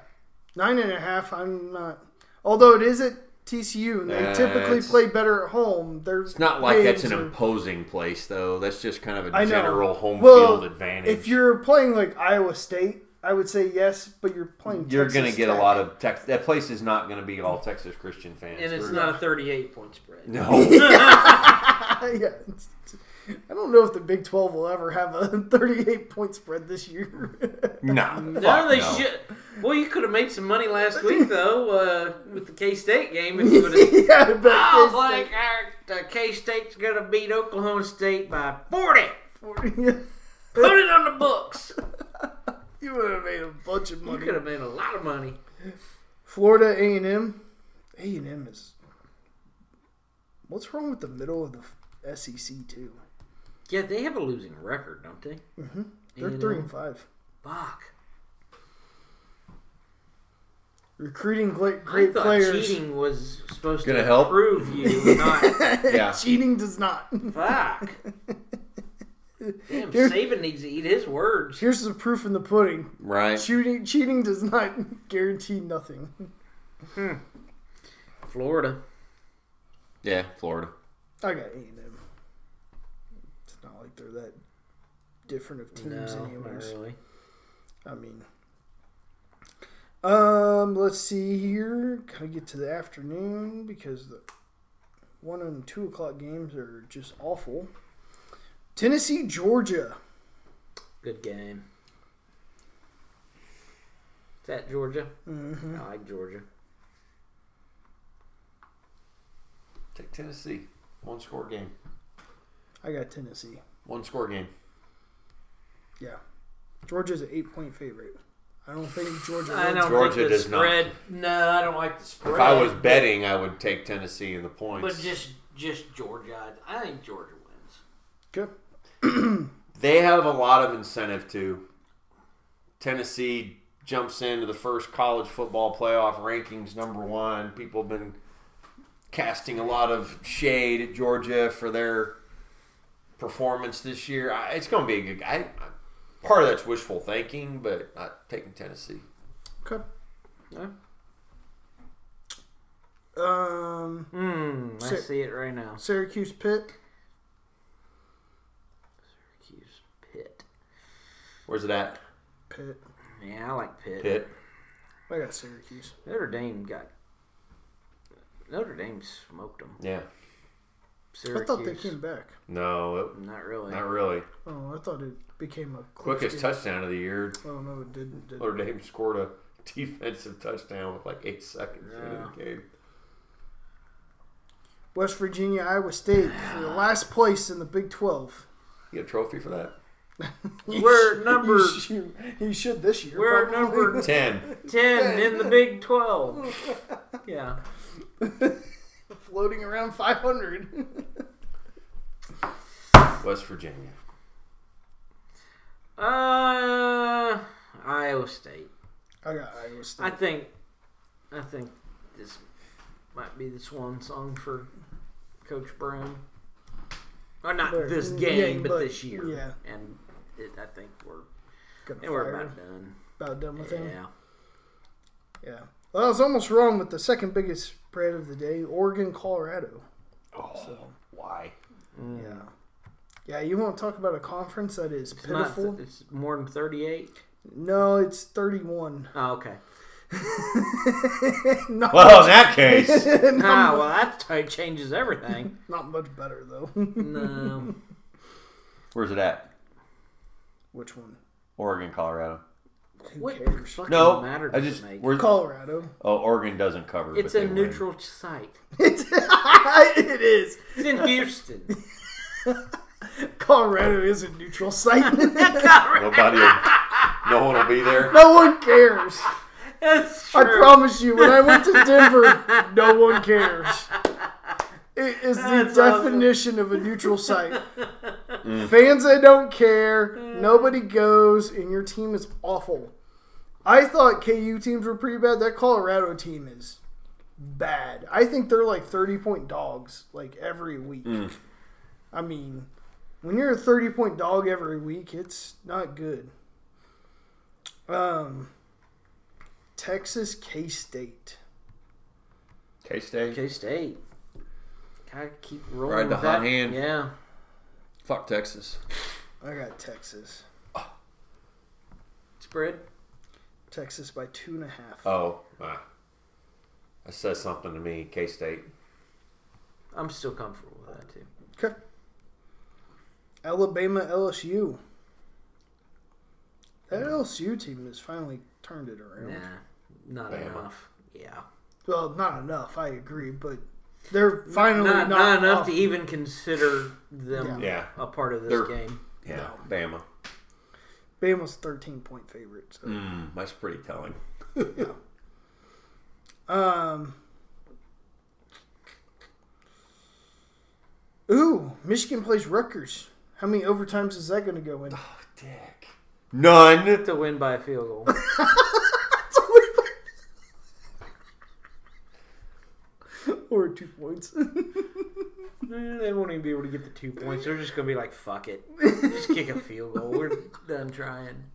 [SPEAKER 1] nine and a half. I'm not. Although it is at TCU, and they
[SPEAKER 2] Nah,
[SPEAKER 1] typically
[SPEAKER 2] it's-
[SPEAKER 1] play better at home. There's
[SPEAKER 2] It's not like that's an imposing place though. That's just kind of
[SPEAKER 1] I
[SPEAKER 2] a
[SPEAKER 1] know.
[SPEAKER 2] general home
[SPEAKER 1] Well,
[SPEAKER 2] field advantage.
[SPEAKER 1] If you're playing like Iowa State, I would say yes, but you're playing.
[SPEAKER 2] you're
[SPEAKER 1] going to
[SPEAKER 2] get a lot of Texas. That place is not going to be all Texas Christian fans.
[SPEAKER 3] and it's
[SPEAKER 2] We're-
[SPEAKER 3] not a 38 point
[SPEAKER 1] [LAUGHS]
[SPEAKER 3] spread.
[SPEAKER 2] No,
[SPEAKER 1] [LAUGHS]
[SPEAKER 2] [LAUGHS]
[SPEAKER 1] yeah, it's- it's- I don't know if the Big Twelve will ever have a [LAUGHS] 38 point spread this year. [LAUGHS]
[SPEAKER 2] no,
[SPEAKER 3] No,
[SPEAKER 2] fuck
[SPEAKER 3] they
[SPEAKER 2] no.
[SPEAKER 3] should. Well, you could have made some
[SPEAKER 1] [LAUGHS]
[SPEAKER 3] money last week though uh, with the K State game if you Oh, would
[SPEAKER 2] [LAUGHS]
[SPEAKER 3] [LAUGHS] have.
[SPEAKER 1] yeah, but
[SPEAKER 3] I was
[SPEAKER 1] it's
[SPEAKER 3] like, "All right, K State's gonna beat Oklahoma State by 40.
[SPEAKER 1] like-
[SPEAKER 3] Put it on the books.
[SPEAKER 1] [LAUGHS] you would have made a bunch of
[SPEAKER 3] You
[SPEAKER 1] money.
[SPEAKER 3] could have made a lot of money.
[SPEAKER 1] Florida A and M. A and M is. What's wrong with the middle of the SEC too?
[SPEAKER 3] Yeah, they have a losing record, don't they?
[SPEAKER 1] Mm-hmm. They're
[SPEAKER 3] A&M.
[SPEAKER 1] three and five.
[SPEAKER 3] Fuck.
[SPEAKER 1] Recruiting great,
[SPEAKER 3] I
[SPEAKER 1] great
[SPEAKER 3] thought
[SPEAKER 1] players.
[SPEAKER 3] cheating was supposed
[SPEAKER 2] Gonna
[SPEAKER 3] to
[SPEAKER 2] help?
[SPEAKER 3] prove you
[SPEAKER 2] [LAUGHS]
[SPEAKER 3] not.
[SPEAKER 2] Yeah.
[SPEAKER 1] Cheating does not. [LAUGHS]
[SPEAKER 3] Fuck. [LAUGHS] Damn,
[SPEAKER 1] Dude.
[SPEAKER 3] Saban needs to eat his words.
[SPEAKER 1] Here's the proof in the pudding.
[SPEAKER 2] right?
[SPEAKER 1] Shooting, cheating does not [LAUGHS] guarantee nothing.
[SPEAKER 3] Florida.
[SPEAKER 2] Yeah, Florida.
[SPEAKER 1] I got A and M. It's not like they're that different of
[SPEAKER 3] No,
[SPEAKER 1] teams
[SPEAKER 3] not
[SPEAKER 1] anyways.
[SPEAKER 3] really.
[SPEAKER 1] I mean, um, let's see here. Can I get to the afternoon because the one and two o'clock games are just awful. Tennessee, Georgia.
[SPEAKER 3] Good game. Is that Georgia? Mm-hmm. I like Georgia.
[SPEAKER 2] Take Tennessee. One score game.
[SPEAKER 1] I got Tennessee.
[SPEAKER 2] One score game.
[SPEAKER 1] Yeah, Georgia's an eight-point favorite. I don't think Georgia.
[SPEAKER 3] I
[SPEAKER 1] wins.
[SPEAKER 3] don't
[SPEAKER 2] Georgia
[SPEAKER 3] think the
[SPEAKER 2] does not.
[SPEAKER 3] spread. No, I don't like the spread.
[SPEAKER 2] If I was betting, I would take Tennessee in the points.
[SPEAKER 3] but just just Georgia. I I think Georgia wins.
[SPEAKER 1] Okay.
[SPEAKER 2] they have a lot of incentive to. Tennessee jumps into the first college football playoff rankings number one. People have been casting a lot of shade at Georgia for their performance this year. I, it's going to be a good. I, I, part of that's wishful thinking, but i taking Tennessee.
[SPEAKER 1] Okay.
[SPEAKER 3] Yeah.
[SPEAKER 1] Um,
[SPEAKER 3] Mm, I
[SPEAKER 1] Sy-
[SPEAKER 3] see it right now.
[SPEAKER 1] Syracuse, Pitt.
[SPEAKER 3] Syracuse Pitt.
[SPEAKER 2] Where's it at?
[SPEAKER 1] Pitt.
[SPEAKER 3] Yeah, I like Pitt.
[SPEAKER 2] Pitt.
[SPEAKER 1] I got Syracuse.
[SPEAKER 3] Notre Dame got. Notre Dame smoked them.
[SPEAKER 2] Yeah.
[SPEAKER 3] Syracuse.
[SPEAKER 1] I thought they came back.
[SPEAKER 2] No, it,
[SPEAKER 3] Not really.
[SPEAKER 2] not really.
[SPEAKER 1] Oh, I thought it became a
[SPEAKER 2] Quickest
[SPEAKER 1] clickbait.
[SPEAKER 2] touchdown of the year.
[SPEAKER 1] Oh no, it didn't. didn't.
[SPEAKER 2] Notre Dame scored a defensive touchdown with like eight seconds into the game.
[SPEAKER 1] West Virginia, Iowa State for the last place in the Big Twelve. [LAUGHS]
[SPEAKER 2] You get a trophy for
[SPEAKER 3] [LAUGHS]
[SPEAKER 2] that?
[SPEAKER 3] We're number
[SPEAKER 1] He should, he should this year.
[SPEAKER 3] we're
[SPEAKER 1] probably.
[SPEAKER 3] number [LAUGHS]
[SPEAKER 2] Ten.
[SPEAKER 3] ten in the Big Twelve. Yeah.
[SPEAKER 1] [LAUGHS] floating around 500.
[SPEAKER 2] West Virginia.
[SPEAKER 3] Uh, Iowa State.
[SPEAKER 1] [LAUGHS] I got Iowa
[SPEAKER 3] I
[SPEAKER 1] State.
[SPEAKER 3] think, I think this might be the swan song for Coach Brown. Or not
[SPEAKER 1] But-
[SPEAKER 3] this
[SPEAKER 1] yeah,
[SPEAKER 3] game, but,
[SPEAKER 1] but-
[SPEAKER 3] this year.
[SPEAKER 1] yeah.
[SPEAKER 3] And it, I think we're
[SPEAKER 1] Gonna
[SPEAKER 3] and we're
[SPEAKER 1] fire
[SPEAKER 3] about done.
[SPEAKER 1] about done with him.
[SPEAKER 3] Yeah.
[SPEAKER 1] Yeah. Well, I was almost wrong with the second biggest spread of the day: Oregon, Colorado.
[SPEAKER 2] Oh, why?
[SPEAKER 3] [LAUGHS] Hmm.
[SPEAKER 1] Yeah. Yeah, you want to talk about a conference that is
[SPEAKER 3] It's not.
[SPEAKER 1] pitiful?
[SPEAKER 3] It's more than thirty-eight.
[SPEAKER 1] no, it's 31.
[SPEAKER 3] Oh, okay.
[SPEAKER 1] not,
[SPEAKER 2] Well, in that case,
[SPEAKER 3] [LAUGHS] Ah, well, that totally changes
[SPEAKER 1] [LAUGHS]
[SPEAKER 3] everything.
[SPEAKER 1] not much better though. [LAUGHS]
[SPEAKER 3] no.
[SPEAKER 2] where's it at?
[SPEAKER 1] Which one?
[SPEAKER 2] Oregon, Colorado.
[SPEAKER 1] Who
[SPEAKER 3] What
[SPEAKER 1] cares?
[SPEAKER 3] fucking
[SPEAKER 2] No,
[SPEAKER 3] matter
[SPEAKER 2] I
[SPEAKER 3] does
[SPEAKER 2] just
[SPEAKER 3] it make?
[SPEAKER 2] where's,
[SPEAKER 1] Colorado. [LAUGHS]
[SPEAKER 2] oh Oregon doesn't cover.
[SPEAKER 3] It's
[SPEAKER 2] but they
[SPEAKER 3] a
[SPEAKER 2] win.
[SPEAKER 3] neutral site.
[SPEAKER 1] It's, it is.
[SPEAKER 3] It's in Houston. [LAUGHS]
[SPEAKER 1] Colorado is a neutral site. [LAUGHS]
[SPEAKER 2] Nobody. will-
[SPEAKER 3] [LAUGHS]
[SPEAKER 2] no one will be there.
[SPEAKER 1] no one cares.
[SPEAKER 3] That's
[SPEAKER 1] I
[SPEAKER 3] true.
[SPEAKER 1] promise you, when I went to Denver, no one cares. It is the
[SPEAKER 3] That's awesome.
[SPEAKER 1] definition of a neutral
[SPEAKER 3] [LAUGHS]
[SPEAKER 1] site.
[SPEAKER 3] Mm.
[SPEAKER 1] Fans that don't care, nobody goes, and your team is awful. I thought KU teams were pretty bad. That Colorado team is bad. I think they're like 30 point dogs like every week.
[SPEAKER 2] Mm.
[SPEAKER 1] I mean, when you're a 30 point dog every week, it's not good. Um Texas K State.
[SPEAKER 2] K State.
[SPEAKER 3] K State. Gotta keep rolling.
[SPEAKER 2] Ride the
[SPEAKER 3] with
[SPEAKER 2] hot
[SPEAKER 3] that.
[SPEAKER 2] hand.
[SPEAKER 3] Yeah.
[SPEAKER 2] Fuck Texas.
[SPEAKER 1] I got Texas.
[SPEAKER 3] Spread.
[SPEAKER 1] Texas by two and a half.
[SPEAKER 2] Oh, ah. that says something to me. K State.
[SPEAKER 3] I'm still comfortable with that too.
[SPEAKER 1] Okay. Alabama LSU. That LSU team has finally turned it around.
[SPEAKER 3] Nah, not
[SPEAKER 2] Bama.
[SPEAKER 3] enough. Yeah.
[SPEAKER 1] Well, not enough. I agree, but they're finally
[SPEAKER 3] Not,
[SPEAKER 1] not,
[SPEAKER 3] not enough
[SPEAKER 1] off-
[SPEAKER 3] to even consider them
[SPEAKER 2] Yeah.
[SPEAKER 3] a part of this
[SPEAKER 2] They're-
[SPEAKER 3] game.
[SPEAKER 2] Yeah. Bama.
[SPEAKER 1] Bama's thirteen point favorite. So.
[SPEAKER 2] Mm, that's pretty telling.
[SPEAKER 1] Um. Ooh, Michigan plays Rutgers. How many overtimes is that going to go in?
[SPEAKER 2] Oh, dick. None.
[SPEAKER 3] To win by a field goal.
[SPEAKER 1] or two points.
[SPEAKER 3] Eh, they won't even be able to get the two points. They're just gonna be like, "Fuck it, just kick a field goal. We're done trying."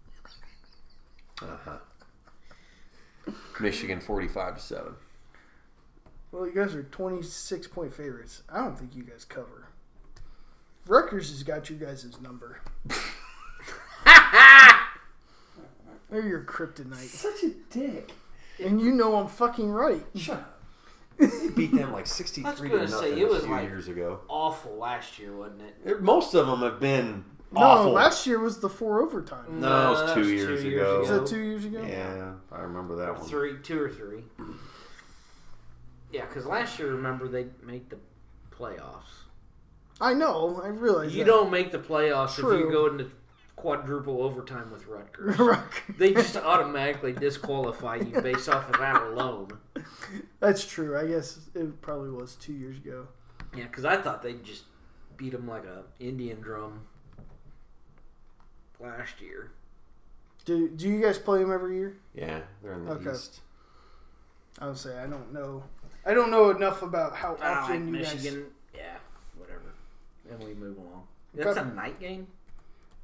[SPEAKER 2] Uh huh. Michigan forty-five to seven.
[SPEAKER 1] well, you guys are twenty six point favorites. I don't think you guys cover. Rutgers has got you guys'
[SPEAKER 3] [LAUGHS]
[SPEAKER 1] number. They're your kryptonite,
[SPEAKER 2] Such a dick.
[SPEAKER 1] and you know I'm fucking right.
[SPEAKER 2] Shut up. They beat them like
[SPEAKER 3] [LAUGHS] I was
[SPEAKER 2] sixty-three to
[SPEAKER 3] gonna
[SPEAKER 2] nothing
[SPEAKER 3] say, it was
[SPEAKER 2] a few
[SPEAKER 3] like-
[SPEAKER 2] years ago.
[SPEAKER 3] Awful last year, wasn't it?
[SPEAKER 2] It- Most of them have been
[SPEAKER 1] No,
[SPEAKER 2] awful.
[SPEAKER 1] last year was the four overtime.
[SPEAKER 2] no, it was
[SPEAKER 3] No, that
[SPEAKER 2] two
[SPEAKER 3] was two
[SPEAKER 2] years
[SPEAKER 3] years
[SPEAKER 2] ago.
[SPEAKER 1] Was
[SPEAKER 3] ago.
[SPEAKER 1] that two years ago?
[SPEAKER 2] Yeah, I remember that one.
[SPEAKER 3] Three, two or three. Yeah, because last year, remember they made the playoffs.
[SPEAKER 1] I know. I realize
[SPEAKER 3] You
[SPEAKER 1] that.
[SPEAKER 3] don't make the playoffs if
[SPEAKER 1] True.
[SPEAKER 3] you go into quadruple overtime
[SPEAKER 1] [LAUGHS]
[SPEAKER 3] with Rutgers. [LAUGHS]
[SPEAKER 1] Rutgers.
[SPEAKER 3] They just automatically disqualify you based off of that alone.
[SPEAKER 1] That's true. I guess it probably was two years ago.
[SPEAKER 3] Yeah, because I thought they just beat them like a Indian drum last year.
[SPEAKER 1] Do Do you guys play them every year?
[SPEAKER 2] Yeah, they're in the
[SPEAKER 1] Okay.
[SPEAKER 2] East.
[SPEAKER 1] I would say I don't know. I don't know enough about how
[SPEAKER 3] I don't like
[SPEAKER 1] often you guys.
[SPEAKER 3] Michigan. Yeah, whatever. And we move along. That's a night game.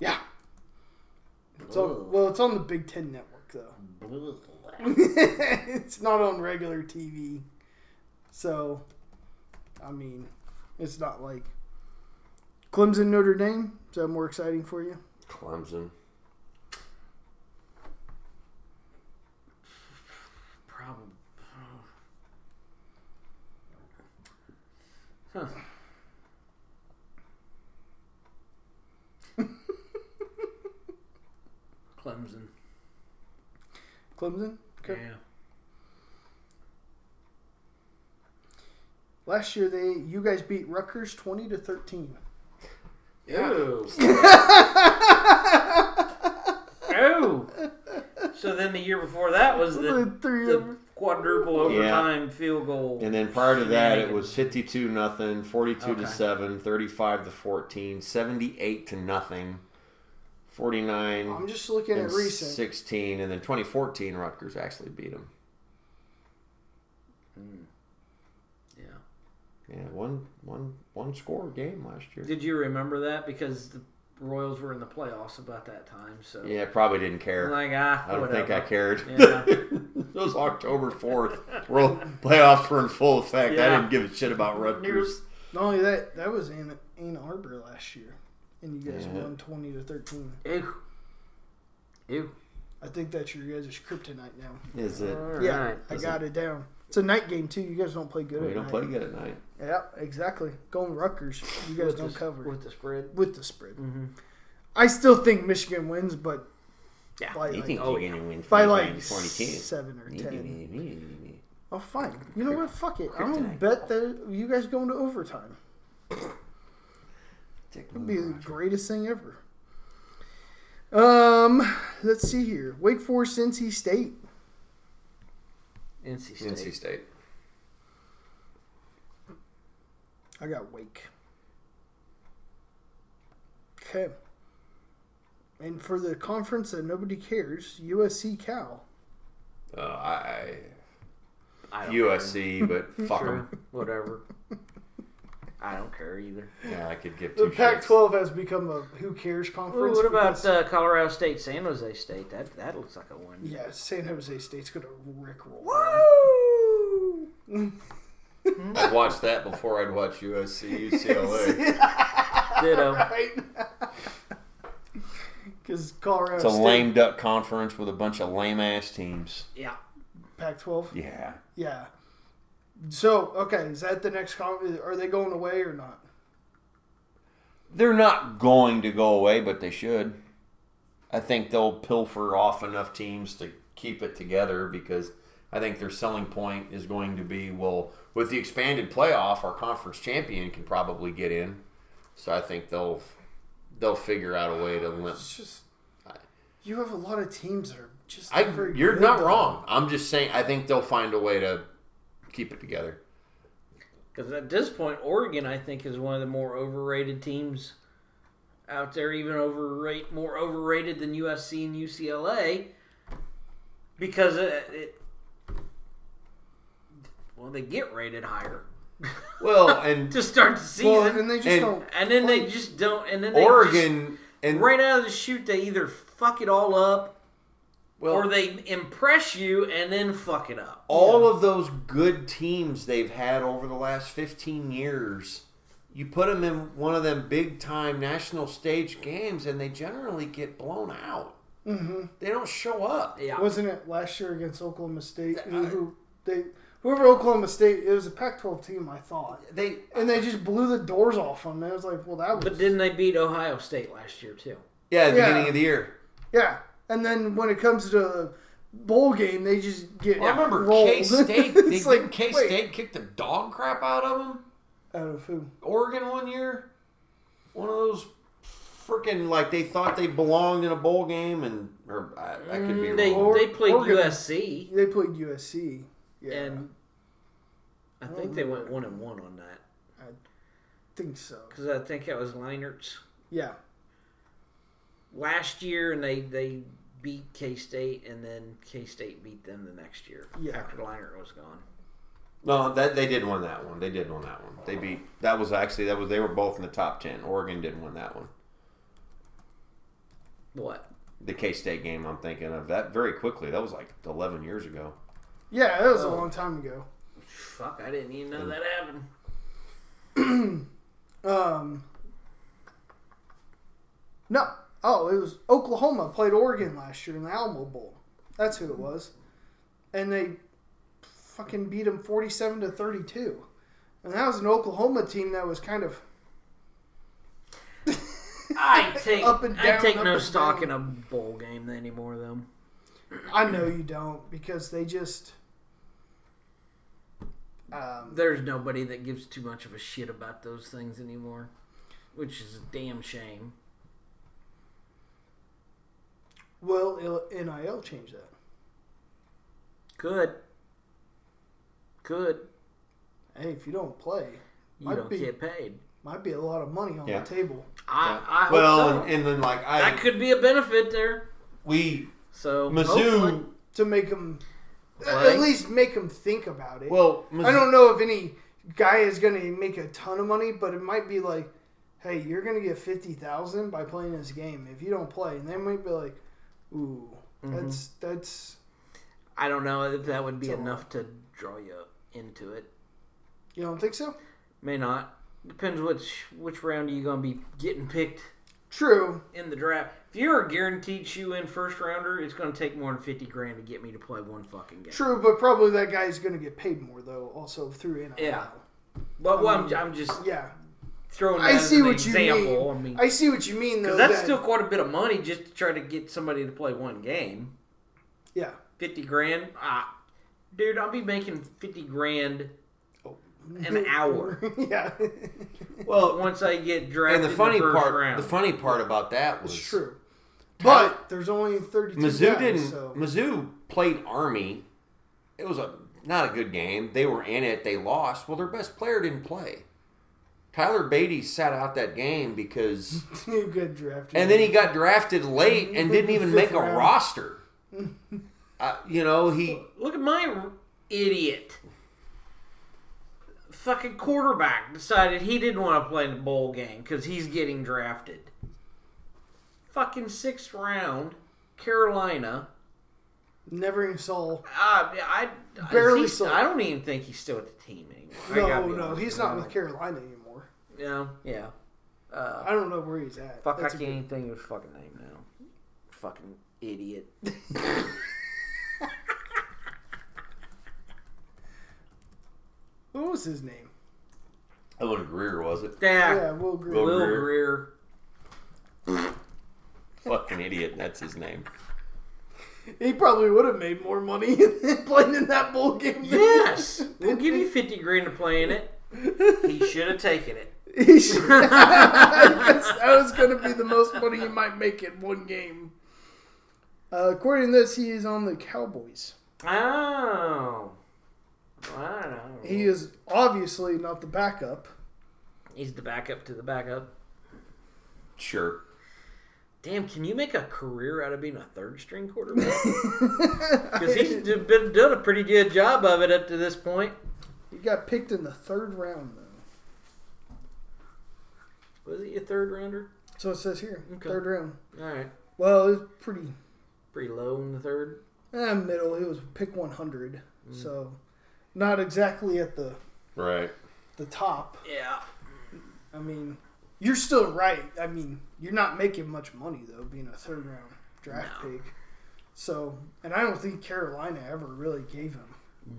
[SPEAKER 1] Yeah. It's on, well, it's on the Big Ten Network though.
[SPEAKER 3] Ugh.
[SPEAKER 1] it's not on regular TV, so I mean, it's not like Clemson Notre Dame. Is that more exciting for you?
[SPEAKER 2] Clemson.
[SPEAKER 3] Probably. Huh. Clemson.
[SPEAKER 1] Clemson. Okay.
[SPEAKER 3] Yeah.
[SPEAKER 1] Last year they you guys beat Rutgers twenty to thirteen.
[SPEAKER 3] Ew. Ew. So then the year before that was the,
[SPEAKER 1] Three of
[SPEAKER 3] the quadruple overtime field goal.
[SPEAKER 2] And then prior to that, it
[SPEAKER 3] Shenanigans.
[SPEAKER 2] was 52 nothing, 42
[SPEAKER 3] Okay.
[SPEAKER 2] to 7, 35 to 14, 78 to nothing, 49
[SPEAKER 1] I'm just looking
[SPEAKER 2] and
[SPEAKER 1] at recent.
[SPEAKER 2] 16, and then 2014 Rutgers actually beat them.
[SPEAKER 3] Yeah.
[SPEAKER 2] Yeah, one one one score game last year.
[SPEAKER 3] Did you remember that? Because the Royals were in the playoffs about that time. So
[SPEAKER 2] Yeah, probably didn't care.
[SPEAKER 3] like ah,
[SPEAKER 2] I don't
[SPEAKER 3] whatever.
[SPEAKER 2] think I cared.
[SPEAKER 3] Yeah.
[SPEAKER 2] [LAUGHS] it was October 4th.
[SPEAKER 3] [LAUGHS]
[SPEAKER 2] World playoffs were in full effect. I
[SPEAKER 3] Yeah.
[SPEAKER 2] didn't give a shit about Rutgers.
[SPEAKER 1] Not only that, that was in Ann Arbor last year, and you guys
[SPEAKER 2] Yeah.
[SPEAKER 1] won twenty to thirteen.
[SPEAKER 3] Ew. Ew.
[SPEAKER 1] I think that's your guys' kryptonite now.
[SPEAKER 2] Is it?
[SPEAKER 1] yeah,
[SPEAKER 3] Alright.
[SPEAKER 1] I
[SPEAKER 2] doesn't-
[SPEAKER 1] got it down. It's a night game too. You guys don't play good.
[SPEAKER 2] We
[SPEAKER 1] at
[SPEAKER 2] don't
[SPEAKER 1] night.
[SPEAKER 2] play good at night.
[SPEAKER 1] Yeah, exactly. Going Rutgers, you guys
[SPEAKER 3] With
[SPEAKER 1] don't
[SPEAKER 3] the-
[SPEAKER 1] cover
[SPEAKER 3] with the spread.
[SPEAKER 1] with the spread.
[SPEAKER 2] Mm-hmm.
[SPEAKER 3] Mhm.
[SPEAKER 1] I still think Michigan wins, but
[SPEAKER 3] Yeah,
[SPEAKER 1] by
[SPEAKER 2] You
[SPEAKER 1] like,
[SPEAKER 2] think
[SPEAKER 3] oh,
[SPEAKER 2] you're going to win
[SPEAKER 1] by
[SPEAKER 2] 45
[SPEAKER 1] like
[SPEAKER 2] to 42.
[SPEAKER 1] seven or ten.
[SPEAKER 2] That's
[SPEAKER 1] Oh, fine. You know what? Fuck it. I'm gonna
[SPEAKER 2] Kryptonite.
[SPEAKER 1] bet that you guys go into overtime. It'd be the greatest thing ever. Um, let's see here. Wake Forest, NC State.
[SPEAKER 3] NC State.
[SPEAKER 2] NC State.
[SPEAKER 1] I got Wake. Okay. And for the conference that nobody cares, USC Cal.
[SPEAKER 2] Uh, I,
[SPEAKER 3] I
[SPEAKER 2] I
[SPEAKER 3] don't
[SPEAKER 2] USC, but fuck
[SPEAKER 3] [LAUGHS] care. Sure,
[SPEAKER 2] them.
[SPEAKER 3] whatever. I don't care either.
[SPEAKER 2] Yeah, I could give
[SPEAKER 1] The
[SPEAKER 2] two shits.
[SPEAKER 1] Pac-12 has become a who cares
[SPEAKER 3] Ooh,
[SPEAKER 1] conference.
[SPEAKER 3] what about
[SPEAKER 1] because-
[SPEAKER 3] uh, Colorado State, San Jose State? That that looks like a win.
[SPEAKER 1] yeah, San Jose State's gonna rickroll.
[SPEAKER 3] Woo!
[SPEAKER 2] I'd watch that before I'd watch USC
[SPEAKER 3] [LAUGHS]
[SPEAKER 1] [LAUGHS]
[SPEAKER 2] UCLA.
[SPEAKER 3] Ditto.
[SPEAKER 1] Right? Because Colorado
[SPEAKER 2] It's a
[SPEAKER 1] State
[SPEAKER 2] lame duck conference with a bunch of lame ass teams.
[SPEAKER 3] Yeah.
[SPEAKER 1] Pac-12.
[SPEAKER 2] Yeah.
[SPEAKER 1] Yeah. So okay, is that the next? Con- are they going away or not?
[SPEAKER 2] They're not going to go away, but they should. I think they'll pilfer off enough teams to keep it together because I think their selling point is going to be well, with the expanded playoff, our conference champion can probably get in. So I think they'll they'll figure out a way to limp.
[SPEAKER 1] It's just you have a lot of teams that are just.
[SPEAKER 2] I,
[SPEAKER 1] not very
[SPEAKER 2] you're
[SPEAKER 1] good,
[SPEAKER 2] not
[SPEAKER 1] though.
[SPEAKER 2] wrong. I'm just saying I think they'll find a way to keep it together.
[SPEAKER 3] Because at this point, Oregon, I think, is one of the more overrated teams out there, even overrate more overrated than USC and UCLA, because it, it well they get rated higher [LAUGHS]
[SPEAKER 1] [LAUGHS]
[SPEAKER 2] Well, and
[SPEAKER 3] to start the season,
[SPEAKER 1] Well, and they just
[SPEAKER 2] And-
[SPEAKER 1] don't.
[SPEAKER 3] and then they just don't, and then they
[SPEAKER 2] Oregon and
[SPEAKER 3] just, right out of the shoot they either fuck it all up
[SPEAKER 2] well,
[SPEAKER 3] or they impress you and then fuck it up.
[SPEAKER 2] all of those good teams they've had over the last 15 years you put them in one of them big time national stage games and they generally get blown out
[SPEAKER 1] Mhm.
[SPEAKER 2] they don't show up
[SPEAKER 3] Yeah,
[SPEAKER 1] Wasn't it last year against Oklahoma State?
[SPEAKER 2] I-
[SPEAKER 1] who they, whoever Oklahoma State, it was a Pac-12 team, I thought,
[SPEAKER 2] they
[SPEAKER 1] and they just blew the doors off on them. I was like, well, that was
[SPEAKER 3] but didn't they beat Ohio State last year too?
[SPEAKER 2] yeah at the
[SPEAKER 1] Yeah.
[SPEAKER 2] beginning of the year
[SPEAKER 1] yeah. And then when it comes to bowl game, they just get.
[SPEAKER 2] Well, i remember
[SPEAKER 1] [LAUGHS] rolled.
[SPEAKER 2] k-state
[SPEAKER 1] it's
[SPEAKER 2] they,
[SPEAKER 1] like wait,
[SPEAKER 2] k-state kicked the dog crap out of them
[SPEAKER 1] out of who?
[SPEAKER 2] oregon one year one of those freaking like they thought they belonged in a bowl game and or i, I could
[SPEAKER 1] Mm,
[SPEAKER 2] be
[SPEAKER 3] They,
[SPEAKER 2] wrong
[SPEAKER 3] they played
[SPEAKER 1] Oregon.
[SPEAKER 3] USC
[SPEAKER 1] They played USC. Yeah,
[SPEAKER 3] and I think they went one and one on that
[SPEAKER 1] think so.
[SPEAKER 3] because I think that was Leinert's
[SPEAKER 1] Yeah,
[SPEAKER 3] last year, and they they beat K State, and then K State beat them the next year
[SPEAKER 1] Yeah.
[SPEAKER 3] after Leinert was gone.
[SPEAKER 2] No, that they did win that one. They did win that one. They beat. That was actually that was they were both in the top ten. Oregon didn't win that one.
[SPEAKER 3] What?
[SPEAKER 2] The K State game I'm thinking of that very quickly. That was like 11 years ago.
[SPEAKER 1] yeah, that was a
[SPEAKER 3] Oh.
[SPEAKER 1] long time ago.
[SPEAKER 3] Fuck! I didn't even know that happened.
[SPEAKER 1] [LAUGHS] Um, no. Oh, it was Oklahoma played Oregon last year in the Alamo Bowl. That's who it was, and they fucking beat them forty-seven to thirty-two. And that was an Oklahoma team that was kind of [LAUGHS]
[SPEAKER 3] I take
[SPEAKER 1] Up and
[SPEAKER 3] I
[SPEAKER 1] down,
[SPEAKER 3] take
[SPEAKER 1] up
[SPEAKER 3] no
[SPEAKER 1] and
[SPEAKER 3] stock
[SPEAKER 1] down.
[SPEAKER 3] in a bowl game anymore, though.
[SPEAKER 1] I know you don't because they just um,
[SPEAKER 3] There's nobody that gives too much of a shit about those things anymore, which is a damn shame.
[SPEAKER 1] will il- NIL change that.
[SPEAKER 3] Good. Good.
[SPEAKER 1] Hey, if you don't play,
[SPEAKER 3] You
[SPEAKER 1] Might
[SPEAKER 3] don't
[SPEAKER 1] be.
[SPEAKER 3] get paid.
[SPEAKER 1] might be a lot of money on
[SPEAKER 2] Yeah.
[SPEAKER 1] the table.
[SPEAKER 3] I, I hope
[SPEAKER 2] well,
[SPEAKER 3] so.
[SPEAKER 2] and, and then like I
[SPEAKER 3] that could be a benefit there.
[SPEAKER 2] we
[SPEAKER 3] So hopefully-
[SPEAKER 2] Mizzou.
[SPEAKER 1] to make them
[SPEAKER 3] Right.
[SPEAKER 1] at least make them think about it.
[SPEAKER 2] Well, Mizzou,
[SPEAKER 1] I don't know if any guy is going to make a ton of money, but it might be like, hey, you're going to get fifty thousand by playing this game if you don't play, and they might be like, ooh, that's that's
[SPEAKER 3] I don't know if that would be
[SPEAKER 1] It's a lot.
[SPEAKER 3] enough to draw you into it.
[SPEAKER 1] you don't think so?
[SPEAKER 3] May not. Depends which which round are you going to be getting picked
[SPEAKER 1] True.
[SPEAKER 3] in the draft. If you're a guaranteed shoe in first rounder, it's going to take more than fifty grand to get me to play one fucking game.
[SPEAKER 1] True, but probably that guy's going to get paid more though, also through NIL.
[SPEAKER 3] Yeah. But well, I'm, I'm just
[SPEAKER 1] Yeah.
[SPEAKER 3] throwing. That
[SPEAKER 1] Um, I
[SPEAKER 3] as
[SPEAKER 1] see
[SPEAKER 3] an
[SPEAKER 1] what you
[SPEAKER 3] example.
[SPEAKER 1] mean.
[SPEAKER 3] I mean,
[SPEAKER 1] I see what you mean though.
[SPEAKER 3] because that's
[SPEAKER 1] that-
[SPEAKER 3] still quite a bit of money just to try to get somebody to play one game.
[SPEAKER 1] yeah.
[SPEAKER 3] fifty grand. Ah, dude, I'll be making fifty grand an
[SPEAKER 1] [LAUGHS]
[SPEAKER 3] hour
[SPEAKER 1] yeah.
[SPEAKER 2] Well,
[SPEAKER 3] once I get drafted.
[SPEAKER 2] and the funny
[SPEAKER 3] in the first
[SPEAKER 2] part,
[SPEAKER 3] round.
[SPEAKER 2] the funny part about that was
[SPEAKER 1] it's true. But there's only 32
[SPEAKER 2] Mizzou
[SPEAKER 1] guys,
[SPEAKER 2] didn't.
[SPEAKER 1] so
[SPEAKER 2] Mizzou played Army. It was a not a good game. They were in it. They lost. Well, their best player didn't play. Tyler Beatty sat out that game because,
[SPEAKER 1] [LAUGHS] you could draft.
[SPEAKER 2] and then he got drafted late and didn't even make a
[SPEAKER 3] [LAUGHS]
[SPEAKER 1] Fifth round.
[SPEAKER 2] roster. I, you know, he
[SPEAKER 3] Look at my idiot. Fucking quarterback decided he didn't want to play in the bowl game because he's getting drafted. Fucking sixth round, Carolina.
[SPEAKER 1] Never even saw.
[SPEAKER 3] Uh, I, I
[SPEAKER 1] Barely
[SPEAKER 3] is he-
[SPEAKER 1] saw.
[SPEAKER 3] I don't even think he's still with the team anymore. I
[SPEAKER 1] No,
[SPEAKER 3] gotta be
[SPEAKER 1] no,
[SPEAKER 3] honest
[SPEAKER 1] he's
[SPEAKER 3] you.
[SPEAKER 1] not with Carolina anymore.
[SPEAKER 3] No, yeah. Uh,
[SPEAKER 1] I don't know where he's at.
[SPEAKER 3] Fuck,
[SPEAKER 1] That's
[SPEAKER 3] I
[SPEAKER 1] a
[SPEAKER 3] can't even think of his fucking name now. Fucking idiot.
[SPEAKER 1] good- What was his name?
[SPEAKER 2] Owen Greer was it?
[SPEAKER 1] Yeah,
[SPEAKER 3] Yeah,
[SPEAKER 1] Will Greer.
[SPEAKER 2] Will
[SPEAKER 3] Will
[SPEAKER 2] Greer.
[SPEAKER 3] Greer.
[SPEAKER 2] Fucking idiot. That's his name.
[SPEAKER 1] He probably would have made more money [LAUGHS] playing in that bowl game. than- [LAUGHS]
[SPEAKER 3] [LAUGHS] Yes, we'll give you fifty grand to play in it. He should have taken it.
[SPEAKER 1] He should- [LAUGHS] That's- that was going to be the most money you might make in one game. Uh, according to this, he is on the Cowboys.
[SPEAKER 3] Oh, I don't know.
[SPEAKER 1] He is obviously not the backup. [LAUGHS]
[SPEAKER 3] He's the backup to the backup.
[SPEAKER 2] Sure.
[SPEAKER 3] Damn, can you make a career out of being a third string [LAUGHS] quarterback? Because he's
[SPEAKER 1] he
[SPEAKER 3] d- been doing a pretty good job of it up to this point.
[SPEAKER 1] got picked in the third round, though.
[SPEAKER 3] Was he a third rounder?
[SPEAKER 1] So it says here,
[SPEAKER 3] Okay.
[SPEAKER 1] third round.
[SPEAKER 3] All right,
[SPEAKER 1] Well, it was pretty
[SPEAKER 3] pretty low in the third.
[SPEAKER 1] eh, middle. It was pick 100, so not exactly at the
[SPEAKER 2] Right.
[SPEAKER 1] the top.
[SPEAKER 3] Yeah.
[SPEAKER 1] I mean, you're still right. I mean, you're not making much money though, being a third round draft
[SPEAKER 3] No.
[SPEAKER 1] pick. So, and I don't think Carolina ever really gave him.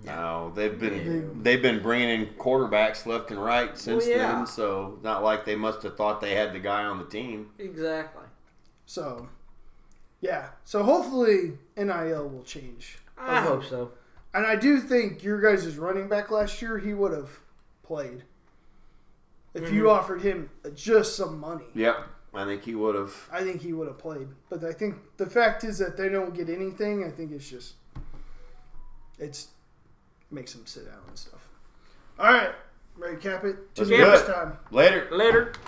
[SPEAKER 2] No, they've been they've been bringing in quarterbacks left and right since
[SPEAKER 3] Well, yeah.
[SPEAKER 2] then. So not like they must have thought they had the guy on the team.
[SPEAKER 3] Exactly.
[SPEAKER 1] So, yeah. So hopefully NIL will change.
[SPEAKER 3] I
[SPEAKER 1] Okay.
[SPEAKER 3] hope so.
[SPEAKER 1] And I do think your guys' running back last year, he would have played. If you offered him just some money,
[SPEAKER 2] Yep. I think he would have.
[SPEAKER 1] I think he would have played. But I think the fact is that they don't get anything. I think it's just it's makes them sit down and stuff. All right, ready to cap it. Till
[SPEAKER 2] Let's
[SPEAKER 1] the
[SPEAKER 2] do
[SPEAKER 1] next
[SPEAKER 2] it.
[SPEAKER 1] time.
[SPEAKER 2] Later.
[SPEAKER 3] Later.